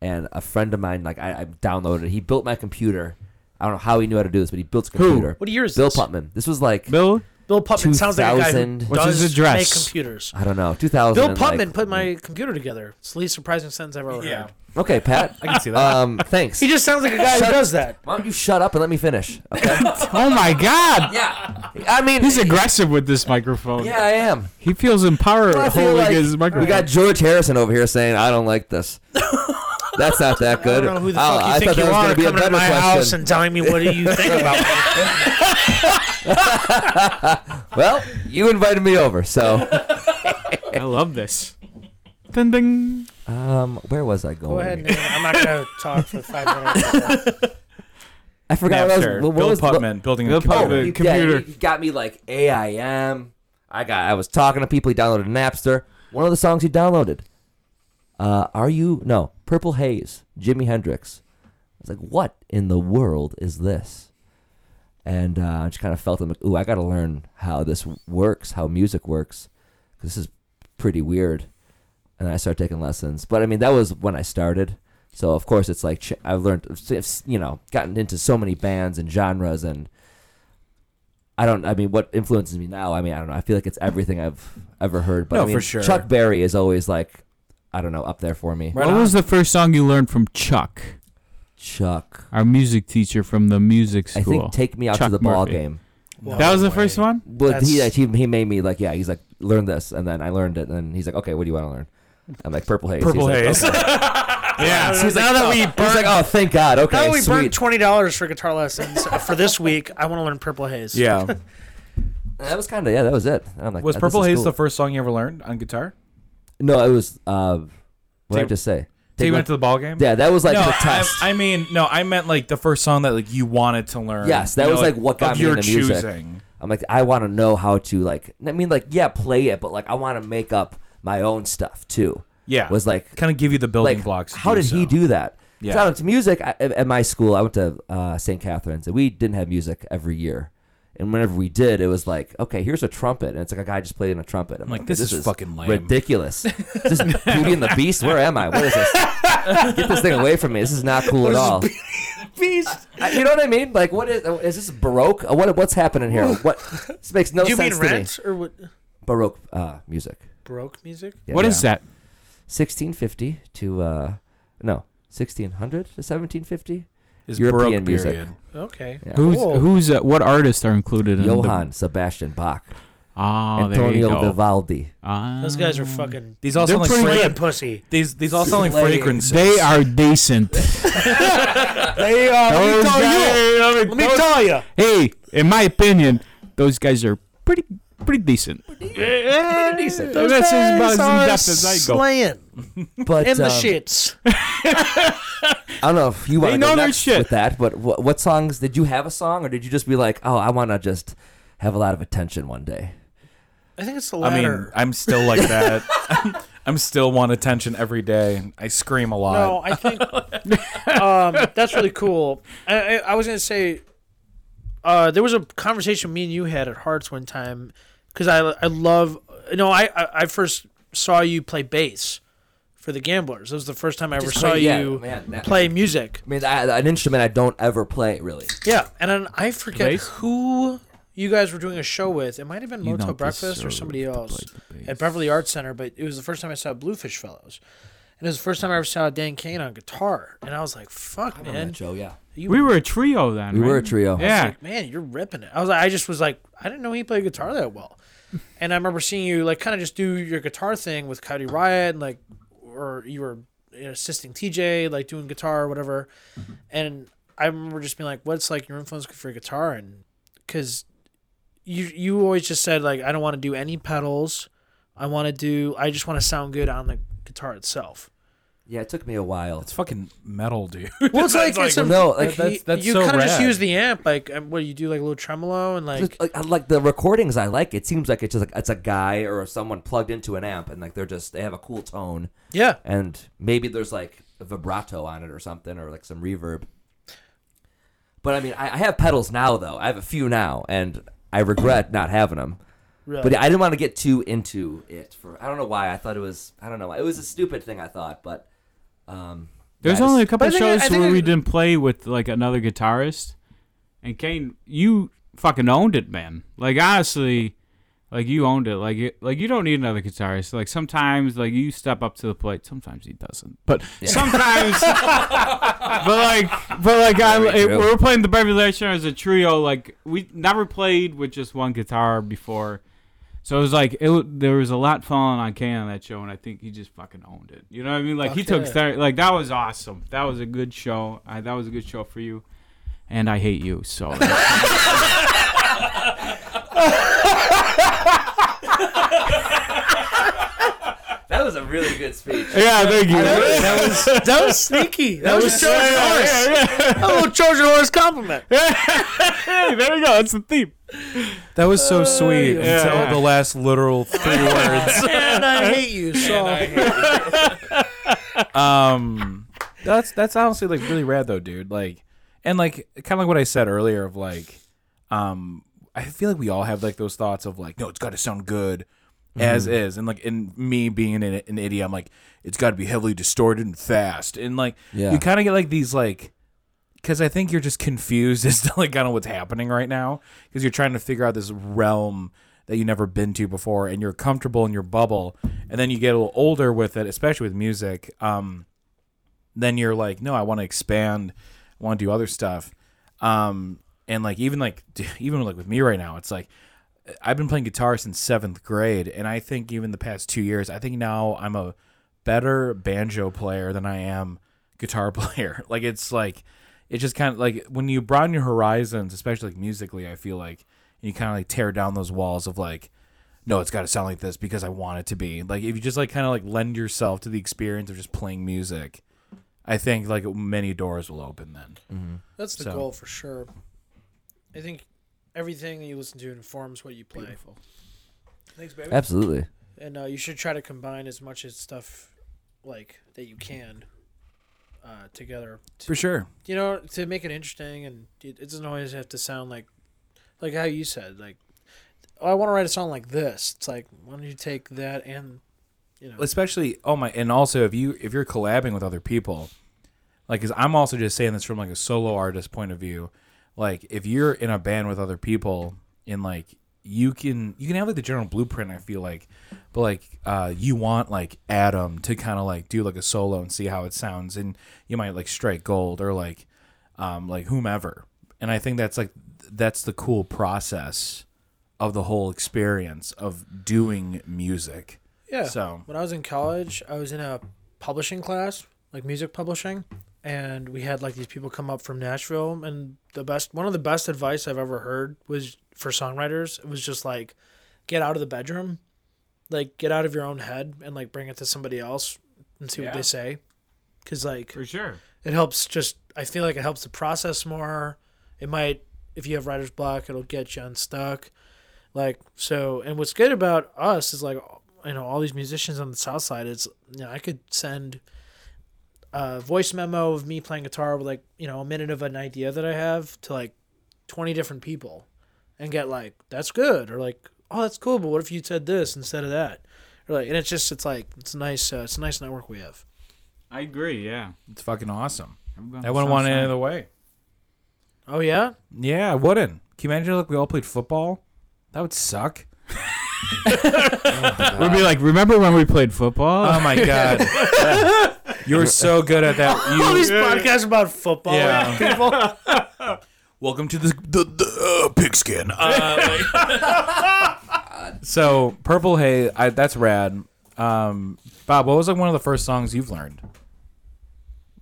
Speaker 6: and a friend of mine like I, I downloaded. it. He built my computer. I don't know how he knew how to do this, but he built his computer.
Speaker 3: What year is
Speaker 6: Bill
Speaker 3: this?
Speaker 6: Putman. This was like
Speaker 4: Bill.
Speaker 3: Bill Putman sounds like a guy who
Speaker 6: 2000.
Speaker 4: What's his
Speaker 3: does make
Speaker 4: address?
Speaker 3: computers.
Speaker 6: I don't know 2000.
Speaker 3: Bill
Speaker 6: and, like-
Speaker 3: Putman put my computer together. It's the least surprising sentence I've ever heard.
Speaker 6: Okay, Pat. I can see that. Um, thanks.
Speaker 3: He just sounds like a guy who
Speaker 6: Shut-
Speaker 3: does that.
Speaker 6: Why don't you shut up and let me finish? Okay.
Speaker 4: Oh my God.
Speaker 6: yeah. I mean,
Speaker 4: He's aggressive with this microphone.
Speaker 6: yeah, I am.
Speaker 4: He feels empowered
Speaker 6: I feel
Speaker 4: holding
Speaker 6: like
Speaker 4: his microphone.
Speaker 6: We got George Harrison over here saying, "I don't like this." That's not that good.
Speaker 3: I don't know who the
Speaker 6: Oh,
Speaker 3: fuck you
Speaker 6: I
Speaker 3: think
Speaker 6: thought
Speaker 3: you
Speaker 6: that was
Speaker 3: are
Speaker 6: gonna be a
Speaker 3: coming to
Speaker 6: better
Speaker 3: my house
Speaker 6: question.
Speaker 3: and telling me what do you think about me.
Speaker 6: Well, you invited me over, so
Speaker 4: I love this. Ding ding.
Speaker 6: um, where was I going?
Speaker 3: Go ahead, Nathan. I'm not gonna talk for five minutes.
Speaker 6: I forgot what, I was,
Speaker 4: Napster.
Speaker 6: what, what
Speaker 2: Bill
Speaker 6: was
Speaker 2: Putman building a
Speaker 4: Bill
Speaker 6: Oh,
Speaker 2: computer.
Speaker 4: Putman.
Speaker 6: you-
Speaker 4: computer.
Speaker 6: yeah, you- you got me like AIM. I got. I was talking to people. He downloaded Napster. One of the songs he downloaded. Uh, are you no Purple Haze? Jimi Hendrix. I was like, what in the world is this? And uh, I just kind of felt him. Like, Ooh, I got to learn how this works, how music works, 'cause this is pretty weird. And I started taking lessons. But I mean, that was when I started. So of course, it's like ch- I've learned, you know, gotten into so many bands and genres and I don't. I mean, what influences me now? I mean, I don't know. I feel like it's everything I've ever heard. But
Speaker 2: No,
Speaker 6: I mean,
Speaker 2: for sure.
Speaker 6: Chuck Berry is always like, I don't know, up there for me.
Speaker 2: Right
Speaker 4: what
Speaker 2: on.
Speaker 4: was the first song you learned from Chuck,
Speaker 6: Chuck.
Speaker 4: our music teacher from the music
Speaker 6: I
Speaker 4: school?
Speaker 6: think take me out
Speaker 4: Chuck
Speaker 6: to the ball
Speaker 4: Murphy.
Speaker 6: game.
Speaker 4: that
Speaker 3: No
Speaker 4: was the
Speaker 3: way.
Speaker 4: first one.
Speaker 6: But he, like,
Speaker 3: That's-
Speaker 6: he he made me like yeah. He's like learn this, and then I learned it, and he's like okay, what do you want to learn? I'm like purple haze.
Speaker 2: Purple
Speaker 6: he's
Speaker 2: Haze.
Speaker 6: Like, okay.
Speaker 3: Yeah.
Speaker 6: he's like,
Speaker 3: now that
Speaker 6: oh.
Speaker 3: we
Speaker 6: he's like oh thank God okay
Speaker 3: now that we burned
Speaker 6: sweet.
Speaker 3: twenty dollars for guitar lessons uh, for this week, I want to learn Purple Haze.
Speaker 2: yeah.
Speaker 6: And that was kind of yeah that was it. And I'm like
Speaker 2: Was
Speaker 6: "Oh, this
Speaker 2: Purple
Speaker 6: is
Speaker 2: Haze
Speaker 6: cool."
Speaker 2: the first song you ever learned on guitar?
Speaker 6: no it was uh what did I
Speaker 2: Take-
Speaker 6: just say
Speaker 2: Take you
Speaker 6: Me
Speaker 2: went to the ball game.
Speaker 6: Out- yeah that was like
Speaker 2: no,
Speaker 6: the
Speaker 2: I,
Speaker 6: test.
Speaker 2: I mean, no, I meant like the first song that like you wanted to learn.
Speaker 6: Yes, that
Speaker 2: you
Speaker 6: was, like, what got
Speaker 2: of
Speaker 6: me
Speaker 2: your
Speaker 6: into music.
Speaker 2: choosing.
Speaker 6: I'm like, I want to know how to like. I mean, like, yeah, play it, but like, I want to make up my own stuff too.
Speaker 2: Yeah,
Speaker 6: was like,
Speaker 2: kind of give you the building
Speaker 6: like,
Speaker 2: blocks. to
Speaker 6: how did he
Speaker 2: so.
Speaker 6: do that?
Speaker 2: Yeah.
Speaker 6: So I went to music I, at at my school. I went to uh, St. Catherine's, and we didn't have music every year. And whenever we did, it was like, okay, here's a trumpet, and it's like a guy just playing a trumpet. I'm
Speaker 2: like, this is fucking lame.
Speaker 6: ridiculous. Is this Beauty and the Beast. Where am I? What is this? Get this thing away from me. This is not cool at all.
Speaker 3: Beast.
Speaker 6: I- you know what I mean? Like, what is is this baroque? Uh, What what's happening here? What this makes no
Speaker 3: Do you
Speaker 6: sense
Speaker 3: mean
Speaker 6: to me.
Speaker 3: rent or what?
Speaker 6: Baroque uh, music.
Speaker 3: Baroque music?
Speaker 6: Yeah.
Speaker 4: What is that?
Speaker 6: 1650 to uh, no 1600 to 1750?
Speaker 2: Is
Speaker 6: European
Speaker 2: Baroque
Speaker 6: music.
Speaker 2: period.
Speaker 3: Okay.
Speaker 6: Yeah.
Speaker 4: Who's
Speaker 3: Cool.
Speaker 4: who's uh, what artists are included in
Speaker 6: Johann
Speaker 4: The,
Speaker 6: Sebastian Bach,
Speaker 4: ah, there you
Speaker 6: Antonio
Speaker 4: go.
Speaker 6: Vivaldi.
Speaker 4: Ah.
Speaker 3: Those guys are fucking.
Speaker 2: These all sound like
Speaker 4: pretty
Speaker 2: fra-
Speaker 3: Playing pussy.
Speaker 2: these these all sound like fragrances.
Speaker 4: They are decent.
Speaker 6: Uh,
Speaker 3: They uh, are.
Speaker 4: Those guys-
Speaker 3: Let me tell you.
Speaker 4: hey, in my opinion, those guys are pretty pretty decent.
Speaker 6: Pretty decent.
Speaker 4: Those
Speaker 3: Those
Speaker 4: That's as about
Speaker 3: guys
Speaker 4: as
Speaker 3: are
Speaker 4: in-depth as I go.
Speaker 3: slaying
Speaker 6: But
Speaker 3: in the
Speaker 6: um,
Speaker 3: shits.
Speaker 6: I don't know if you want
Speaker 4: They
Speaker 6: to
Speaker 4: know
Speaker 6: go
Speaker 4: their
Speaker 6: next
Speaker 4: shit.
Speaker 6: with that, but what, what songs did you have a song, or did you just be like, oh, I want to just have a lot of attention one day?
Speaker 3: I think it's the
Speaker 2: I mean,
Speaker 3: latter.
Speaker 2: I'm still like that. I'm still want attention every day. I scream a lot.
Speaker 3: no, Oh, I think um, that's really cool. I, I, I was gonna say uh, there was a conversation me and you had at Hearts one time because I I love you know I, I I first saw you play bass for the Gamblers. That was the first time I ever
Speaker 6: Just
Speaker 3: saw
Speaker 6: play- yeah,
Speaker 3: you
Speaker 6: man, that-
Speaker 3: play music.
Speaker 6: I mean, I, an instrument I don't ever play really.
Speaker 3: Yeah, and then I forget
Speaker 4: Bass?
Speaker 3: who you guys were doing a show with. It might have been
Speaker 4: You
Speaker 3: Motel
Speaker 4: don't
Speaker 3: Breakfast or
Speaker 4: deserve
Speaker 3: somebody
Speaker 4: to
Speaker 3: else
Speaker 4: play the bass.
Speaker 3: at Beverly Arts Center, but it was the first time I saw Bluefish Fellows. And it was the first time I ever saw Dan Kane on guitar. And I was like, fuck, man.
Speaker 6: Joe, yeah,
Speaker 3: You,
Speaker 4: We were a trio then.
Speaker 6: we were a
Speaker 4: right?
Speaker 6: trio.
Speaker 4: Yeah.
Speaker 3: like, man, you're ripping it. I was like, I just was like, I didn't know he played guitar that well. And I remember seeing you like kind of just do your guitar thing with Cody Riot, and, like, or you were you know, assisting TJ, like doing guitar or whatever. And I remember just being like, what's like your influence for your guitar? And because you you always just said like, I don't want to do any pedals. I want to do. I just want to sound good on the guitar itself.
Speaker 6: yeah. It took me a while.
Speaker 2: it's fucking metal, dude.
Speaker 3: Well, it's like, it's a,
Speaker 6: no, like
Speaker 2: that's-
Speaker 3: you-
Speaker 2: that's
Speaker 3: you
Speaker 2: so
Speaker 3: kind of just
Speaker 2: rad.
Speaker 3: use the amp, like um, what you do, like a little tremolo and like
Speaker 6: Just, like, I like the recordings I like. It seems like it's just like it's a guy or someone plugged into an amp and like they're just they have a cool tone
Speaker 3: yeah.
Speaker 6: and maybe there's like a vibrato on it or something or like some reverb. But I mean, I, I have pedals now though. I have a few now, and I regret not having them.
Speaker 3: Really.
Speaker 6: But I didn't want to get too into it for I don't know why. I thought it was I don't know. It was a stupid thing I thought, but um,
Speaker 4: There's
Speaker 6: yeah, I
Speaker 4: only a
Speaker 6: just-
Speaker 4: couple
Speaker 3: But I think I-
Speaker 4: shows
Speaker 3: I think
Speaker 4: where
Speaker 3: I-
Speaker 4: we didn't play with like another guitarist, and Kane, you fucking owned it, man. Like honestly, like you owned it. Like it, like you don't need another guitarist. Like sometimes, like you step up to the plate. Sometimes he doesn't, but sometimes. but like, but like, I,
Speaker 6: Very
Speaker 4: it- we
Speaker 6: true.
Speaker 4: were playing the Beverly Hills Center as a trio. Like we never played with just one guitar before. So it was like it, wa- there was a lot falling on Kane on that show, and I think he just fucking owned it. You know what I mean? Like he
Speaker 3: Fuck
Speaker 4: took
Speaker 3: yeah.
Speaker 4: thir- like that was awesome. That was a good show. I, that was a good show for you, and I hate you. So
Speaker 6: that was a a really good speech.
Speaker 5: Yeah, thank you.
Speaker 3: That was that was sneaky. That, was,
Speaker 5: was-
Speaker 3: a Trojan
Speaker 5: yeah,
Speaker 3: horse. A little Trojan horse compliment.
Speaker 5: Hey, there you go. That's the theme.
Speaker 2: That was so sweet
Speaker 5: yeah.
Speaker 2: until the last literal three words.
Speaker 3: and I hate you so.
Speaker 2: um that's that's honestly like really rad though dude like and like kind of like what i said earlier of like um i feel like we all have like those thoughts of like no it's got to sound good as is and like in me being an, an idiot i'm like it's got to be heavily distorted and fast and like
Speaker 6: Yeah.
Speaker 2: you kind of get like these like because i think you're just confused as to like kind of what's happening right now because you're trying to figure out this realm that you've never been to before and you're comfortable in your bubble and then you get a little older with it especially with music um then you're like, no, I want to expand, I want to do other stuff. Um, and like even like even like with me right now, it's like uh, I've been playing guitar since seventh grade, and I think even the past two years, I think now I'm a better banjo player than I am guitar player. like it's like it's just kind of like when you broaden your horizons, especially like musically, I feel like and you kind of like tear down those walls of like no, it's got to sound like this because I want it to be. Like if you just like kind of like lend yourself to the experience of just playing music, I think like many doors will open then.
Speaker 3: That's the
Speaker 2: So.
Speaker 3: goal for sure. I think everything you listen to informs what you play. Thanks, baby.
Speaker 6: Absolutely.
Speaker 3: And uh, you should try to combine as much as stuff like that you can uh, together. To,
Speaker 2: For sure.
Speaker 3: you know, to make it interesting, and it it doesn't always have to sound like like how you said. Like, oh, I want to write a song like this. It's like, why don't you take that and you know,
Speaker 2: Especially oh my and also if you if you're collabing with other people, like cuz I'm also just saying this from like a solo artist point of view, like if you're in a band with other people and like you can you can have like the general blueprint I feel like, but like uh you want like Adam to kind of like do like a solo and see how it sounds and you might like strike gold or like um like whomever. And I think that's like that's the cool process of the whole experience of doing music.
Speaker 3: Yeah.
Speaker 2: So-
Speaker 3: when I was in college, I was in a publishing class, like music publishing, and we had like these people come up from Nashville, and the best, one of the best advice I've ever heard was for songwriters. It was just like, get out of the bedroom, like get out of your own head, and like bring it to somebody else and see what they say, because like
Speaker 4: For sure.
Speaker 3: it helps. Just I feel like it helps the process more. It might if you have writer's block, it'll get you unstuck. Like so, and what's good about us is like you know all these musicians on the south side. It's you know I could send a voice memo of me playing guitar with like you know a minute of an idea that I have to like twenty different people, and get like that's good or like oh that's cool, but what if you said this instead of that? Or like and it's just it's like it's a nice uh, it's a nice network we have.
Speaker 4: I agree. Yeah.
Speaker 2: It's fucking awesome.
Speaker 4: I'm going
Speaker 2: I wouldn't want it any other way.
Speaker 3: Oh yeah,
Speaker 2: Yeah, I wouldn't. Can you imagine like we all played football? That would suck.
Speaker 4: We'd be like, remember when we played football?
Speaker 2: Oh my god. you were so good at that.
Speaker 3: all
Speaker 2: You
Speaker 3: these podcasts about football.
Speaker 2: Yeah.
Speaker 3: people.
Speaker 2: Welcome to the the, the uh,
Speaker 4: Oh
Speaker 2: pigskin. Uh, like- so purple hay, I, that's rad. Um, Bob, what was like one of the first songs you've learned?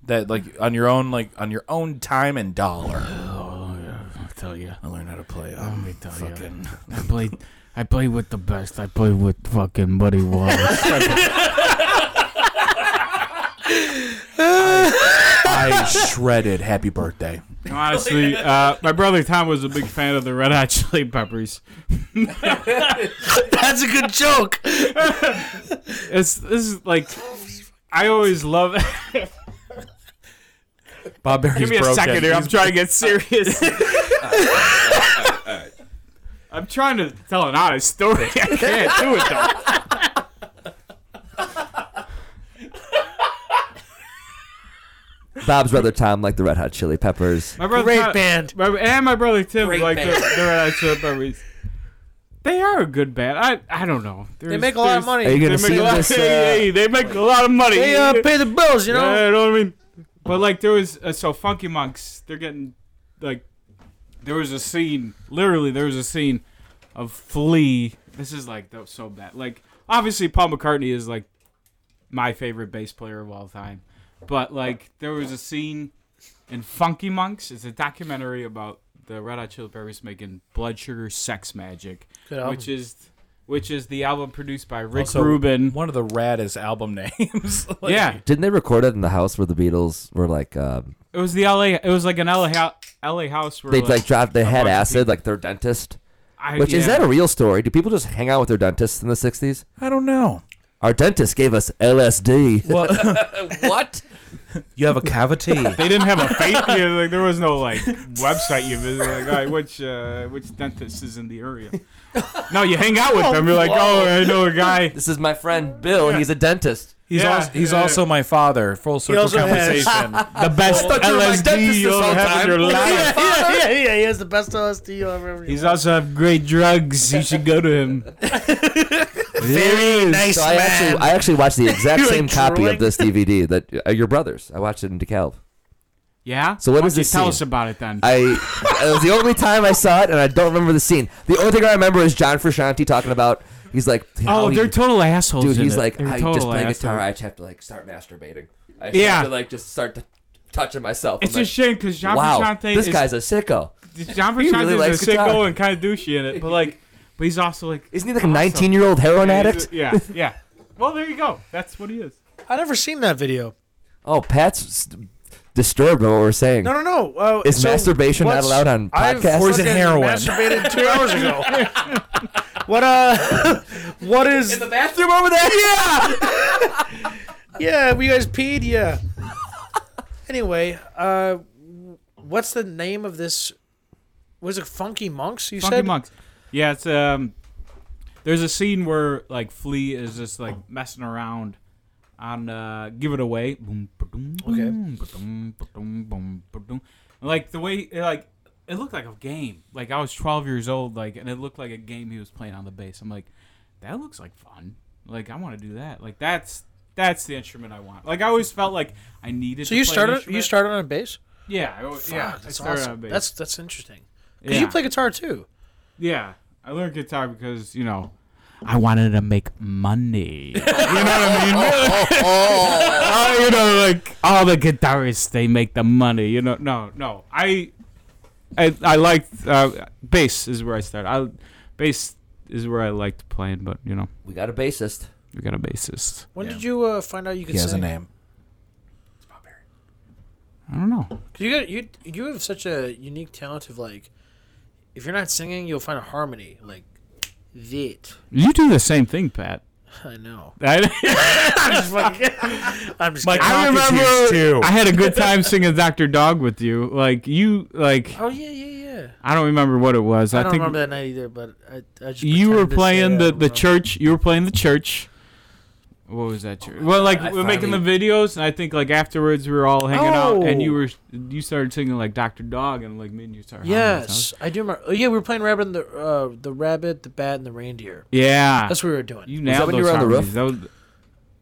Speaker 2: That like on your own, like on your own time and dollar.
Speaker 4: I tell you,
Speaker 2: I learned how to play. Um,
Speaker 4: me
Speaker 3: Oh,
Speaker 4: tell ya.
Speaker 2: fucking.
Speaker 4: I played. I played with the best. I played with fucking Buddy Wallace.
Speaker 2: I shredded. Happy birthday.
Speaker 4: Honestly, uh, my brother Tom was a big fan of the Red Hot Chili Peppers.
Speaker 3: That's a good joke.
Speaker 4: It's this is like, I always love.
Speaker 2: Bob Barry's
Speaker 4: Give me a
Speaker 2: broken.
Speaker 4: second here. I'm
Speaker 2: He's-
Speaker 4: trying to get serious. I'm trying to tell an honest story. I can't do it though.
Speaker 6: Bob's brother Tom liked the Red Hot Chili Peppers.
Speaker 4: My brother
Speaker 3: Great
Speaker 4: Tom-
Speaker 3: band.
Speaker 4: My, and my brother Tim
Speaker 6: Great
Speaker 4: liked the,
Speaker 6: band.
Speaker 4: the Red Hot Chili Peppers. They are a good band. I I don't know.
Speaker 3: They make a lot of money.
Speaker 6: Are you
Speaker 4: They
Speaker 6: gonna
Speaker 4: make,
Speaker 6: see
Speaker 4: a lot,
Speaker 6: this?
Speaker 4: hey,
Speaker 6: Uh,
Speaker 4: hey, they make a lot of money.
Speaker 3: They uh, pay the bills, you know.
Speaker 4: Yeah, you know what I mean? But like there was uh, so Funky Monks, they're getting like there was a scene, literally there was a scene of Flea. This is like that was so bad. Like obviously Paul McCartney is like my favorite bass player of all time. But like there was a scene in Funky Monks, it's a documentary about the Red Hot Chili Peppers making Blood Sugar Sex Magic,
Speaker 3: Good album.
Speaker 4: which is which is the album produced by Rick
Speaker 2: Also,
Speaker 4: Rubin.
Speaker 2: One of the raddest album names. Like,
Speaker 4: yeah,
Speaker 6: Didn't they record it in the house where the Beatles were like, um,
Speaker 4: it was the LA. It was like an LA, hou- LA house where
Speaker 6: they like dropped, they
Speaker 4: a
Speaker 6: had
Speaker 4: bunch of
Speaker 6: acid, like their dentist.
Speaker 4: I-
Speaker 6: Which is
Speaker 4: yeah.
Speaker 6: that a real story? Do people just hang out with their dentists in the '60s?
Speaker 2: I don't know.
Speaker 6: Our dentist gave us LSD.
Speaker 2: Well,
Speaker 6: what?
Speaker 2: you have a cavity.
Speaker 4: They didn't have a faith. Yeah, like there was no like website you visit. Like, all right, which uh, which dentist is in the area? No, you hang out with them. You're like, oh, I know a guy.
Speaker 6: This is my friend Bill. He's a dentist.
Speaker 2: He's
Speaker 4: Yeah,
Speaker 2: also he's
Speaker 4: yeah.
Speaker 2: also my father. Full circle
Speaker 3: also has-
Speaker 2: conversation.
Speaker 4: The best
Speaker 6: Stuck through my dentist
Speaker 4: LSD
Speaker 6: this
Speaker 4: you'll
Speaker 6: whole
Speaker 4: have in
Speaker 6: time.
Speaker 4: your life.
Speaker 3: yeah, yeah, yeah. He has the best LSD you'll ever. ever-
Speaker 4: He's also have great drugs. You should go to him. Very
Speaker 3: nice
Speaker 6: So I actually, I actually watched the exact
Speaker 3: You're, like,
Speaker 6: same copy
Speaker 3: drooling.
Speaker 6: of this DVD that uh, your brothers. I watched it in DeKalb.
Speaker 4: Yeah.
Speaker 6: So what
Speaker 4: Why
Speaker 6: is
Speaker 4: don't you
Speaker 6: this
Speaker 4: Tell
Speaker 6: scene?
Speaker 4: us about it then.
Speaker 6: I it was the only time I saw it, and I don't remember the scene. The only thing I remember is John Frusciante talking about. He's like, how
Speaker 4: oh,
Speaker 6: he-
Speaker 4: they're total assholes.
Speaker 6: dude.
Speaker 4: in
Speaker 6: He's
Speaker 4: it.
Speaker 6: like,
Speaker 4: They're
Speaker 6: I
Speaker 4: total
Speaker 6: just play
Speaker 4: assholes.
Speaker 6: guitar. I just have to like start masturbating. I just
Speaker 4: Yeah.
Speaker 6: have to like just start to touching myself.
Speaker 4: It's a
Speaker 6: I'm like,
Speaker 4: shame because John
Speaker 6: wow,
Speaker 4: Frusciante
Speaker 6: this
Speaker 4: is
Speaker 6: guy's a sicko.
Speaker 4: John
Speaker 6: really
Speaker 4: Frusciante
Speaker 6: likes
Speaker 4: is a
Speaker 6: guitar.
Speaker 4: sicko and kind of douchey in it, but like, but he's also like
Speaker 6: Isn't he like a 19 year old heroin addict?
Speaker 4: Yeah, yeah. Well, there you go. That's what he is.
Speaker 3: I never seen that video.
Speaker 6: Oh, Pat's s- disturbed by what we're saying.
Speaker 3: No, no, no. Uh,
Speaker 6: Is
Speaker 3: so
Speaker 6: masturbation not
Speaker 3: what's-
Speaker 6: allowed on
Speaker 3: I've
Speaker 6: podcasts?
Speaker 2: Or is it
Speaker 3: fucking
Speaker 2: heroin?
Speaker 3: Masturbated two hours ago. what uh? what is?
Speaker 6: bathroom over there. Yeah.
Speaker 3: Yeah, we guys peed. Yeah. Anyway, uh, what's the name of this? Was it Funky Monks? You
Speaker 4: Funky
Speaker 3: said
Speaker 4: monks. Yeah, it's um. There's a scene where like Flea is just
Speaker 3: Oh.
Speaker 4: like messing around on uh "Give It Away." Boom, ba-doom,
Speaker 3: Okay.
Speaker 4: boom, ba-doom, ba-doom, boom, ba-doom. And, Like the way it, like it looked like a game. Like I was 12 years old, like and it looked like a game he was playing on the bass. I'm like, that looks like fun. Like I want to do that. Like that's that's the instrument I want. Like I always felt like I needed.
Speaker 3: So
Speaker 4: to
Speaker 3: you
Speaker 4: play an
Speaker 3: started. You
Speaker 4: instrument.
Speaker 3: started on a bass.
Speaker 4: Yeah. I, always- yeah.
Speaker 3: Fuck,
Speaker 4: I
Speaker 3: that's
Speaker 4: started on
Speaker 3: awesome.
Speaker 4: bass.
Speaker 3: That's that's interesting. Cause
Speaker 4: Yeah.
Speaker 3: you play guitar too.
Speaker 4: Yeah, I learned guitar because you know I wanted to make money. you know what I mean? Uh, you know, like all the guitarists, they make the money. You know, no, no, I, I, I liked uh, bass is where I started. I bass is where I liked playing, but you know,
Speaker 6: We got a bassist.
Speaker 4: we got a bassist.
Speaker 3: When did you uh, find out you could
Speaker 2: he has a
Speaker 3: sing?
Speaker 2: name.
Speaker 4: I don't know.
Speaker 3: 'Cause You got you you have such a unique talent of like, if you're not singing, you'll find a harmony like that.
Speaker 4: You do the same thing, Pat.
Speaker 3: I know.
Speaker 4: I,
Speaker 3: I'm just fucking. I'm just.
Speaker 2: Mike-
Speaker 3: kidding.
Speaker 4: I
Speaker 2: Cockatoos, too.
Speaker 4: remember I had a good time singing Doctor Dog with you. Like you, like
Speaker 3: oh yeah, yeah, yeah.
Speaker 4: I don't remember what it was.
Speaker 3: I,
Speaker 4: I,
Speaker 3: don't
Speaker 4: think
Speaker 3: remember that night either, but I, I just
Speaker 4: you were
Speaker 3: pretended to say I
Speaker 4: playing the, the
Speaker 3: remember.
Speaker 4: church. You were playing the church. What was that church? Well, like
Speaker 6: I
Speaker 4: we're making the
Speaker 6: finally-
Speaker 4: videos, and I think like afterwards we were all hanging out, and you
Speaker 3: Oh.
Speaker 4: were you started singing like Doctor Dog, and like me and you started. humming the songs.
Speaker 3: Yes, I do remember. Oh, yeah, we were playing rabbit and the uh, the rabbit, the bat, and the reindeer.
Speaker 4: Yeah.
Speaker 3: That's what we were doing.
Speaker 4: you
Speaker 6: that
Speaker 4: nailed
Speaker 6: when
Speaker 4: those
Speaker 6: you were on the
Speaker 4: harmonies.
Speaker 6: roof?
Speaker 4: That was-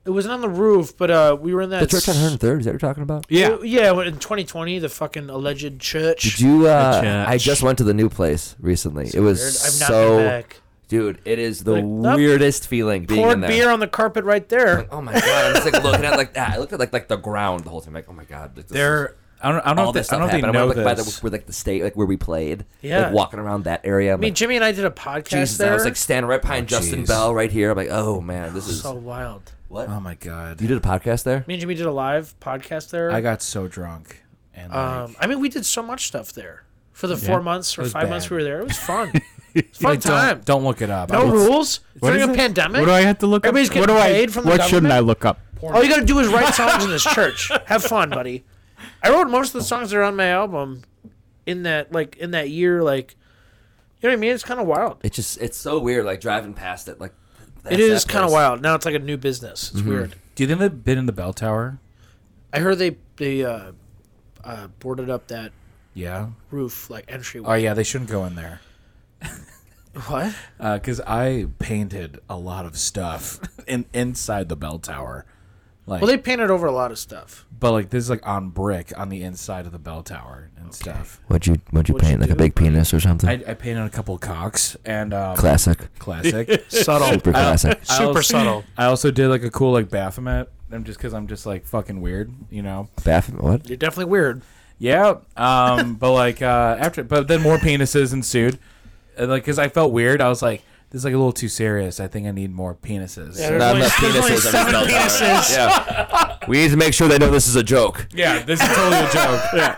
Speaker 3: It wasn't on the roof, but uh, we were in that.
Speaker 6: The church on
Speaker 3: s-
Speaker 6: 103rd. Is that what you're talking about?
Speaker 4: yeah.
Speaker 3: yeah. when- In 2020, the fucking alleged church.
Speaker 6: Did you? Uh,
Speaker 4: church.
Speaker 6: I just went to the new place recently. It
Speaker 3: Weird.
Speaker 6: was
Speaker 3: I've not been
Speaker 6: so,
Speaker 3: back.
Speaker 6: dude. It is the
Speaker 3: Like, that-
Speaker 6: weirdest feeling being in
Speaker 3: Poured
Speaker 6: there.
Speaker 3: beer on the carpet right there.
Speaker 6: Oh my god! I'm just like looking at like that. I looked at like like the ground the whole time. Like, oh my god, like, this is-
Speaker 2: They're I don't I don't know
Speaker 6: all
Speaker 2: if they,
Speaker 6: this
Speaker 2: I
Speaker 6: stuff
Speaker 2: don't know if
Speaker 6: happened.
Speaker 2: they
Speaker 6: I
Speaker 2: know
Speaker 6: went like by the
Speaker 2: this.
Speaker 6: where like the state like where we played.
Speaker 3: Yeah.
Speaker 6: like walking around that area.
Speaker 3: I
Speaker 6: I'm
Speaker 3: mean,
Speaker 6: like,
Speaker 3: Jimmy and I did a podcast
Speaker 6: Jesus!
Speaker 3: there.
Speaker 6: I was like standing right behind Justin
Speaker 2: jeez.
Speaker 6: Bell right here. I'm like, oh man, this is
Speaker 3: so wild.
Speaker 6: what
Speaker 2: Oh my god!
Speaker 6: you did a podcast there.
Speaker 3: Me and Jimmy did a live podcast there.
Speaker 2: I got so drunk and like,
Speaker 3: um, I mean, we did so much stuff there for the four months or
Speaker 2: was
Speaker 3: five months
Speaker 2: bad.
Speaker 3: we were there. It was fun. It was fun
Speaker 2: like,
Speaker 3: time.
Speaker 2: Don't, don't look it up. I
Speaker 3: no
Speaker 2: was-
Speaker 3: rules during a
Speaker 4: is it?
Speaker 3: pandemic.
Speaker 4: What do I have to look up?
Speaker 3: Everybody's
Speaker 4: what do
Speaker 3: getting
Speaker 4: I?
Speaker 3: paid from the
Speaker 4: what shouldn't I
Speaker 3: government?
Speaker 4: look up?
Speaker 3: All you gotta do is write songs in this church. Have fun, buddy. I wrote most of the songs that are on my album in that like in that year, like you know what I mean? It's kinda wild.
Speaker 6: It's just it's so weird. Like driving past it, like that's
Speaker 3: it is
Speaker 6: that
Speaker 3: kinda
Speaker 6: place.
Speaker 3: wild. Now it's like a new business. It's weird.
Speaker 2: Do you think they've been in the bell tower?
Speaker 3: I heard they they uh, uh boarded up that
Speaker 2: Yeah.
Speaker 3: roof like entryway.
Speaker 2: Oh yeah, they shouldn't go in there.
Speaker 3: What?
Speaker 2: because I painted a lot of stuff in inside the bell tower. Like,
Speaker 3: Well they painted over a lot of stuff.
Speaker 2: but like this is like on brick on the inside of the bell tower and stuff.
Speaker 6: What'd you what'd you
Speaker 3: What'd you
Speaker 6: paint? like a
Speaker 3: do?
Speaker 6: big penis or something?
Speaker 2: I, I painted a couple of cocks and um,
Speaker 6: classic,
Speaker 2: classic.
Speaker 3: Subtle.
Speaker 6: super classic.
Speaker 2: I also-
Speaker 3: subtle.
Speaker 2: I also did like a cool like Baphomet. I'm just because I'm just like fucking weird, you know.
Speaker 6: Baffin what?
Speaker 3: You're definitely weird.
Speaker 2: Yeah. Uh, Um. but like uh, after, but then more penises ensued. And, like, because I felt weird. I was like, this is like a little too serious. I think I need more penises.
Speaker 3: Yeah, there's
Speaker 6: Not
Speaker 3: only-
Speaker 6: enough
Speaker 3: there's only
Speaker 6: penises.
Speaker 3: seven
Speaker 6: I'm just telling
Speaker 3: penises.
Speaker 6: Yeah. We need to make sure they know this is a joke.
Speaker 2: Yeah, this is totally a joke. yeah.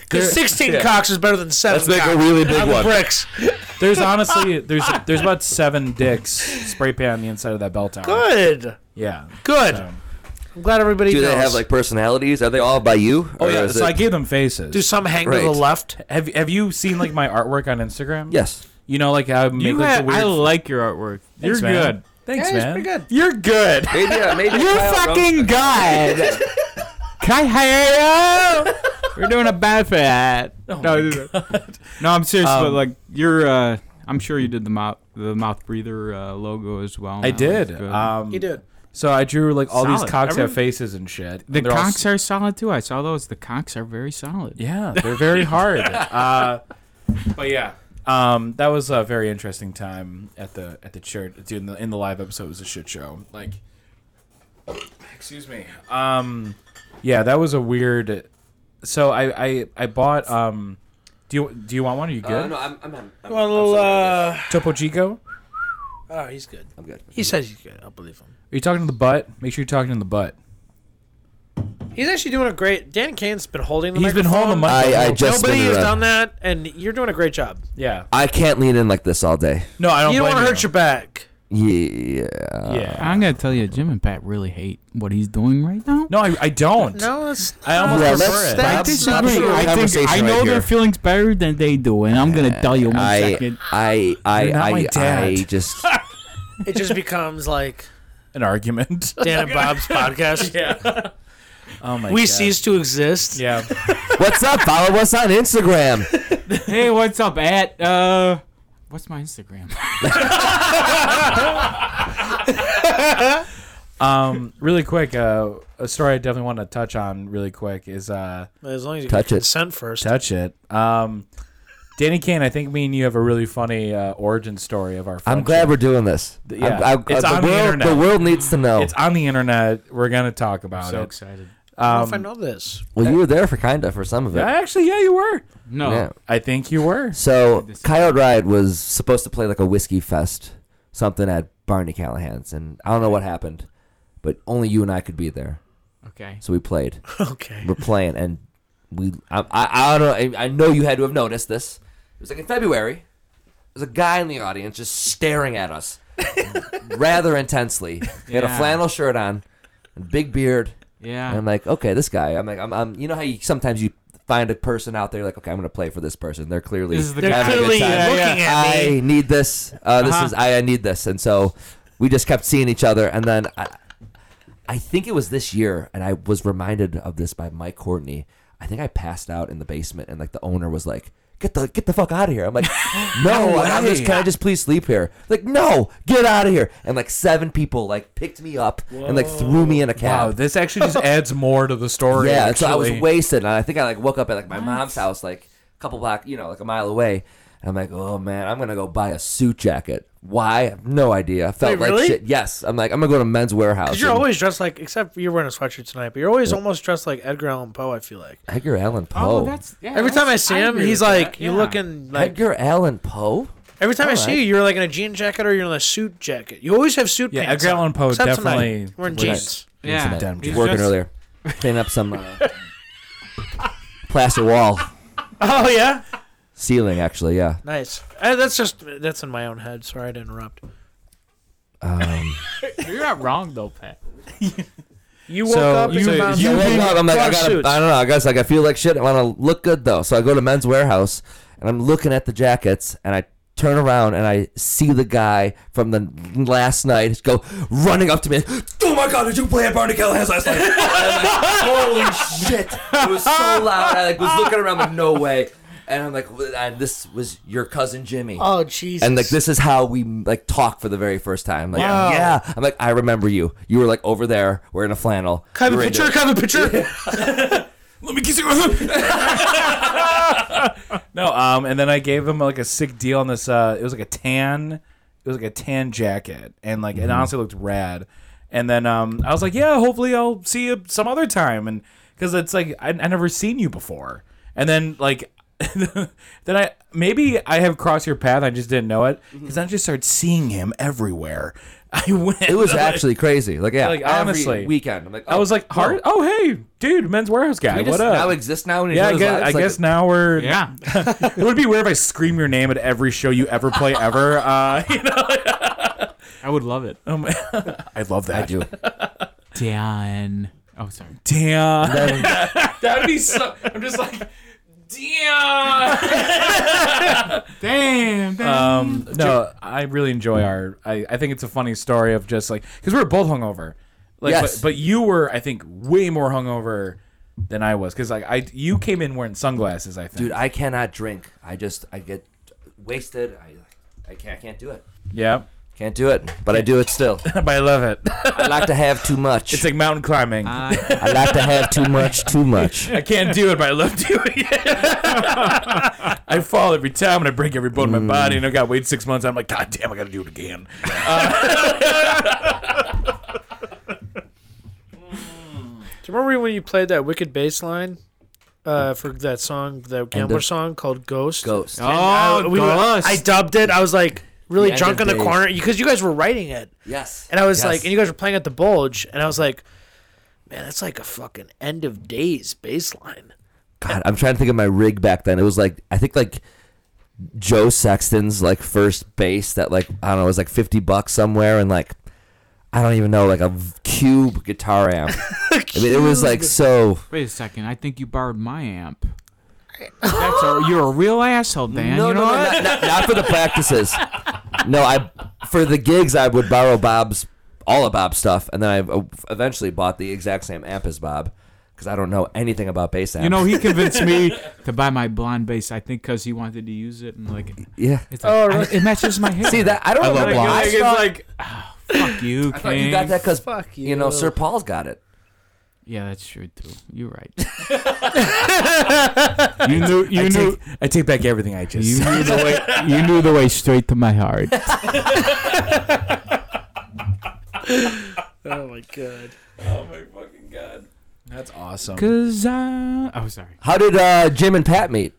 Speaker 3: Because 16
Speaker 6: yeah.
Speaker 3: cocks is better than 7
Speaker 6: Let's make
Speaker 3: cocks.
Speaker 6: a really big
Speaker 3: On the
Speaker 6: one.
Speaker 3: bricks.
Speaker 2: There's honestly there's there's about seven dicks spray painted on the inside of that bell tower.
Speaker 3: Good.
Speaker 2: Yeah.
Speaker 3: Good.
Speaker 2: So-
Speaker 3: I'm glad everybody
Speaker 6: Do
Speaker 3: knows.
Speaker 6: they have like personalities? Are they all by you?
Speaker 2: Oh
Speaker 6: Or
Speaker 2: yeah.
Speaker 6: is
Speaker 2: So I
Speaker 6: it-
Speaker 2: gave them faces.
Speaker 3: Do some hang to
Speaker 6: Right.
Speaker 3: the left?
Speaker 2: have Have you seen like my artwork on Instagram?
Speaker 6: yes.
Speaker 2: You know, like I make
Speaker 4: You
Speaker 2: like
Speaker 4: had,
Speaker 2: the weird.
Speaker 4: I like your artwork.
Speaker 2: Thanks,
Speaker 4: You're
Speaker 2: man.
Speaker 4: good.
Speaker 2: Thanks,
Speaker 3: Yeah, it's
Speaker 2: man.
Speaker 3: pretty good.
Speaker 2: You're good.
Speaker 6: Maybe, yeah, maybe
Speaker 4: You're
Speaker 6: Kyle Rose-
Speaker 4: fucking good. Can I hire you? We're doing a bad for that. no, no, I'm serious. but
Speaker 2: Um,
Speaker 4: like, you're. Uh, I'm sure you did the mouth, the mouth breather uh, logo as well.
Speaker 2: I
Speaker 4: That was
Speaker 2: did.
Speaker 4: good.
Speaker 2: Um,
Speaker 3: You did.
Speaker 2: So I drew like all these
Speaker 4: Solid.
Speaker 2: cocks have
Speaker 4: Everyone-
Speaker 2: faces and shit.
Speaker 4: the
Speaker 2: They're all
Speaker 4: cocks are solid too. I saw those. The cocks are very solid.
Speaker 2: Yeah, they're very hard. Uh, but yeah, um, that was a very interesting time at the at the church. Dude, in the, in the live episode, it was a shit show. Like, excuse me. Um, yeah, that was a weird. So I I, I bought. Um, do you do you want one? Are you
Speaker 6: Uh,
Speaker 2: good?
Speaker 6: no, I'm, I'm, I'm, I'm,
Speaker 3: Well,
Speaker 6: I'm sorry.
Speaker 3: uh,
Speaker 2: Topo Chico.
Speaker 3: oh, he's good.
Speaker 6: I'm good.
Speaker 3: He says he's good. I'll believe him.
Speaker 2: Are you talking to the butt? Make sure you're talking to the butt.
Speaker 3: He's actually doing a great. Dan Kane's been holding the.
Speaker 2: He's been
Speaker 3: microphone.
Speaker 2: holding the mic.
Speaker 6: I, I just
Speaker 3: Nobody
Speaker 6: spin it
Speaker 3: has
Speaker 6: around.
Speaker 3: done that, and you're doing a great job.
Speaker 2: Yeah.
Speaker 6: I can't lean in like this all day.
Speaker 2: No, I don't. Uh,
Speaker 3: you don't
Speaker 2: want to
Speaker 3: hurt your back.
Speaker 6: Yeah.
Speaker 2: Yeah.
Speaker 4: I'm gonna tell you, Jim and Pat really hate what he's doing right now.
Speaker 2: No, I, I don't.
Speaker 3: No, it's.
Speaker 2: I almost
Speaker 6: Yeah,
Speaker 2: prefer
Speaker 6: let's
Speaker 2: it.
Speaker 6: stop.
Speaker 4: I
Speaker 6: Bob-
Speaker 4: disagree.
Speaker 6: Bob's
Speaker 4: I
Speaker 6: conversation
Speaker 4: think I know
Speaker 6: right
Speaker 4: their
Speaker 6: here.
Speaker 4: feelings better than they do, and I'm gonna tell you one
Speaker 6: I,
Speaker 4: second.
Speaker 6: I, I,
Speaker 2: You're not
Speaker 6: I,
Speaker 2: my dad.
Speaker 6: I just.
Speaker 3: It just becomes like
Speaker 2: An argument.
Speaker 3: Dan and Bob's podcast.
Speaker 2: Oh my
Speaker 3: We
Speaker 2: God.
Speaker 3: cease to exist.
Speaker 2: Yeah.
Speaker 6: What's up? Follow us on Instagram.
Speaker 4: Hey, what's up, at uh, what's my Instagram?
Speaker 2: Um, really quick, uh, a story I definitely want to touch on really quick is uh,
Speaker 3: As long as you
Speaker 6: Touch
Speaker 3: get
Speaker 6: it.
Speaker 3: consent first.
Speaker 2: touch it. Um, Danny Kane, I think me and you have a really funny uh, origin story of our. Friendship.
Speaker 6: I'm glad we're doing this. I'm-
Speaker 2: yeah.
Speaker 6: I'm-
Speaker 2: It's
Speaker 6: the
Speaker 2: on the
Speaker 6: world,
Speaker 2: internet.
Speaker 6: the world needs to know.
Speaker 2: It's on the internet. We're gonna talk about it.
Speaker 4: excited.
Speaker 3: I don't know if I
Speaker 2: Um,
Speaker 3: know this.
Speaker 6: well, you were there for kinda for some of it.
Speaker 2: actually, yeah, you were.
Speaker 4: No,
Speaker 6: Yeah.
Speaker 2: I think you were.
Speaker 6: So Coyote Ride was supposed to play like a whiskey fest, something at Barney Callahan's, and I don't know what happened, but only you and I could be there.
Speaker 4: okay.
Speaker 6: So we played.
Speaker 3: Okay.
Speaker 6: We're playing, and we. I, I, I don't know. I, I know you had to have noticed this. It was like in February. There's a guy in the audience just staring at us, rather intensely. He had a
Speaker 4: Yeah.
Speaker 6: flannel shirt on, and big beard.
Speaker 4: Yeah.
Speaker 6: And I'm like, okay, this guy. I'm like, I'm, I'm. You know how you sometimes you find a person out there, like, okay, I'm gonna play for this person. They're clearly
Speaker 4: This is the
Speaker 3: They're
Speaker 4: guy.
Speaker 6: having a good
Speaker 3: clearly
Speaker 6: time.
Speaker 4: yeah,
Speaker 3: looking at me.
Speaker 6: I need this. Uh, this
Speaker 4: Uh-huh.
Speaker 6: is I, I need this, and so we just kept seeing each other, and then I, I think it was this year, and I was reminded of this by Mike Courtney. I think I passed out in the basement, and like the owner was like, "Get the get the fuck out of here!" I'm like, "No, I'm just, can I just please sleep here?" Like, "No, get out of here!" And like seven people like picked me up and like threw me in a cab.
Speaker 2: Wow, this actually just adds more to the story.
Speaker 6: Yeah, and so I was
Speaker 2: actually.
Speaker 6: wasted, and I think I like woke up at like my mom's house, like a couple block, you know, like a mile away. And I'm like, oh man, I'm gonna go buy a suit jacket. Why? I have no idea. I felt
Speaker 3: Wait,
Speaker 6: like
Speaker 3: really?
Speaker 6: shit. Yes, I'm like, I'm gonna go to Men's Warehouse.
Speaker 3: 'Cause you're
Speaker 6: and
Speaker 3: always dressed like, except you're wearing a sweatshirt tonight, but you're always almost dressed like Edgar Allan Poe. I feel like
Speaker 6: Edgar Allan Poe.
Speaker 4: Oh, that's yeah,
Speaker 3: every
Speaker 4: that's-
Speaker 3: time I see him,
Speaker 4: agree
Speaker 3: he's
Speaker 4: with
Speaker 3: like,
Speaker 4: that,
Speaker 3: you're
Speaker 4: yeah.
Speaker 3: looking like.
Speaker 6: Edgar Allan Poe.
Speaker 3: every time I
Speaker 6: alright.
Speaker 3: see you, you're like in a jean jacket or you're in a suit jacket. You always have suit
Speaker 2: Yeah,
Speaker 3: pants.
Speaker 2: Edgar
Speaker 3: on,
Speaker 2: Allan Poe
Speaker 3: except
Speaker 2: definitely
Speaker 3: Tonight. We're in
Speaker 2: was-
Speaker 3: jeans.
Speaker 4: Yeah,
Speaker 6: Damn,
Speaker 2: He's
Speaker 6: just working
Speaker 4: just-
Speaker 6: earlier, cleaning up some uh, plaster wall
Speaker 3: Oh yeah,
Speaker 6: ceiling. Actually, yeah.
Speaker 3: nice. Uh, that's just that's in my own head. Sorry to interrupt.
Speaker 4: You're not wrong though, Pat.
Speaker 3: You woke
Speaker 2: So-
Speaker 3: up. and
Speaker 2: you- Oh,
Speaker 3: you, found
Speaker 6: So
Speaker 2: you
Speaker 6: I woke
Speaker 2: being
Speaker 6: up, I'm like, oh, I
Speaker 3: dark
Speaker 6: gotta,
Speaker 3: suits.
Speaker 6: I don't know. I guess like I feel like shit. I want to look good though, so I go to Men's Warehouse and I'm looking at the jackets and I turn around and I see the guy from the last night go running up to me. Oh my god, did you play at Barney Callahan's last night? And I'm like, Holy shit! It was so loud. I like was looking around like, no way. And I'm like, and this was your cousin Jimmy.
Speaker 3: oh Jesus.
Speaker 6: And like this is how we like talk for the very first time. Like,
Speaker 3: Wow.
Speaker 6: yeah. I'm like, I remember you. You were like over there wearing a flannel.
Speaker 3: Can I
Speaker 6: You
Speaker 3: have
Speaker 6: were
Speaker 3: a
Speaker 6: into
Speaker 3: picture. Can I have a picture.
Speaker 2: Let me kiss you. no, um, and then I gave him like a sick deal on this. Uh, it was like a tan, it was like a tan jacket, and like
Speaker 6: Mm-hmm.
Speaker 2: it honestly looked rad. And then um, I was like, yeah, hopefully I'll see you some other time, and because it's like I I never seen you before. And then like then I maybe I have crossed your path. I just didn't know it
Speaker 6: Mm-hmm.
Speaker 2: because I just started seeing him everywhere. I went.
Speaker 6: It was actually crazy. Like yeah,
Speaker 2: Like,
Speaker 6: every
Speaker 2: honestly.
Speaker 6: weekend. I'm like,
Speaker 2: I was like,
Speaker 6: oh,
Speaker 2: hard. Oh hey, dude, men's warehouse guy.
Speaker 6: we
Speaker 2: what
Speaker 6: just
Speaker 2: up?
Speaker 6: now exist now. in each
Speaker 2: yeah, I
Speaker 6: other's
Speaker 2: guess, I
Speaker 6: lives? Like,
Speaker 2: guess now we're.
Speaker 4: Yeah.
Speaker 2: it would be weird if I scream your name at every show you ever play ever. Uh, you know,
Speaker 4: I would love it.
Speaker 2: um, I love that.
Speaker 6: I do.
Speaker 4: Dan. Oh, sorry.
Speaker 2: Damn.
Speaker 3: That'd be so. I'm just like, damn.
Speaker 4: Damn.
Speaker 2: Um, no, I really enjoy our. I, I think it's a funny story of just like because we were both hungover. Like,
Speaker 6: Yes.
Speaker 2: but, but you were, I think, way more hungover than I was because like I you came in wearing sunglasses. I think.
Speaker 6: Dude, I cannot drink. I just I get wasted. I I can't, I can't do it.
Speaker 2: yeah,
Speaker 6: Can't do it. But I do it still.
Speaker 2: but I love it.
Speaker 6: I like to have too much.
Speaker 2: It's like mountain climbing.
Speaker 6: Uh,
Speaker 4: Um,
Speaker 6: I like to have too much, too much.
Speaker 2: I can't do it, but I love doing it. I fall every time and I break every bone
Speaker 6: Mm.
Speaker 2: in my body, and I got to wait six months. I'm like, God damn, I got to do it again.
Speaker 3: Do you remember when you played that wicked bass line uh, for that song, that gambler
Speaker 6: of-
Speaker 3: song called Ghost?
Speaker 6: Ghost.
Speaker 4: oh,
Speaker 3: I, we were-
Speaker 4: Ghost.
Speaker 3: I dubbed it. I was like really
Speaker 6: The end
Speaker 3: drunk in
Speaker 6: of
Speaker 3: the
Speaker 6: days.
Speaker 3: corner because you guys were writing it,
Speaker 6: Yes.
Speaker 3: and I was
Speaker 6: Yes.
Speaker 3: like, and you guys were playing at the Bulge, and I was like, man, that's like a fucking end of days bass line.
Speaker 6: God, I'm trying to think of my rig back then. It was like I think like Joe Sexton's like first bass that like I don't know, it was like 50 bucks somewhere and like I don't even know like a v- cube guitar amp. I mean, it was like so
Speaker 4: Wait a second. I think you borrowed my amp. That's a, you're a real asshole, Dan. you know what?
Speaker 6: Not, not- not for the practices. No, I for the gigs I would borrow Bob's all of Bob's stuff, and then I uh, eventually bought the exact same amp as Bob because I don't know anything about bass amps.
Speaker 4: You know, he convinced me to buy my blonde bass. I think because he wanted to use it and like,
Speaker 6: yeah.
Speaker 4: it's like I- it matches my hair.
Speaker 6: Oh, See that I don't
Speaker 2: I love
Speaker 6: remember.
Speaker 2: blonde.
Speaker 6: I
Speaker 4: Like, it's
Speaker 6: thought-
Speaker 4: like, oh, fuck you,
Speaker 6: I thought you
Speaker 4: King.
Speaker 6: got that because
Speaker 3: Fuck
Speaker 6: you know Sir Paul's got it.
Speaker 4: Yeah, that's true too. You're right.
Speaker 5: You knew. You
Speaker 2: I,
Speaker 5: knew.
Speaker 2: take, I take back everything I just
Speaker 4: You
Speaker 2: said.
Speaker 4: knew the way. You knew the way straight to my heart.
Speaker 3: Oh my god.
Speaker 2: That's awesome.
Speaker 4: Cause I. Oh, sorry.
Speaker 6: How did uh, Jim and Pat meet?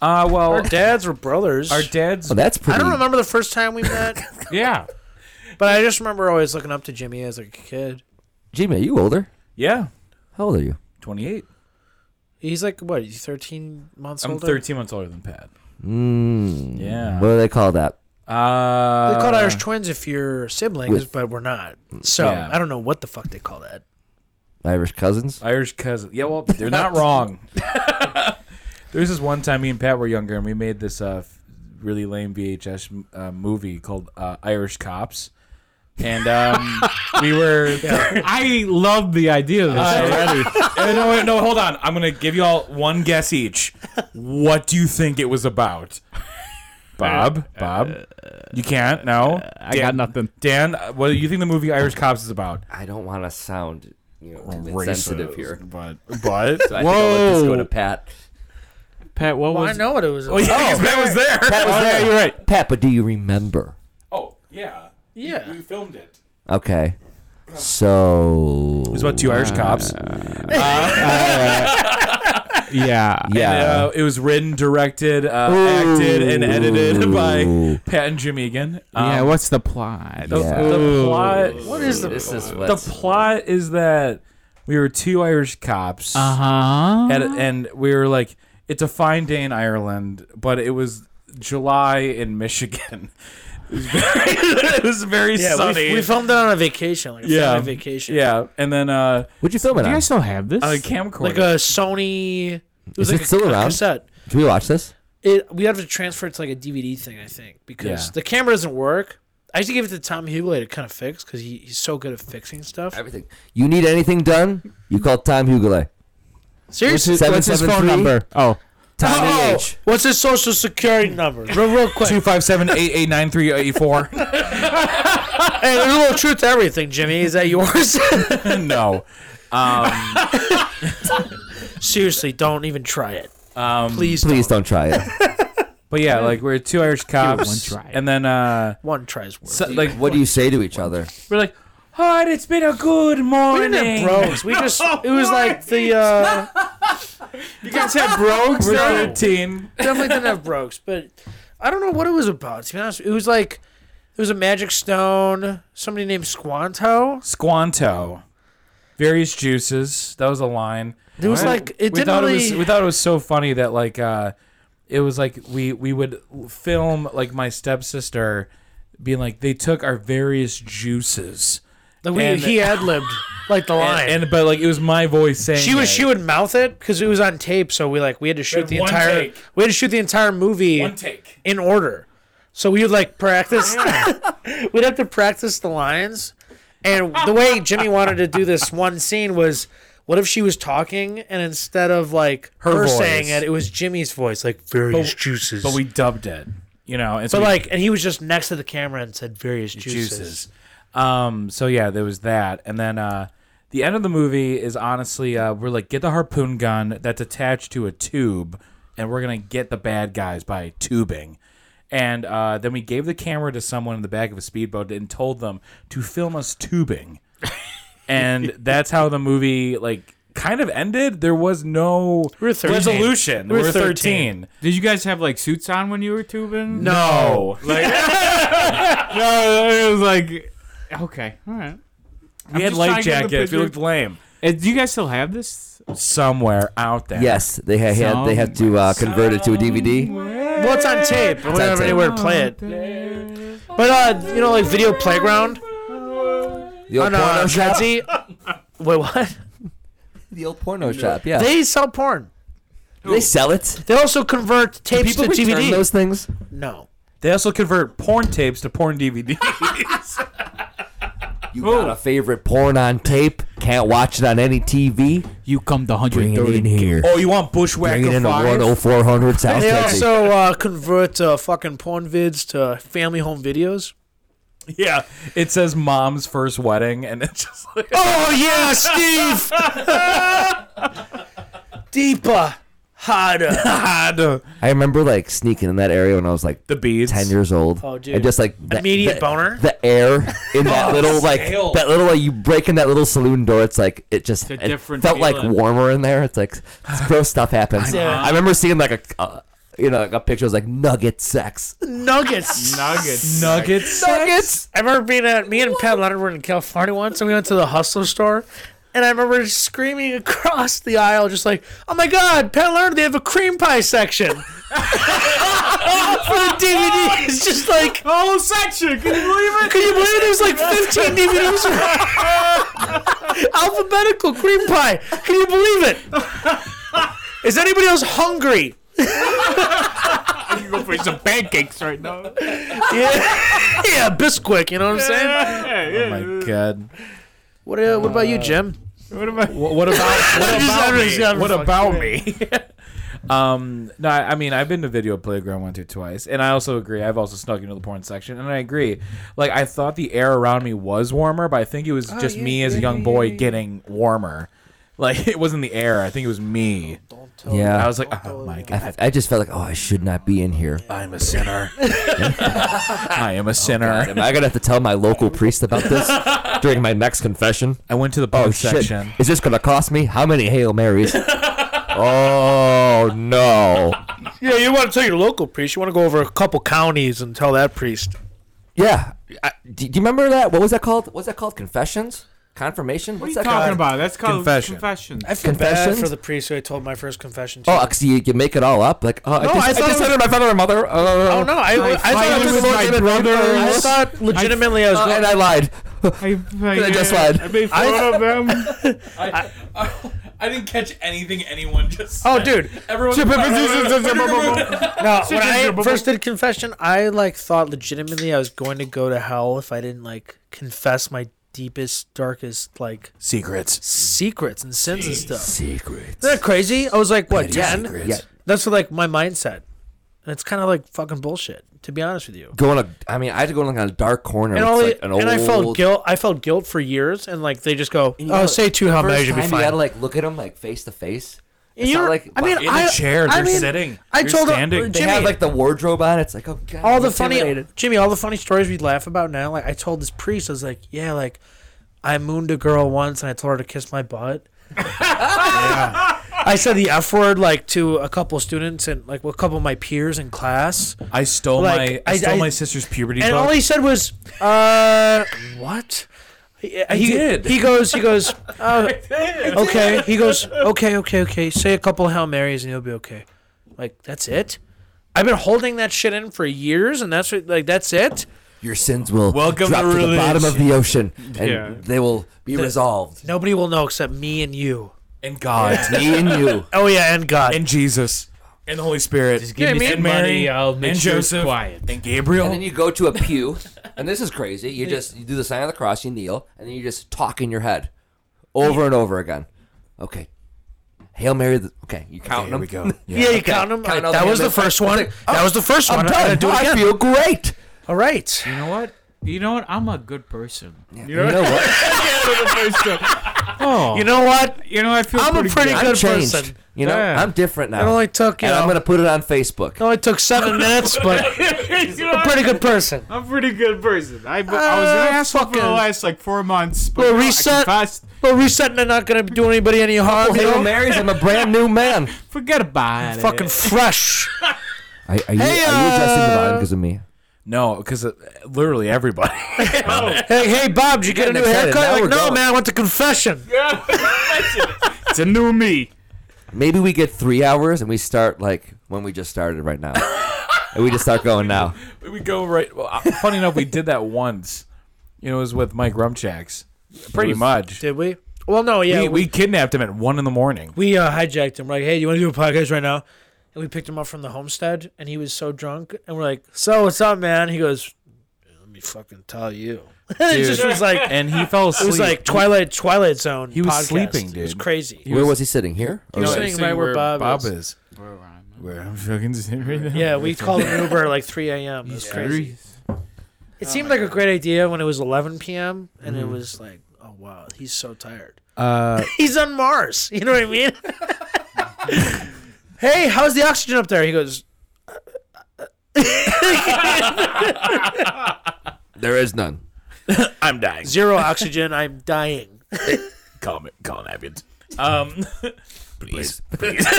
Speaker 2: Uh, well,
Speaker 3: Our dads were brothers.
Speaker 2: our dads.
Speaker 6: Oh, that's
Speaker 3: I
Speaker 6: pretty.
Speaker 3: don't remember the first time we met,
Speaker 4: Yeah.
Speaker 3: but I just remember always looking up to Jimmy as like a kid.
Speaker 6: Jimmy, are you older?
Speaker 2: yeah,
Speaker 6: How old are you?
Speaker 2: 28.
Speaker 3: He's like what? He's thirteen months
Speaker 2: I'm
Speaker 3: older.
Speaker 2: 13 months older than Pat.
Speaker 6: Mm,
Speaker 2: Yeah.
Speaker 6: What do they call that?
Speaker 2: Uh,
Speaker 3: They called Irish twins if you're siblings,
Speaker 6: Uh, With- Mm,
Speaker 3: but we're not. So
Speaker 2: Yeah.
Speaker 3: I don't know what the fuck they call that.
Speaker 6: Irish cousins?
Speaker 2: Irish cousin. Yeah, well, they're not wrong. there was this one time me and Pat were younger, and we made this uh, f- really lame VHS uh, movie called uh, Irish Cops, and um, we were.
Speaker 4: I love the idea of this already.
Speaker 2: Uh, no, wait, no, hold on. I'm gonna give you all one guess each. What do you think it was about? Bob, Bob, you can't. No,
Speaker 4: I got nothing.
Speaker 2: Dan, uh, what do you think the movie Irish Cops is about?
Speaker 6: I don't want to sound you know, insensitive here.
Speaker 2: but but
Speaker 6: So I think I'll let this go to Pat.
Speaker 4: Pat, what
Speaker 3: Well, I
Speaker 4: was?
Speaker 3: know what it was.
Speaker 2: oh yeah, 'cause Pat was there.
Speaker 6: Pat was there. You're right. Pat, but do you remember?
Speaker 2: Oh yeah,
Speaker 3: Yeah.
Speaker 2: we filmed it.
Speaker 6: Okay. So.
Speaker 2: It was about two Irish cops.
Speaker 4: Yeah.
Speaker 6: Yeah.
Speaker 2: Uh, it was written, directed, uh,
Speaker 6: Ooh.
Speaker 2: acted, and edited by
Speaker 6: Ooh.
Speaker 2: Pat and Jim Egan. Um,
Speaker 4: yeah. What's the plot?
Speaker 2: the,
Speaker 6: Yeah.
Speaker 2: the
Speaker 4: Ooh.
Speaker 2: plot?
Speaker 3: What is the
Speaker 6: This is
Speaker 2: The
Speaker 6: what.
Speaker 2: plot is that we were two Irish cops,
Speaker 4: Uh
Speaker 2: and,
Speaker 4: huh.
Speaker 2: and we were like, "It's a fine day in Ireland," but it was July in Michigan. It was very, it was very
Speaker 3: Yeah,
Speaker 2: sunny.
Speaker 3: we, we filmed it on a vacation, like a
Speaker 2: yeah,
Speaker 3: family vacation.
Speaker 2: Yeah, and then uh,
Speaker 6: What'd you film it
Speaker 4: Do you
Speaker 6: on?
Speaker 4: guys still have this?
Speaker 2: a camcorder.
Speaker 3: like a Sony. It was
Speaker 6: Is
Speaker 3: like
Speaker 6: it
Speaker 3: a,
Speaker 6: still
Speaker 3: a
Speaker 6: around?
Speaker 3: cassette.
Speaker 6: Should we watch this?
Speaker 3: It we had to transfer it to like a DVD thing, I think, because
Speaker 2: Yeah.
Speaker 3: the camera doesn't work. I used to give it to Tom Hughley to kind of fix because he, he's so good at fixing stuff.
Speaker 6: Everything. You need anything done? You call Tom Hugelet.
Speaker 3: Seriously,
Speaker 6: Seven,
Speaker 4: What's his
Speaker 6: seven,
Speaker 4: phone
Speaker 6: three?
Speaker 4: number? Oh.
Speaker 6: Tom
Speaker 3: Oh,
Speaker 6: EH.
Speaker 3: what's his social security number? Real, real quick.
Speaker 2: Two five seven eight eight nine three eight four.
Speaker 3: hey, there's a little truth to everything, Jimmy. Is that yours?
Speaker 2: No. Um,
Speaker 3: Seriously, don't even try it.
Speaker 2: um,
Speaker 3: Please,
Speaker 6: Please don't try it.
Speaker 2: But yeah, like we're two Irish cops,
Speaker 4: one try.
Speaker 2: and then uh,
Speaker 3: One tries worse.
Speaker 2: so- like
Speaker 6: What do you say to each other?
Speaker 2: we're like, All right, it's been a good
Speaker 3: We didn't have
Speaker 2: morning.
Speaker 3: bros. We just it was like the uh
Speaker 2: You guys had brogues?
Speaker 3: Bro.
Speaker 2: They're 13.
Speaker 3: definitely didn't have brokes, but I don't know what it was about. To be honest, it was like it was a magic stone. Somebody named Squanto.
Speaker 2: Squanto. Various juices. That was a line.
Speaker 3: It was like it
Speaker 2: we
Speaker 3: didn't
Speaker 2: thought
Speaker 3: really.
Speaker 2: it was we thought it was so funny that like uh it was like we we would film like my stepsister being like they took our various juices
Speaker 3: like we,
Speaker 2: and-
Speaker 3: he ad libbed like the line.
Speaker 2: and, and but like it was my voice saying
Speaker 3: she was
Speaker 2: it.
Speaker 3: she would mouth it because it was on tape, so we like we had to shoot
Speaker 2: had
Speaker 3: the
Speaker 2: one
Speaker 3: entire
Speaker 2: take.
Speaker 3: we had to shoot the entire movie
Speaker 2: one take
Speaker 3: in order. So we would like practice. we'd have to practice the lines, and the way Jimmy wanted to do this one scene was, what if she was talking and instead of like her,
Speaker 2: Her voice.
Speaker 3: saying it, it was Jimmy's voice, like various juices.
Speaker 2: but we dubbed it you know and so
Speaker 3: but
Speaker 2: we-
Speaker 3: like, and he was just next to the camera and said various juices.
Speaker 2: juices. Um, so yeah, there was that, and then uh, the end of the movie is honestly uh, we're like get the harpoon gun that's attached to a tube, and we're gonna get the bad guys by tubing. And uh, then we gave the camera to someone in the back of a speedboat and told them to film us tubing, and that's how the movie like kind of ended. There was no
Speaker 3: We were 13.
Speaker 2: resolution.
Speaker 3: We were
Speaker 2: 13.
Speaker 4: Did you guys have like suits on when you were tubing?
Speaker 2: No,
Speaker 4: Like, no, it was like, okay, all right.
Speaker 2: we had
Speaker 4: just
Speaker 2: life
Speaker 4: trying to get the
Speaker 2: jackets. We
Speaker 4: picture.
Speaker 2: looked lame
Speaker 4: Uh, Do you guys still have this?
Speaker 2: somewhere out there.
Speaker 6: Yes, they had, had they had to uh, convert it to a DVD.
Speaker 3: Well, it's on tape. We don't have
Speaker 6: tape.
Speaker 3: anywhere to play it. But uh, you know, like video playground
Speaker 6: The
Speaker 3: on
Speaker 6: old
Speaker 3: uh,
Speaker 6: porno shop.
Speaker 3: Etsy. Wait, what?
Speaker 6: The old porno shop. Yeah,
Speaker 3: They sell porn.
Speaker 6: Do they sell it.
Speaker 3: They also convert tapes
Speaker 6: People
Speaker 3: to
Speaker 6: return
Speaker 3: DVD.
Speaker 6: those things.
Speaker 3: No.
Speaker 2: They also convert porn tapes to porn DVD.
Speaker 6: You got a favorite porn on tape? Can't watch it on any TV.
Speaker 4: You come to
Speaker 6: Bring it in
Speaker 4: 130.
Speaker 6: here.
Speaker 2: oh, you want
Speaker 6: Bring it
Speaker 2: Bushwhacker
Speaker 6: in oh a
Speaker 2: 5?
Speaker 6: 10400 South
Speaker 3: They
Speaker 6: Texas.
Speaker 3: also uh, convert uh, fucking porn vids to family home videos.
Speaker 2: Yeah. It says mom's first wedding, and it's just like,
Speaker 3: Oh yeah, Steve. Deeper, harder.
Speaker 2: God.
Speaker 6: I remember like sneaking in that area when I was like
Speaker 2: The beads.
Speaker 6: 10 years old.
Speaker 3: Oh, dude.
Speaker 6: And just like the,
Speaker 3: Immediate
Speaker 6: the-
Speaker 3: boner? Oh,
Speaker 6: The air in that little like
Speaker 2: scale.
Speaker 6: that little like you break in that little saloon door. It's like it just
Speaker 4: It's a
Speaker 6: it
Speaker 4: different
Speaker 6: felt like
Speaker 4: feeling.
Speaker 6: warmer in there. It's like gross stuff happens.
Speaker 3: know.
Speaker 6: I remember seeing like a uh, you know like a picture. It was like nugget sex.
Speaker 3: Nuggets.
Speaker 4: Nuggets.
Speaker 2: Nuggets.
Speaker 6: Nuggets.
Speaker 3: I remember being at me and Pat Leonard were in California once, and we went to the Hustler store, and I remember screaming across the aisle, just like, "Oh my God, Pat Leonard! They have a cream pie section." For the DVD, it's just like
Speaker 4: Whole Oh, section. Can you believe it?
Speaker 3: Can you believe it? There's like 15 DVDs. Alphabetical cream pie. Can you believe it? Is anybody else hungry?
Speaker 4: Go for some pancakes right now.
Speaker 3: Yeah, yeah, Bisquick. You know what I'm saying?
Speaker 4: Yeah,
Speaker 2: Oh
Speaker 4: yeah.
Speaker 2: my God.
Speaker 3: What, uh, what about you, Jim?
Speaker 4: What am I?
Speaker 2: What, what about, what
Speaker 3: Just
Speaker 2: about
Speaker 3: everybody's
Speaker 2: me?
Speaker 3: having
Speaker 2: What
Speaker 3: fun.
Speaker 2: about me? um, no, I I mean, I've been to Video Playground once or twice, and I also agree. I've also snuck into the porn section, and I agree. Like, I thought the air around me was warmer, but I think it was
Speaker 3: Oh,
Speaker 2: just me as a young boy getting warmer. Like, it wasn't the air. I think it was me. I
Speaker 6: Yeah.
Speaker 2: was like, oh my God.
Speaker 6: I, I just felt like oh I should not be in here.
Speaker 2: I'm a sinner. I am a sinner.
Speaker 6: Am I gonna have to tell my local priest about this during my next confession?
Speaker 2: I went to the
Speaker 6: Oh
Speaker 2: porn section.
Speaker 6: shit! Is this gonna cost me how many Hail Marys? oh no!
Speaker 3: Yeah, you want to tell your local priest. You want to go over a couple counties and tell that priest.
Speaker 6: Yeah. I, do, do you remember that? What was that called? What's that called? Confessions? Confirmation?
Speaker 4: What are
Speaker 6: What's
Speaker 4: you
Speaker 6: that called?
Speaker 4: talking about? That's called
Speaker 2: Confession.
Speaker 4: confession.
Speaker 3: I feel bad
Speaker 6: Confessions?
Speaker 3: for the priest who I told my first confession to.
Speaker 6: Oh, uh, so you can make it all up? Like, oh,
Speaker 3: No,
Speaker 6: I just,
Speaker 3: I
Speaker 6: I
Speaker 3: thought
Speaker 6: just
Speaker 3: it
Speaker 6: said it to my father and mother. Uh,
Speaker 3: oh no, I, I,
Speaker 4: I
Speaker 3: thought
Speaker 4: fight
Speaker 3: I, was
Speaker 4: with my
Speaker 3: legitimately- I
Speaker 4: brothers.
Speaker 3: thought legitimately I was
Speaker 6: Uh, and I lied.
Speaker 4: I,
Speaker 6: I just lied.
Speaker 4: I made fun of them.
Speaker 2: I didn't catch anything anyone just
Speaker 3: Oh, dude.
Speaker 2: Everyone
Speaker 3: No, when I
Speaker 4: your bubble.
Speaker 3: first did confession, I like thought legitimately I was going to go to hell if I didn't like confess my deepest, darkest like
Speaker 2: Secrets.
Speaker 3: secrets and sins and stuff.
Speaker 6: Secrets.
Speaker 3: Isn't that crazy? I was like, what ten?
Speaker 2: Secrets.
Speaker 6: Yeah.
Speaker 3: That's like my mindset, and it's kind of like fucking bullshit. To be honest with you.
Speaker 6: Going to, I mean, I had to go in like a dark corner.
Speaker 3: And,
Speaker 6: It's
Speaker 3: all
Speaker 6: like
Speaker 3: and
Speaker 6: an
Speaker 3: I felt
Speaker 6: old-
Speaker 3: guilt. I felt guilt for years, and like they just go,
Speaker 6: You know,
Speaker 3: "Oh, say two how many
Speaker 6: First
Speaker 3: you'll be
Speaker 6: time you
Speaker 3: fine."
Speaker 6: gotta like look at him like face to face.
Speaker 3: And
Speaker 6: It's not
Speaker 3: you're-
Speaker 6: like
Speaker 3: I mean,
Speaker 6: wow.
Speaker 2: In a
Speaker 3: I-
Speaker 2: chair,
Speaker 3: I
Speaker 2: they're
Speaker 3: mean,
Speaker 2: sitting.
Speaker 3: I
Speaker 2: You're
Speaker 3: told
Speaker 2: standing.
Speaker 3: him,
Speaker 6: they have like the wardrobe on. It's like oh god.
Speaker 3: all
Speaker 6: I'm
Speaker 3: the funny
Speaker 6: intimidated.
Speaker 3: Jimmy, all the funny stories we laugh about now. Like I told this priest, I was like, yeah, like I mooned a girl once and I told her to kiss my butt. I said the F word like to a couple students and like a couple of my peers in class.
Speaker 2: I stole
Speaker 3: Like,
Speaker 2: my I,
Speaker 3: I-
Speaker 2: stole
Speaker 3: I-
Speaker 2: my sister's puberty
Speaker 3: And
Speaker 2: book.
Speaker 3: all he said was, uh, what? He, he-
Speaker 2: did.
Speaker 3: He goes, he goes, uh, okay. He goes, okay, okay, okay. Say a couple Hail Marys and you'll be okay. Like, that's it? I've been holding that shit in for years and that's what, like, that's it?
Speaker 6: Your sins will
Speaker 2: Welcome
Speaker 6: drop
Speaker 2: to
Speaker 6: to, the bottom of the ocean, and
Speaker 4: Yeah.
Speaker 6: they will be resolved.
Speaker 3: Nobody will know except me and you.
Speaker 2: and God
Speaker 6: Me and you.
Speaker 3: Oh, yeah, and God.
Speaker 2: and Jesus and the Holy Spirit
Speaker 1: Just give
Speaker 3: Yeah,
Speaker 1: me
Speaker 3: me
Speaker 1: some
Speaker 2: and Mary
Speaker 1: money. I'll make
Speaker 2: and
Speaker 1: sure
Speaker 2: Joseph
Speaker 1: it's quiet.
Speaker 2: and Gabriel.
Speaker 6: And then you go to a pew, and this is crazy. You just you do the sign of the cross, you kneel, and then you just talk in your head over and over again. Okay. Hail Mary. The, okay, you count
Speaker 2: Okay, here
Speaker 6: them.
Speaker 2: we go.
Speaker 3: yeah, you count them.
Speaker 6: Count all
Speaker 3: that
Speaker 6: the
Speaker 3: was the
Speaker 6: hands.
Speaker 3: first one.
Speaker 6: Like,
Speaker 3: that was the first
Speaker 6: I'm
Speaker 3: one. I
Speaker 6: done.
Speaker 3: gotta do it
Speaker 6: I
Speaker 3: again.
Speaker 6: feel great.
Speaker 3: All right.
Speaker 1: You know what? You know what? I'm a good person.
Speaker 6: You know what?
Speaker 1: Oh,
Speaker 3: You know what?
Speaker 4: You know, I feel
Speaker 3: I'm a pretty
Speaker 6: I'm
Speaker 3: good
Speaker 6: changed.
Speaker 3: person.
Speaker 6: You know,
Speaker 4: Yeah.
Speaker 6: I'm different now.
Speaker 3: It only took, you
Speaker 6: and
Speaker 3: know,
Speaker 6: I'm gonna put it on Facebook.
Speaker 3: it only took seven minutes, but a pretty good person.
Speaker 4: I'm a pretty good person. I, I was an asshole for the
Speaker 3: fucking-
Speaker 4: last like four months. But
Speaker 3: Well,
Speaker 4: now I
Speaker 3: reset.
Speaker 4: confess.
Speaker 3: But resetting and not gonna do anybody any harm. You
Speaker 6: Hail
Speaker 3: know?
Speaker 6: Marys. I'm a brand new man.
Speaker 4: Forget about it.
Speaker 3: Fucking fresh.
Speaker 6: Are, are you,
Speaker 3: Hey,
Speaker 6: are you adjusting the
Speaker 3: uh,
Speaker 6: volume because of me?
Speaker 2: No, because literally everybody.
Speaker 3: hey, hey, Bob, did you get a
Speaker 6: Getting
Speaker 3: new
Speaker 6: excited.
Speaker 3: haircut?
Speaker 6: Now
Speaker 3: Like,
Speaker 6: we're
Speaker 3: no,
Speaker 6: going.
Speaker 3: man, I went to confession.
Speaker 4: it's a new me.
Speaker 6: Maybe we get three hours and we start like when we just started right now. and we just start going now.
Speaker 2: we go right. Well, uh, funny enough, we did that once. You know, it was with Mike Rumchacks. Pretty much.
Speaker 3: Did we? Well, no, yeah,
Speaker 2: we,
Speaker 3: we
Speaker 2: we kidnapped him at one in the morning.
Speaker 3: we uh, hijacked him. Like, hey, you want to do a podcast right now? And we picked him up from the homestead, and he was so drunk, and we're like, so what's up, man? He goes, let me fucking tell you. it just was like, it
Speaker 2: and he fell asleep.
Speaker 3: was like Twilight Twilight Zone.
Speaker 2: He was
Speaker 3: podcast.
Speaker 2: sleeping,
Speaker 3: It was
Speaker 2: dude.
Speaker 3: crazy.
Speaker 6: Where was he sitting here?
Speaker 3: He
Speaker 6: Or
Speaker 3: was
Speaker 2: No,
Speaker 3: sitting
Speaker 2: he's
Speaker 3: right
Speaker 2: sitting
Speaker 3: where Bob,
Speaker 2: Bob
Speaker 3: is.
Speaker 2: is. Where I'm fucking sitting right now.
Speaker 3: Yeah, we called an Uber at like 3 a.m. It was crazy. It seemed like a great idea when it was 11 p.m. and it was like, oh wow, he's so tired.
Speaker 2: Mm-hmm. Uh,
Speaker 3: He's on Mars. You know what I mean? hey, how's the oxygen up there? He goes,
Speaker 6: There is none.
Speaker 2: I'm dying.
Speaker 3: zero oxygen. I'm dying.
Speaker 2: Call me. Call an ambulance. Um, please, please,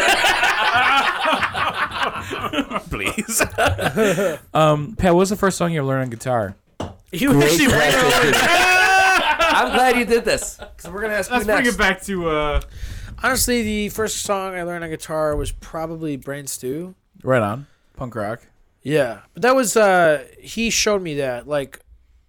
Speaker 2: please. um, Pat, what was the first song you ever learned on guitar?
Speaker 3: You actually went over-
Speaker 6: I'm glad you did this. Because we're going to ask
Speaker 4: Let's
Speaker 6: you
Speaker 4: bring
Speaker 6: next.
Speaker 4: it back to uh.
Speaker 3: Honestly, the first song I learned on guitar was probably Brain Stew.
Speaker 2: Right on. Punk rock.
Speaker 3: Yeah, but that was uh he showed me that like.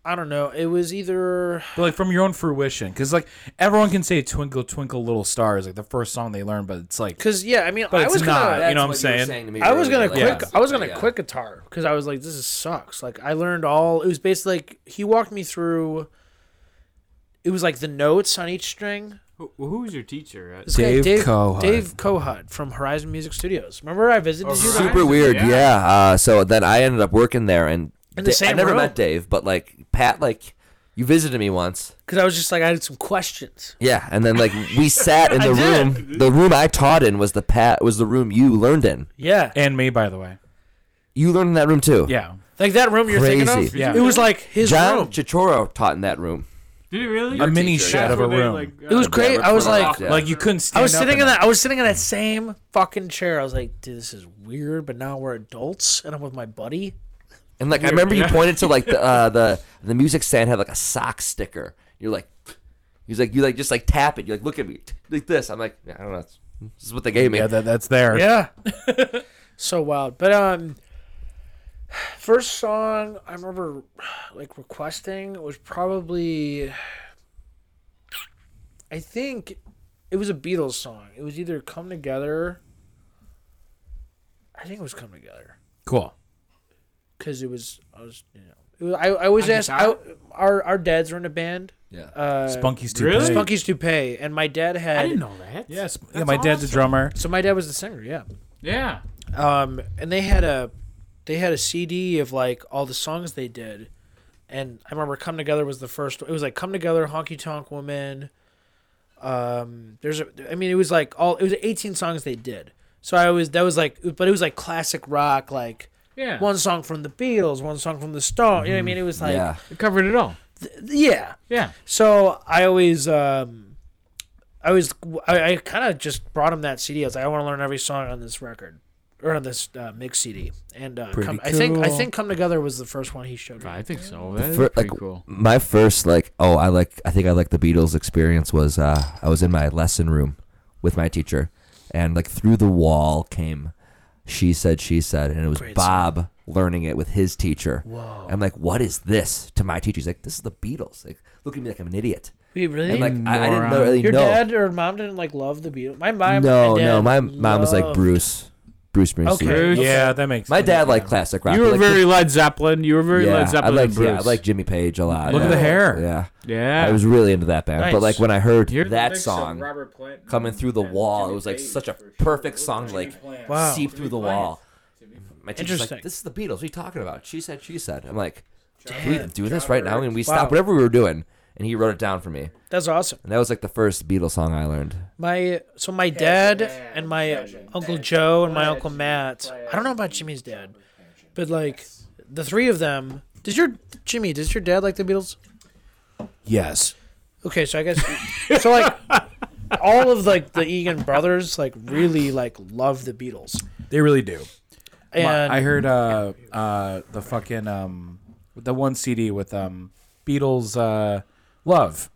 Speaker 3: I don't know. It was either
Speaker 2: But like from your own fruition, because like everyone can say "Twinkle Twinkle Little Star" is like the first song they learn, but it's like
Speaker 3: because yeah. I mean,
Speaker 2: But
Speaker 3: I
Speaker 2: it's
Speaker 3: was
Speaker 2: not.
Speaker 3: gonna
Speaker 2: You know what I'm
Speaker 6: you were
Speaker 2: saying?
Speaker 6: to me
Speaker 3: I was
Speaker 6: earlier,
Speaker 3: gonna
Speaker 6: like,
Speaker 3: quit.
Speaker 6: yeah.
Speaker 3: I was gonna
Speaker 6: Yeah.
Speaker 3: quit guitar because I was like, this is sucks. Like I learned all. It was basically like he walked me through. It was like the notes on each string.
Speaker 4: Who, who was your teacher? Uh, At?
Speaker 3: This guy,
Speaker 2: Dave Cohut.
Speaker 3: Dave Cohut from Horizon Music Studios. Remember I visited you?
Speaker 4: Horizon.
Speaker 6: Super weird,
Speaker 4: Yeah.
Speaker 6: yeah. Uh, so then I ended up working there, and
Speaker 3: In the
Speaker 6: Da- I
Speaker 3: same
Speaker 6: never
Speaker 3: room.
Speaker 6: met Dave, but like Pat, like you visited me once,
Speaker 3: Because I was just like, I had some questions.
Speaker 6: yeah. And then like we sat in
Speaker 3: I
Speaker 6: the
Speaker 3: did.
Speaker 6: room. The room I taught in was the Pat was the room you learned in.
Speaker 3: Yeah,
Speaker 2: and me, by the way.
Speaker 6: You learned in that room too.
Speaker 2: Yeah.
Speaker 3: like that room you're thinking of.
Speaker 6: Crazy.
Speaker 2: Yeah.
Speaker 3: It was like his
Speaker 6: John
Speaker 3: room.
Speaker 6: Chichoro taught in that room.
Speaker 4: Did it really?
Speaker 2: A mini shed
Speaker 4: That's
Speaker 2: of a
Speaker 4: where they,
Speaker 2: room.
Speaker 4: like,
Speaker 3: It was
Speaker 4: uh,
Speaker 3: great.
Speaker 6: that's
Speaker 3: I was
Speaker 6: where they
Speaker 3: like,
Speaker 6: Yeah.
Speaker 2: Like you couldn't stand
Speaker 3: I was
Speaker 2: up
Speaker 3: sitting in
Speaker 2: that.
Speaker 3: that. I was sitting in that same fucking chair. I was like, dude, this is weird. But now we're adults, and I'm with my buddy.
Speaker 6: And like I remember you pointed to like the uh, the the music stand had like a sock sticker. You're like, he's like you like just like tap it. You're like look at me like this. I'm like I don't know. It's- This is what they gave me.
Speaker 2: Yeah, that, that's there.
Speaker 3: Yeah. so wild. But um first song I remember like requesting was probably I think it was a Beatles song. It was either Come Together I think it was Come Together
Speaker 2: Cool.
Speaker 3: cuz it was I was you know it was, I, I always
Speaker 4: On
Speaker 3: asked I, our our dads were in a band.
Speaker 6: Yeah.
Speaker 3: Uh
Speaker 2: Spunky's too
Speaker 4: Really?
Speaker 2: big.
Speaker 3: Spunky's Toupee and my dad had
Speaker 1: I didn't know that.
Speaker 2: Yeah, Sp- yeah,
Speaker 4: That's
Speaker 2: my dad's a
Speaker 4: awesome.
Speaker 2: drummer.
Speaker 3: So my dad was the singer, yeah.
Speaker 4: Yeah.
Speaker 3: um, and they had a they had a CD of like all the songs they did, and I remember "Come Together" was the first. It was like "Come Together," "Honky Tonk Woman." Um, there's a, I mean, it was like all it was 18 songs they did. So I was that was like, but it was like classic rock, like
Speaker 4: Yeah.
Speaker 3: one song from the Beatles, one song from the Stone. You know what I mean? It was like
Speaker 6: yeah.
Speaker 4: It covered it all.
Speaker 3: Th- yeah.
Speaker 1: Yeah.
Speaker 3: So I always, um, I always, I, I kind of just brought him that CD. I was like, I want to learn every song on this record or on this uh, mix CD. And uh,
Speaker 6: Pretty
Speaker 3: come, I think I
Speaker 6: cool.
Speaker 3: think Come Together was the first one he showed me.
Speaker 1: I think so. That's
Speaker 6: fir-
Speaker 1: pretty
Speaker 6: like-
Speaker 1: cool.
Speaker 6: my first like oh i like i think i like the beatles experience was uh i was in my lesson room with my teacher and like through the wall came she said she said and it was
Speaker 3: Great song.
Speaker 6: bob learning it with his teacher
Speaker 3: Whoa.
Speaker 6: i'm like what is this to my teacher he's like this is the beatles like look at me like i'm an idiot
Speaker 3: Wait, really?
Speaker 6: and like I, I didn't
Speaker 4: moron.
Speaker 6: really
Speaker 3: Your
Speaker 6: know
Speaker 3: dad or mom didn't like love the Beatles. My mom.
Speaker 6: no
Speaker 3: my dad
Speaker 6: no my mom was like
Speaker 3: loved-
Speaker 6: bruce bruce Springsteen.
Speaker 3: Okay.
Speaker 2: Yeah, that makes
Speaker 6: my dad liked classic rock
Speaker 4: You
Speaker 6: but,
Speaker 4: were
Speaker 6: like,
Speaker 4: very Led Zeppelin. You were very
Speaker 6: yeah,
Speaker 4: Led Zeppelin.
Speaker 6: I
Speaker 4: and
Speaker 6: liked,
Speaker 4: Bruce.
Speaker 6: yeah, I like Jimmy Page a lot.
Speaker 2: Look at
Speaker 6: yeah.
Speaker 2: the hair.
Speaker 6: Yeah.
Speaker 4: Yeah.
Speaker 6: I was really into that band. But
Speaker 3: Nice.
Speaker 6: like when I heard
Speaker 1: You're the
Speaker 6: that
Speaker 1: mix of
Speaker 6: song
Speaker 1: Robert Plant
Speaker 6: coming through the
Speaker 1: and
Speaker 6: wall,
Speaker 1: Jimmy
Speaker 6: it was like
Speaker 1: Page
Speaker 6: such a
Speaker 1: for sure.
Speaker 6: perfect song to like
Speaker 3: Wow.
Speaker 6: seep through the
Speaker 1: Plant.
Speaker 6: wall. My teacher's
Speaker 3: Interesting.
Speaker 6: like, "This is the Beatles. What are you talking about?" She said, "She said." I'm like,
Speaker 3: Damn.
Speaker 6: "Can we do this right now?" And we
Speaker 3: Wow.
Speaker 6: stopped whatever we were doing, and he wrote it down for me.
Speaker 3: That's awesome.
Speaker 6: And that was like the first Beatles song I learned.
Speaker 3: My so my dad and my uncle Joe and my uncle Matt. I don't know about Jimmy's dad, but like the three of them. Does your Jimmy? Does your dad like the Beatles?
Speaker 2: Yes.
Speaker 3: Okay, so I guess so. Like all of like the Egan brothers, like really like love the Beatles.
Speaker 2: They really do.
Speaker 3: And
Speaker 2: My- I heard uh uh the fucking um the one CD with um Beatles uh Love.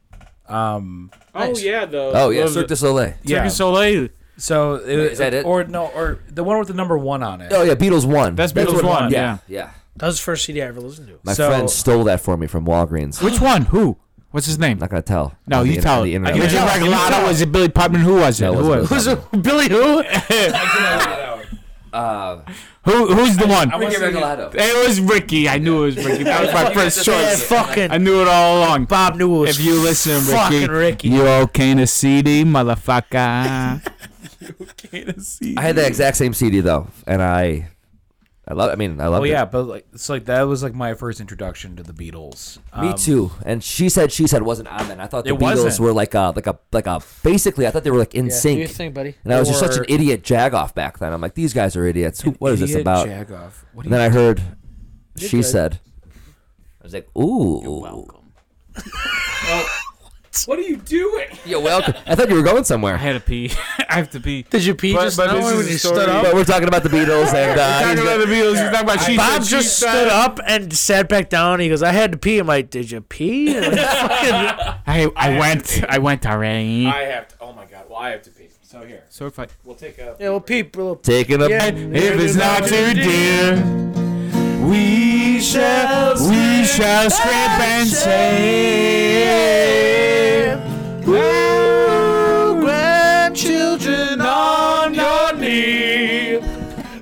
Speaker 2: Um
Speaker 4: oh yeah, the
Speaker 6: Oh yeah,
Speaker 4: the-
Speaker 6: Cirque du Soleil.
Speaker 2: yeah.
Speaker 4: Cirque du Soleil.
Speaker 2: So it,
Speaker 6: is that it?
Speaker 2: Or no, or the one with the number one on it.
Speaker 6: Oh yeah, Beatles one.
Speaker 4: That's
Speaker 2: That's
Speaker 4: Beatles
Speaker 2: what
Speaker 4: one.
Speaker 2: one,
Speaker 4: Yeah.
Speaker 6: yeah.
Speaker 3: that was the first CD I ever listened to.
Speaker 6: My
Speaker 2: So-
Speaker 6: friend stole that for me from Walgreens. I'm
Speaker 4: Which one? Who? What's his name?
Speaker 6: not gonna tell.
Speaker 4: No,
Speaker 6: On
Speaker 4: you
Speaker 6: the,
Speaker 4: tell.
Speaker 6: on the
Speaker 4: it.
Speaker 6: internet.
Speaker 4: It was
Speaker 6: Yeah.
Speaker 4: Greg Lotto. Was it Billy Putman? Who was it?
Speaker 6: No, it
Speaker 4: who
Speaker 6: wasn't
Speaker 4: was
Speaker 6: Billy
Speaker 4: Billy who?
Speaker 6: Uh,
Speaker 4: who? Who's the one?
Speaker 6: Ricky Regalado.
Speaker 4: It was Ricky. I knew it was Ricky. That was my first
Speaker 3: Yeah,
Speaker 4: choice.
Speaker 3: fucking
Speaker 4: I knew it all along.
Speaker 3: Bob Newell. Was
Speaker 4: If you listen, Ricky,
Speaker 3: fucking Ricky.
Speaker 4: you okay to CD, motherfucker?
Speaker 6: I had the exact same CD though, and I, I love. I mean, I love.
Speaker 2: Oh
Speaker 6: it.
Speaker 2: yeah, but like it's like that was like my first introduction to the Beatles.
Speaker 6: Me
Speaker 2: Um,
Speaker 6: too. And she said she said wasn't on that. I thought the
Speaker 2: It
Speaker 6: Beatles
Speaker 2: wasn't.
Speaker 6: were like a like a like a basically I thought they were like in
Speaker 3: Yeah, Do
Speaker 6: sync.
Speaker 3: your thing, buddy.
Speaker 6: and I was just such an
Speaker 2: Or-
Speaker 6: idiot jagoff back then. I'm like, these guys are idiots. Who, what is this
Speaker 2: Idiot
Speaker 6: about?
Speaker 2: Jagoff. What do
Speaker 6: and then I heard she
Speaker 3: good.
Speaker 6: said. I was like, ooh. You're welcome.
Speaker 1: What are you doing?
Speaker 6: You're welcome. I thought you were going somewhere.
Speaker 1: I had to pee. I have to pee.
Speaker 3: Did you pee
Speaker 4: But-
Speaker 3: just
Speaker 4: but
Speaker 3: now
Speaker 4: this is
Speaker 3: when
Speaker 4: a
Speaker 3: you
Speaker 4: story-
Speaker 3: stood up?
Speaker 6: But we're talking about the Beatles and uh,
Speaker 4: Talking
Speaker 6: he's-
Speaker 4: about the Beatles. He's talking about she
Speaker 3: Bob
Speaker 4: said, she
Speaker 3: just
Speaker 4: said.
Speaker 3: stood up and sat back down. He goes, I had to pee. I'm like, did you pee? And fucking-
Speaker 4: I, I went. I went already.
Speaker 1: have to. Oh my god. Well, I have to pee. So here.
Speaker 4: so if I,
Speaker 1: We'll take a.
Speaker 3: yeah, well, pee. Well,
Speaker 6: taking a
Speaker 3: yeah.
Speaker 4: if it's not too dear, we shall we shall scrape and save. Ooh, grandchildren on your knee,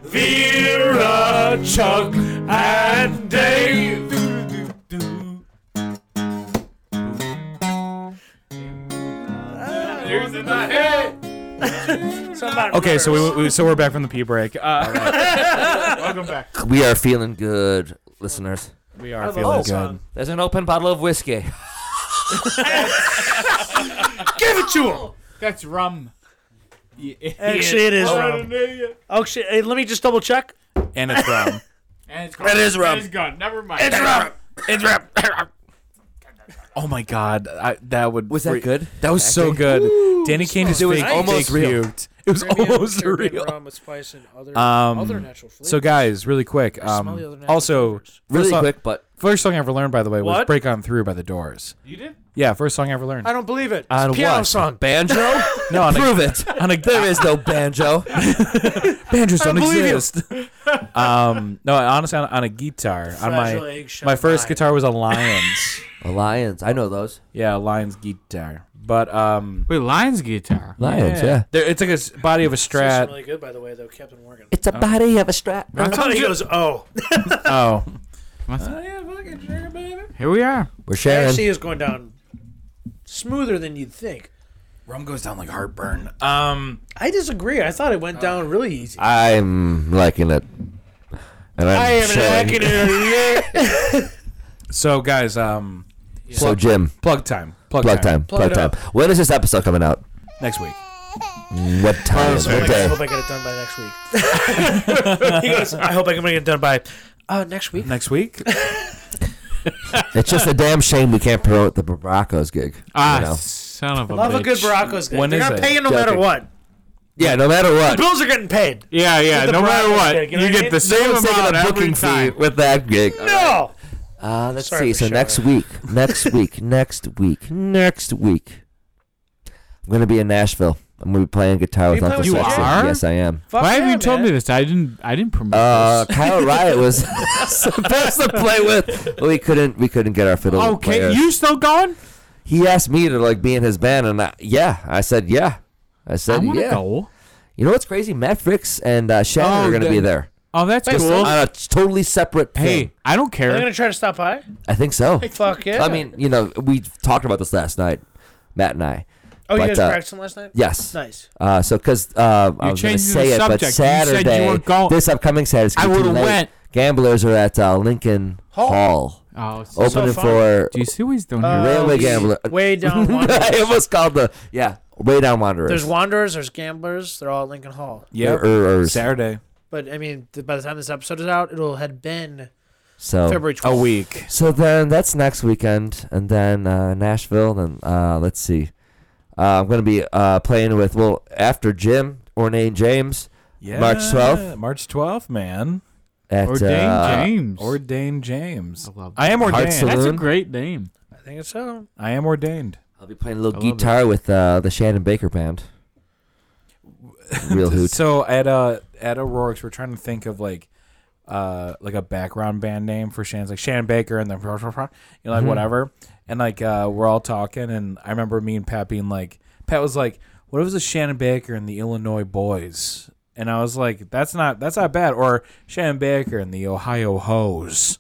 Speaker 4: Vera, Chuck, and Dave.
Speaker 2: Okay, so we, we so we're back from the pee break. Uh,
Speaker 6: We are feeling good, listeners.
Speaker 2: we are
Speaker 3: feeling
Speaker 2: feeling good.
Speaker 6: There's an open bottle of whiskey.
Speaker 3: Give it to him.
Speaker 4: That's rum. Oh,
Speaker 3: Actually, it is rum. Actually, Oh, hey, let me just double check.
Speaker 2: And it's rum.
Speaker 4: And it's gone. It is
Speaker 2: rum.
Speaker 4: It is gone. Never mind.
Speaker 2: it's rum. It's rum. oh my god, I, that would
Speaker 6: Was that
Speaker 2: re-
Speaker 6: good?
Speaker 2: That was so
Speaker 6: Acting?
Speaker 2: good. Danny Kane just
Speaker 6: It was
Speaker 2: fake,
Speaker 6: almost
Speaker 2: fake
Speaker 6: real.
Speaker 2: puked. It was almost real.
Speaker 3: Rum with spice and other,
Speaker 2: Um,
Speaker 3: other natural flavors.
Speaker 2: So guys, really quick.
Speaker 3: I smell the other
Speaker 2: Um,
Speaker 3: natural
Speaker 2: also,
Speaker 3: flavors.
Speaker 6: Really
Speaker 2: first song,
Speaker 6: quick, but
Speaker 2: First song I ever learned, by the way, was
Speaker 3: What?
Speaker 2: "Break On Through" by the Doors.
Speaker 4: You did?
Speaker 2: Yeah, first song I ever learned.
Speaker 3: I don't believe it.
Speaker 2: On
Speaker 3: it's a piano
Speaker 2: what?
Speaker 3: song.
Speaker 6: banjo.
Speaker 2: no, on a,
Speaker 6: Prove it.
Speaker 2: on a
Speaker 6: There is no banjo.
Speaker 2: banjos don't
Speaker 3: believe you.
Speaker 2: exist. um, no, honestly, on, on a guitar. On
Speaker 3: Fragile
Speaker 2: my
Speaker 3: eggshell
Speaker 2: my first
Speaker 3: mind.
Speaker 2: guitar was a Lions.
Speaker 6: Lions. I know those.
Speaker 2: yeah, a Lions guitar. But um,
Speaker 4: Wait, Lion's guitar.
Speaker 6: Lions, yeah.
Speaker 2: There- it's like a s- body of a
Speaker 3: This is
Speaker 2: strat.
Speaker 3: really good, by the way, though. Captain Morgan.
Speaker 6: It's a body of a strap.
Speaker 3: he goes, oh.
Speaker 2: oh,
Speaker 4: Here we are.
Speaker 6: We're sharing.
Speaker 3: Actually, is going down smoother than you'd think.
Speaker 2: rum goes down like heartburn. Um,
Speaker 3: I disagree. I thought it went down really easy.
Speaker 6: I'm liking it. And I'm chilling.
Speaker 2: so guys, um,
Speaker 6: So, Jim,
Speaker 2: plug time. Plug,
Speaker 6: plug
Speaker 2: time.
Speaker 6: time. Plug
Speaker 3: it
Speaker 6: time.
Speaker 3: up.
Speaker 6: When is this episode coming out?
Speaker 2: next week.
Speaker 6: What time?
Speaker 3: I
Speaker 6: What
Speaker 3: just
Speaker 6: day?
Speaker 3: hope I get it done by next week. he goes, I hope I can get it done by uh, next week.
Speaker 2: Next week.
Speaker 6: It's just a damn shame we can't promote the Baracos gig. you
Speaker 4: Ah,
Speaker 6: know?
Speaker 4: son of a
Speaker 3: Love
Speaker 4: bitch.
Speaker 3: a good Broncos game.
Speaker 2: When
Speaker 3: They're
Speaker 2: is
Speaker 3: gonna
Speaker 2: it?
Speaker 3: pay you no matter
Speaker 6: Joking.
Speaker 3: what.
Speaker 6: Yeah, no matter what.
Speaker 3: Bills are getting paid.
Speaker 4: Yeah, yeah.
Speaker 3: the
Speaker 4: No matter
Speaker 3: Broncos
Speaker 4: what,
Speaker 3: pick, you
Speaker 4: you,
Speaker 3: know what I
Speaker 4: get
Speaker 3: mean?
Speaker 4: the same
Speaker 6: Someone's
Speaker 4: amount
Speaker 6: taking a booking
Speaker 4: every
Speaker 6: fee
Speaker 4: time.
Speaker 6: with that gig.
Speaker 3: No.
Speaker 6: Uh, let's
Speaker 3: Sorry
Speaker 6: see.
Speaker 3: for
Speaker 6: So
Speaker 3: shouting.
Speaker 6: next week, next week, next week, next week, I'm gonna be in Nashville. I'm gonna be playing guitar with
Speaker 3: you
Speaker 6: Uncle
Speaker 3: playing with
Speaker 6: Sexy.
Speaker 4: Jack?
Speaker 6: Yes, I am.
Speaker 3: Fuck
Speaker 4: Why
Speaker 3: yeah,
Speaker 4: have you told
Speaker 3: man.
Speaker 4: me this? I didn't. I didn't promote
Speaker 6: Uh,
Speaker 4: this.
Speaker 6: Kyle Riot was supposed to play with, but we couldn't. We couldn't get our fiddle.
Speaker 4: Okay,
Speaker 6: player.
Speaker 4: Oh, you still going?
Speaker 6: He asked me to like be in his band, and I, yeah, I said yeah. I
Speaker 4: I
Speaker 6: said
Speaker 4: want to
Speaker 6: yeah.
Speaker 4: go.
Speaker 6: You know what's crazy? Matt Fricks and uh, Shannon
Speaker 4: Oh,
Speaker 6: are gonna
Speaker 4: then-
Speaker 6: be there.
Speaker 4: Oh, that's
Speaker 6: Just
Speaker 4: cool.
Speaker 6: on a totally separate thing.
Speaker 4: hey, I don't
Speaker 3: They're
Speaker 4: care.
Speaker 3: gonna try to stop by.
Speaker 6: I think so.
Speaker 3: Fuck yeah.
Speaker 6: I mean, you know, we talked about this last night, Matt and I.
Speaker 3: oh, you
Speaker 6: but,
Speaker 3: guys
Speaker 6: uh,
Speaker 3: practicing last night?
Speaker 6: Yes.
Speaker 3: Nice.
Speaker 6: Uh, so, because uh, I
Speaker 4: You
Speaker 6: was going to
Speaker 4: changed the
Speaker 6: say it, but
Speaker 4: subject. You said you
Speaker 6: Saturday,
Speaker 4: weren't going-
Speaker 6: this upcoming Saturday, it's
Speaker 4: I
Speaker 6: gonna be too
Speaker 4: would've
Speaker 6: late.
Speaker 4: went.
Speaker 6: Gamblers are at uh, Lincoln Hall,
Speaker 3: Hall.
Speaker 4: Oh, so-
Speaker 6: opening
Speaker 3: fun.
Speaker 6: for
Speaker 4: do you see what he's doing
Speaker 3: Uh,
Speaker 4: here?
Speaker 6: Railway
Speaker 3: we-
Speaker 6: Gambler.
Speaker 3: Way down.
Speaker 6: I
Speaker 3: Wanderers.
Speaker 6: almost called the yeah Way Down Wanderers.
Speaker 3: there's wanderers. There's gamblers. They're all at Lincoln Hall.
Speaker 6: Or- or- or-
Speaker 2: Saturday.
Speaker 3: But I mean, th- by the time this episode is out, it'll had been
Speaker 6: so
Speaker 3: February 12th.
Speaker 2: A week.
Speaker 6: So then that's next weekend, and then uh, Nashville, and uh, let's see. Uh, I'm gonna be uh, playing with well after Jim Ornane James
Speaker 2: Yeah.
Speaker 6: March 12th?
Speaker 2: March 12th, man.
Speaker 6: at
Speaker 4: Ordained
Speaker 6: uh,
Speaker 4: James.
Speaker 2: Ordained James.
Speaker 4: I love
Speaker 2: I am
Speaker 6: Heart
Speaker 2: ordained.
Speaker 6: Saloon.
Speaker 4: That's a
Speaker 6: Saloon.
Speaker 4: great name.
Speaker 3: I think it's so.
Speaker 2: I am ordained.
Speaker 6: I'll be playing a little
Speaker 4: I love
Speaker 6: guitar with uh, the Shannon Baker Band. Real hoot.
Speaker 2: So at uh at O'Rourke's, we're trying to think of like uh like a background band name for Shannon's like Shannon Baker and then you know, like
Speaker 6: Mhm.
Speaker 2: whatever. And like uh we're all talking and I remember me and Pat being like Pat was like, What if it was a Shannon Baker and the Illinois boys? And I was like, That's not that's not bad or Shannon Baker and the Ohio Hoes.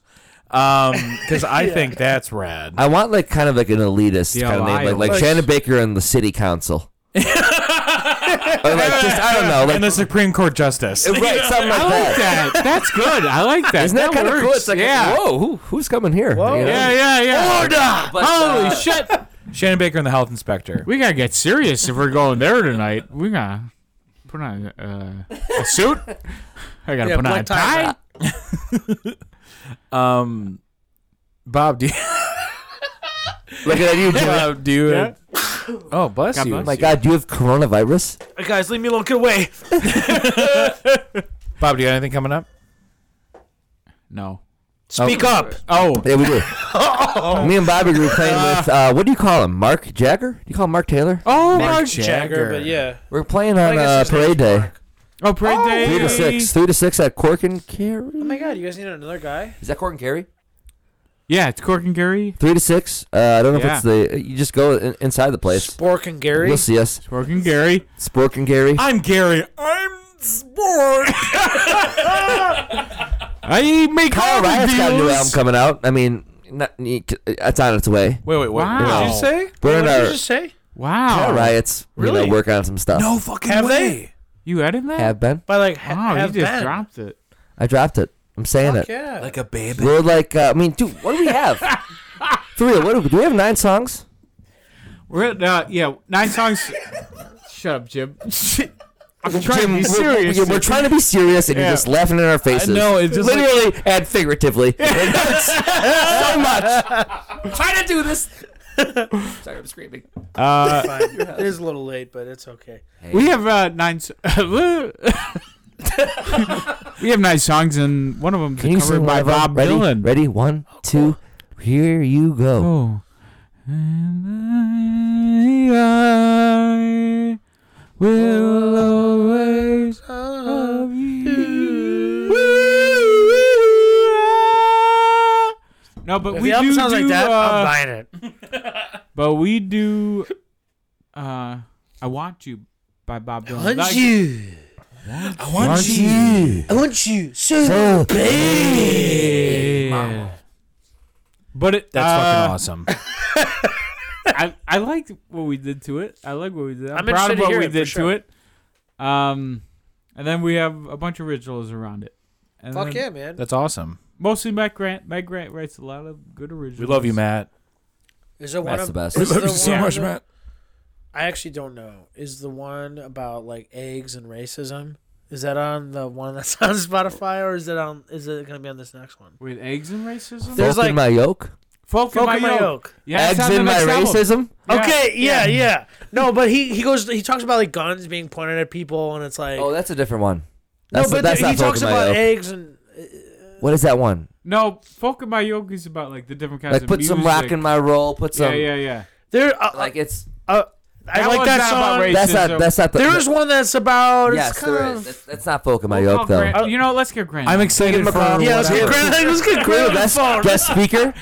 Speaker 2: Um, because I think that's rad.
Speaker 6: I want like kind of like an elitist
Speaker 4: Yeah,
Speaker 6: kind of name,
Speaker 4: Lyle.
Speaker 6: like, like
Speaker 4: Like-
Speaker 6: Shannon Baker and the City Council. or like just I don't know,
Speaker 2: and
Speaker 6: like
Speaker 2: the Supreme Court Justice.
Speaker 6: right, something like
Speaker 4: I like
Speaker 6: that.
Speaker 4: that. That's good. I like that.
Speaker 6: Isn't that,
Speaker 4: that
Speaker 6: kind of cool?
Speaker 4: works.
Speaker 6: It's like,
Speaker 4: yeah.
Speaker 6: whoa, who, who's coming here?
Speaker 3: Whoa.
Speaker 6: You know?
Speaker 4: yeah,
Speaker 3: Oh,
Speaker 4: yeah, yeah.
Speaker 6: But,
Speaker 4: Holy
Speaker 6: uh,
Speaker 4: shit!
Speaker 2: Shannon Baker and the Health Inspector.
Speaker 4: We gotta get serious if we're going there tonight. We gotta put on uh, a suit. I gotta
Speaker 3: Yeah,
Speaker 4: put on a
Speaker 3: black tie.
Speaker 4: tie.
Speaker 2: Um, Bob, do you,
Speaker 6: Look at you, Jim.
Speaker 2: Bob, do you
Speaker 4: Yeah.
Speaker 2: Oh, bless
Speaker 4: God
Speaker 2: you.
Speaker 4: bless
Speaker 6: my God, do you have coronavirus?
Speaker 3: Hey, guys, leave me alone. Get away.
Speaker 2: Bob, do you have anything coming up?
Speaker 4: No.
Speaker 3: Speak up.
Speaker 4: Oh,
Speaker 6: Yeah, we do. Oh. Me and Bobby were playing with uh, what do you call him? Mark Jagger? Do you call him Mark Taylor?
Speaker 4: oh, Mark
Speaker 3: Jagger, but yeah.
Speaker 6: We're playing
Speaker 3: I
Speaker 6: on
Speaker 3: guess
Speaker 6: uh,
Speaker 3: his name's
Speaker 6: Parade Day,
Speaker 3: Mark.
Speaker 4: Oh, parade day.
Speaker 6: three to six, three to six at Cork and Carry.
Speaker 3: Oh my god, you guys need another guy?
Speaker 6: Is that Cork and Carry?
Speaker 4: Yeah, it's Cork and Gary.
Speaker 6: Three to six. Uh, I don't know
Speaker 4: Yeah.
Speaker 6: if it's the. You just go in, inside the place.
Speaker 3: Spork and Gary.
Speaker 6: You'll see us.
Speaker 4: It's Cork and Gary.
Speaker 6: It's Cork and Gary.
Speaker 2: I'm Gary. I'm sport.
Speaker 4: I make all
Speaker 6: Kyle
Speaker 4: the
Speaker 6: Riot's got a new
Speaker 4: deals.
Speaker 6: album coming out. I mean, not, it's on its way.
Speaker 2: Wait, wait, what, what
Speaker 4: Wow.
Speaker 2: did you say?
Speaker 6: We're
Speaker 3: what
Speaker 6: in
Speaker 3: did you
Speaker 6: our
Speaker 3: just say?
Speaker 4: Wow.
Speaker 6: Kyle Riot's. You
Speaker 4: Really?
Speaker 6: know, work on some stuff.
Speaker 2: fucking
Speaker 3: Have
Speaker 4: You added that?
Speaker 6: Have been.
Speaker 3: By like, ha-
Speaker 4: Wow,
Speaker 3: have
Speaker 4: you just
Speaker 3: been.
Speaker 4: dropped it.
Speaker 6: I dropped it. I'm saying
Speaker 3: Fuck
Speaker 6: it.
Speaker 3: yeah.
Speaker 2: Like a baby.
Speaker 6: We're like, uh, I mean, dude, what do we have? For real, what do we, do we have nine songs?
Speaker 4: We're at, uh, yeah, nine songs. Shut up, Jim. I'm trying to be
Speaker 6: we're-
Speaker 4: serious.
Speaker 6: We're, we're trying to be serious, and you're just laughing in our faces.
Speaker 2: no, it's just
Speaker 6: literally and figuratively. It hurts so much. Trying to do this. Sorry, I'm screaming.
Speaker 4: Uh,
Speaker 3: Fine. it is a little late, but it's okay.
Speaker 4: we have uh, nine. s- we have nine songs, and one of them
Speaker 6: Can you
Speaker 4: covered
Speaker 6: sing one
Speaker 4: by
Speaker 6: of 'em?
Speaker 4: Bob
Speaker 6: ready,
Speaker 4: Dylan.
Speaker 6: Ready, one, two. Here you go.
Speaker 4: Oh. And I, I will always
Speaker 3: Uh-huh.
Speaker 4: love you. No, but
Speaker 3: If
Speaker 4: we
Speaker 3: the album
Speaker 4: do
Speaker 3: sounds
Speaker 4: do,
Speaker 3: like that, I'm
Speaker 4: uh,
Speaker 3: buying it.
Speaker 4: but we do. Uh, I want you by Bob Dylan. Like-
Speaker 3: you.
Speaker 2: I want
Speaker 6: you.
Speaker 3: I want you. So,
Speaker 4: Oh.
Speaker 6: So
Speaker 4: Yeah. But it,
Speaker 2: That's
Speaker 4: uh,
Speaker 2: fucking awesome.
Speaker 4: I, I liked what we did to it. I like what we did. I'm,
Speaker 3: I'm
Speaker 4: proud
Speaker 3: interested
Speaker 4: of
Speaker 3: to
Speaker 4: what
Speaker 3: hear
Speaker 4: we
Speaker 3: it, for
Speaker 4: did
Speaker 3: sure.
Speaker 4: to it. Um, and then we have a bunch of originals around it. And
Speaker 3: fuck
Speaker 4: then
Speaker 3: yeah, man.
Speaker 2: That's awesome.
Speaker 4: Mostly Matt Grant. Matt Grant writes a lot of good originals.
Speaker 2: We love you, Matt.
Speaker 3: Is there one
Speaker 6: That's
Speaker 3: of-
Speaker 6: the best.
Speaker 3: is
Speaker 6: We
Speaker 3: there one of-
Speaker 2: Matt.
Speaker 3: I actually don't know. Is the one about like eggs and racism? Is that on the one that's on Spotify, or is it on? Is it gonna be on this next one?
Speaker 4: With eggs and racism?
Speaker 3: There's
Speaker 6: Folk in
Speaker 3: like-
Speaker 6: my yoke.
Speaker 4: Folk,
Speaker 3: Folk in my yoke.
Speaker 4: Yeah, it's
Speaker 6: Eggs
Speaker 4: on the
Speaker 6: in my
Speaker 4: next album.
Speaker 6: racism.
Speaker 4: Yeah.
Speaker 3: Okay, yeah, yeah, No, but he he goes he talks about like guns being pointed at people, and it's like
Speaker 6: Oh, that's a different one.
Speaker 3: no,
Speaker 6: That's,
Speaker 3: but
Speaker 6: that's
Speaker 3: th-
Speaker 6: not
Speaker 3: he talks
Speaker 6: folk in my
Speaker 3: about
Speaker 6: yoke.
Speaker 3: eggs and
Speaker 6: What is that one?
Speaker 4: No, folk in my yoke is about like the different kinds
Speaker 6: Like
Speaker 4: of
Speaker 6: put some rock in my roll. Put some
Speaker 4: Yeah, yeah, yeah.
Speaker 3: there. Uh,
Speaker 6: like it's
Speaker 3: uh, I
Speaker 4: That
Speaker 3: like
Speaker 4: one's
Speaker 3: that
Speaker 4: not about
Speaker 3: song.
Speaker 4: race.
Speaker 6: that's
Speaker 4: Racism.
Speaker 6: not that's not the
Speaker 3: There is one that's about.
Speaker 6: yes
Speaker 3: it's kind
Speaker 6: there
Speaker 3: of,
Speaker 6: is. That's, that's not folk in my
Speaker 4: We'll
Speaker 6: yoke
Speaker 4: call
Speaker 6: though.
Speaker 4: Grant- You know, let's get Grant.
Speaker 2: I'm excited for
Speaker 3: Yeah, let's get
Speaker 6: Whatever.
Speaker 3: Grant. Let's get
Speaker 6: Who,
Speaker 3: Grant on the
Speaker 6: best,
Speaker 3: phone.
Speaker 6: guest speaker.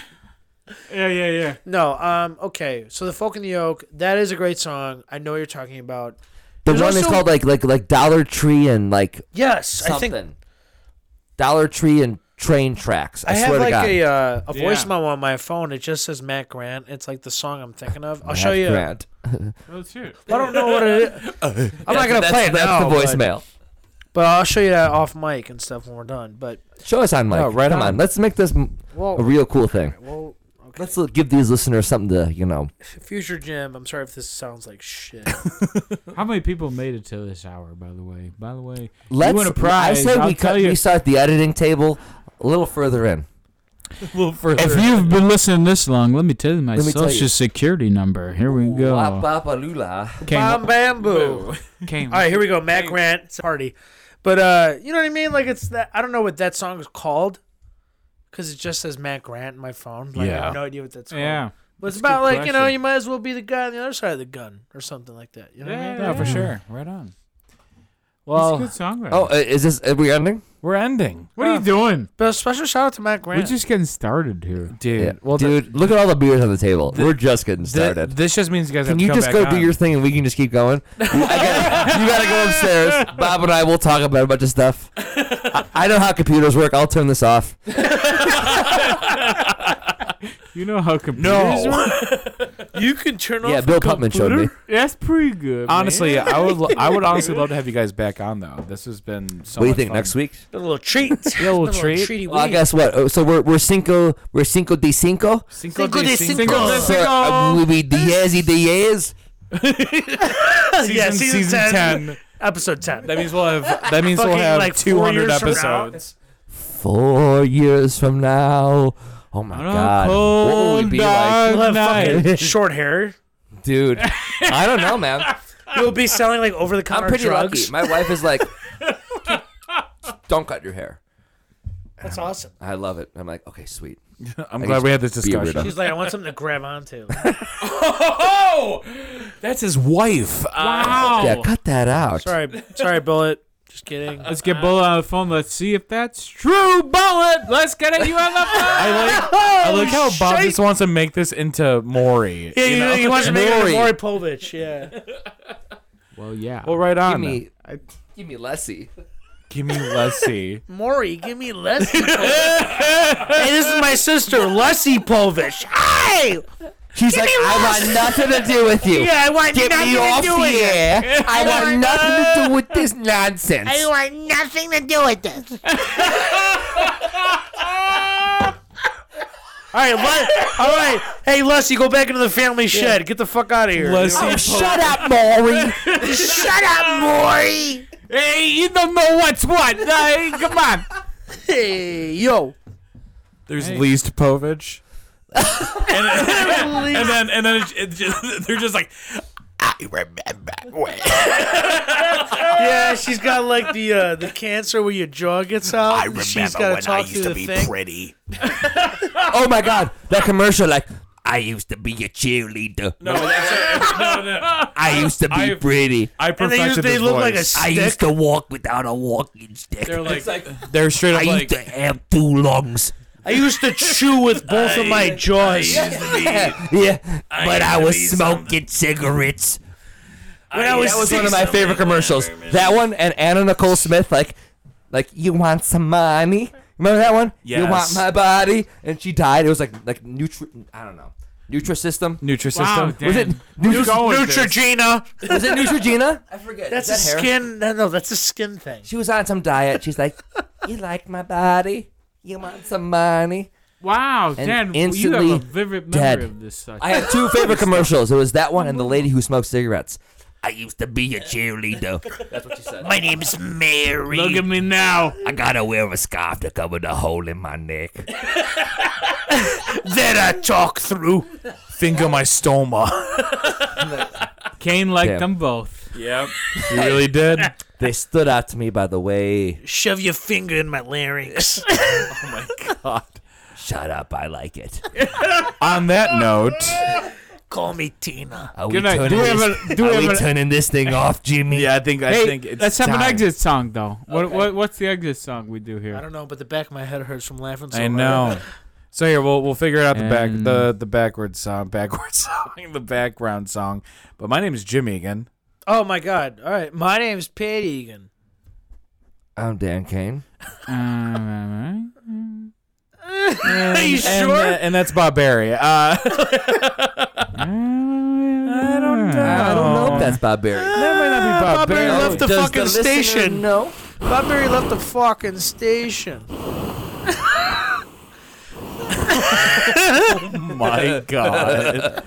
Speaker 4: yeah, yeah, yeah.
Speaker 3: No, um, okay. So the folk in the oak. That is a great song. I know what you're talking about.
Speaker 6: The
Speaker 3: There's
Speaker 6: one is
Speaker 3: also-
Speaker 6: called like like like Dollar Tree and like
Speaker 3: Yes, I
Speaker 6: something.
Speaker 3: think
Speaker 6: Dollar Tree and train tracks. I,
Speaker 3: I, have
Speaker 6: swear to
Speaker 3: like
Speaker 6: God.
Speaker 3: a uh, a
Speaker 4: Yeah.
Speaker 3: voicemail on my phone. It just says Matt Grant. It's like the song I'm thinking of. I'll
Speaker 6: Matt
Speaker 3: show you.
Speaker 6: Grant. Uh,
Speaker 4: Well, Let's hear it.
Speaker 3: I don't know what it is. I'm not gonna
Speaker 6: That's-
Speaker 3: play it
Speaker 6: That's
Speaker 3: now.
Speaker 6: the
Speaker 3: but-
Speaker 6: voicemail.
Speaker 3: But, I'll show you that off mic and stuff when we're done. But
Speaker 6: Show us on mic.
Speaker 2: No, right
Speaker 6: Come
Speaker 2: on.
Speaker 6: Oh, on, let's make this m-
Speaker 3: well,
Speaker 6: a real cool thing.
Speaker 3: well, okay.
Speaker 6: Let's l- give these listeners something to you know.
Speaker 3: Future Jim. I'm sorry if this sounds like shit.
Speaker 4: How many people made it to this hour? By the way, by the way,
Speaker 6: Let's.
Speaker 4: win a prize,
Speaker 6: I say
Speaker 4: I'll
Speaker 6: we
Speaker 4: tell
Speaker 6: cut.
Speaker 4: you.
Speaker 6: We start the editing table a little further in.
Speaker 4: if you've been listening this long, let me tell you my
Speaker 6: Let me tell
Speaker 4: social
Speaker 6: you.
Speaker 4: security number. Here we
Speaker 6: Wap,
Speaker 4: go.
Speaker 6: bap, a lula.
Speaker 4: Came,
Speaker 3: Bam bam boo.
Speaker 4: came.
Speaker 3: All right, here we go. Matt Grant, it's a party. But uh, you know what I mean? Like it's that I don't know what that song is called because it just says Matt Grant in my phone. Like, I
Speaker 2: Yeah.
Speaker 3: have no idea what that's called.
Speaker 4: Yeah,
Speaker 3: but it's
Speaker 4: that's a good
Speaker 3: about like you know
Speaker 4: question.
Speaker 3: you might as well be the guy on the other side of the gun or something like that. You know what I
Speaker 4: yeah,
Speaker 3: mean?
Speaker 4: yeah,
Speaker 2: for sure. Right on.
Speaker 4: Well,
Speaker 2: Well,
Speaker 4: good songwriter.
Speaker 6: Oh, uh, is this? Are we ending?
Speaker 2: we're ending,
Speaker 4: what are you doing?
Speaker 3: But a special shout out to Matt
Speaker 4: We're
Speaker 3: Grant.
Speaker 4: just getting started here.
Speaker 2: dude.
Speaker 6: Yeah.
Speaker 2: Well, th-
Speaker 6: dude, look at all the beers on the table. We're just getting
Speaker 2: th-
Speaker 6: started.
Speaker 2: this just means you guys have
Speaker 6: can
Speaker 2: to
Speaker 6: you
Speaker 2: come
Speaker 6: just
Speaker 2: back
Speaker 6: go
Speaker 2: on.
Speaker 6: do your thing and we can just keep going? I gotta, you gotta go upstairs. Bob and I will talk about a bunch of stuff. I, I know how computers work. I'll turn this off.
Speaker 4: You know how computers
Speaker 2: No.
Speaker 4: work?
Speaker 3: you can turn off.
Speaker 6: yeah, Bill Putman showed me.
Speaker 4: That's pretty good.
Speaker 2: Honestly, I would. lo- I would honestly love to have you guys back on though. This has been. So
Speaker 6: what do you
Speaker 2: much
Speaker 6: think
Speaker 2: fun.
Speaker 6: next week?
Speaker 3: a little treat.
Speaker 2: Yeah, we'll
Speaker 3: Been a
Speaker 2: treat.
Speaker 3: little treaty
Speaker 6: Well,
Speaker 3: week.
Speaker 6: guess what? Oh, So we're we're cinco we're cinco de cinco.
Speaker 2: Cinco,
Speaker 3: Cinco de Cinco.
Speaker 2: de
Speaker 3: Cinco.
Speaker 6: So, uh, we'll be diez y diez.
Speaker 3: yeah, season,
Speaker 2: season- season
Speaker 3: 10,
Speaker 2: 10.
Speaker 3: episode ten.
Speaker 2: That means we'll have. That means we'll
Speaker 3: Fucking,
Speaker 2: have
Speaker 3: like, four
Speaker 2: 200
Speaker 3: years from now.
Speaker 2: episodes.
Speaker 6: Four years from now. Oh my
Speaker 4: On a
Speaker 6: god, what will we
Speaker 4: cold
Speaker 6: be like,
Speaker 3: We'll have fucking
Speaker 4: Nice.
Speaker 3: short hair.
Speaker 6: dude? I don't know, man.
Speaker 3: You'll be selling like over the
Speaker 6: I'm
Speaker 3: counter
Speaker 6: pretty
Speaker 3: drugs.
Speaker 6: lucky. My wife is like, don't cut your hair.
Speaker 3: That's awesome.
Speaker 6: I love it. I'm like, okay, sweet.
Speaker 2: I'm
Speaker 6: I
Speaker 2: glad
Speaker 6: guess
Speaker 2: we had this
Speaker 6: be a weirdo.
Speaker 2: discussion.
Speaker 3: She's like, I want something to grab onto.
Speaker 2: That's his wife.
Speaker 4: wow.
Speaker 6: Yeah, cut that out.
Speaker 3: Oh. Sorry, sorry, bullet. Just kidding.
Speaker 4: Let's get Bullet on the phone. Let's see if that's true. Bullet, let's get it. You Oh, on the phone.
Speaker 2: I like. I like how Bob
Speaker 3: shite.
Speaker 2: just wants to make this into Maury.
Speaker 3: Yeah, you know, he wants to make it
Speaker 6: Maury.
Speaker 3: a Maury Povich. Yeah.
Speaker 4: Well, yeah.
Speaker 2: Well, right
Speaker 6: Give
Speaker 2: on.
Speaker 6: me, give me Lessie.
Speaker 2: Give me Leslie.
Speaker 3: Maury, give me Leslie. Povich. hey, this is my sister, Leslie Povich. Hey.
Speaker 6: She's like, I want nothing to do with you.
Speaker 3: Yeah, I want
Speaker 6: Get
Speaker 3: nothing
Speaker 6: me
Speaker 3: to
Speaker 6: off
Speaker 3: do with Oh it.
Speaker 6: here. I want nothing to do with this nonsense. Oh,
Speaker 7: I want nothing to do with this.
Speaker 3: All right, Le- all right. Hey, Leslie, go back into the family shed. Get the fuck out of here.
Speaker 6: Oh, shut up, Maury.
Speaker 7: Shut up, Maury.
Speaker 4: Hey, you don't know what's what. Hey, come on.
Speaker 3: Hey, yo.
Speaker 2: There's Least Povich. and, and then and then it, it just, they're just like
Speaker 3: Yeah, she's got like the uh, the cancer where your jaw gets out. I remember she's gotta
Speaker 8: when I
Speaker 3: talk
Speaker 8: used
Speaker 3: through
Speaker 8: to be
Speaker 3: the thing.
Speaker 8: pretty.
Speaker 6: oh my God, that commercial, like,
Speaker 8: I used to be a cheerleader.
Speaker 2: no, that's no, no.
Speaker 8: I used to be
Speaker 2: I-
Speaker 8: pretty.
Speaker 2: I
Speaker 3: and they,
Speaker 2: perfected
Speaker 3: use, they
Speaker 2: his
Speaker 3: look like a
Speaker 2: voice.
Speaker 8: I
Speaker 3: stick.
Speaker 8: used to walk without a walking stick.
Speaker 2: they're like, they're straight
Speaker 8: I
Speaker 2: up
Speaker 8: used
Speaker 2: like
Speaker 8: to have two lungs,
Speaker 3: I used to chew with both of my jaws.
Speaker 6: yeah.
Speaker 8: but I was smoking cigarettes.
Speaker 3: When I was
Speaker 6: that was one of
Speaker 3: six-
Speaker 6: my favorite commercials. That one and Anna Nicole Smith, like, like you want some money? Remember that one? You want
Speaker 2: Yes.
Speaker 6: my body? And she died. It was like like nutri, I don't know, Nutrisystem.
Speaker 2: Nutrisystem.
Speaker 4: Wow,
Speaker 6: Was it
Speaker 4: Dan.
Speaker 6: Nutri-
Speaker 3: Neutrogena.
Speaker 6: Was it Neutrogena? I forget.
Speaker 3: Uh. That's
Speaker 6: Is
Speaker 3: a
Speaker 6: that hair?
Speaker 3: skin. No, no, that's a skin thing.
Speaker 6: She was on some diet. She's like, you like my body? You want some money?
Speaker 4: Wow,
Speaker 6: And
Speaker 4: Dan, you have
Speaker 6: instantly
Speaker 4: a vivid memory
Speaker 6: dead.
Speaker 4: of this. uh,
Speaker 6: I have two favorite commercials. It was that one and the lady who smokes cigarettes. I used to be a cheerleader.
Speaker 9: That's what she said.
Speaker 6: My name's Mary.
Speaker 4: Look at me now.
Speaker 6: I gotta wear a scarf to cover the hole in my neck. then I talk through.
Speaker 4: Finger my stoma. Kane liked
Speaker 10: Damn.
Speaker 4: them both.
Speaker 11: Yep.
Speaker 4: He really did.
Speaker 10: They stood out to me by the way.
Speaker 3: Shove your finger in my larynx.
Speaker 6: Shut up, I like it.
Speaker 2: On that note,
Speaker 3: Call me Tina.
Speaker 6: Are
Speaker 4: Good night.
Speaker 6: turning
Speaker 4: Do we have
Speaker 6: this-
Speaker 4: a- do we
Speaker 6: are
Speaker 4: have a-
Speaker 6: turning this thing off, Jimmy?
Speaker 2: yeah, I think I
Speaker 4: Hey,
Speaker 2: think it's
Speaker 4: let's have an
Speaker 2: time.
Speaker 4: exit song though. What, what what's the exit song we do here?
Speaker 3: I don't know, but the back of my head hurts from laughing so
Speaker 2: I
Speaker 3: hard.
Speaker 2: know. So here we'll we'll figure out the back
Speaker 4: And-
Speaker 2: the the backwards song backwards song the background song. But my name is Jim Egan.
Speaker 3: Oh my god. All right. My name's Pat Egan.
Speaker 10: I'm Dan Kane.
Speaker 4: Um,
Speaker 3: Are you
Speaker 2: and,
Speaker 3: sure?
Speaker 2: uh, and that's Bob Barry. Uh,
Speaker 4: I don't
Speaker 6: Oh.
Speaker 10: I don't know if that's Bob Barry.
Speaker 2: that might not be Bob, Barry.
Speaker 3: Barry left the
Speaker 10: Does
Speaker 3: fucking
Speaker 10: listener
Speaker 3: station.
Speaker 10: know?
Speaker 3: Bob Barry left the fucking station.
Speaker 2: My God.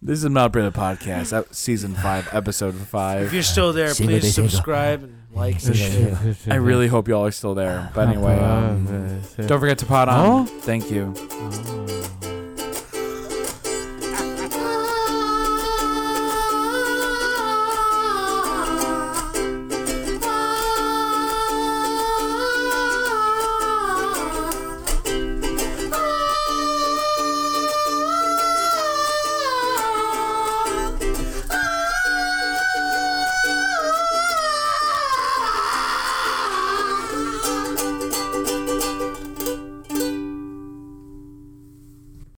Speaker 2: This is Mount Brother Podcast, uh, season five, episode
Speaker 3: If
Speaker 2: five.
Speaker 3: you're still there,
Speaker 6: Single day
Speaker 3: please
Speaker 6: single.
Speaker 3: subscribe and like.
Speaker 2: I really hope um, y'all are still there. But anyway, um, don't forget to pot on. Thank you.
Speaker 4: don't.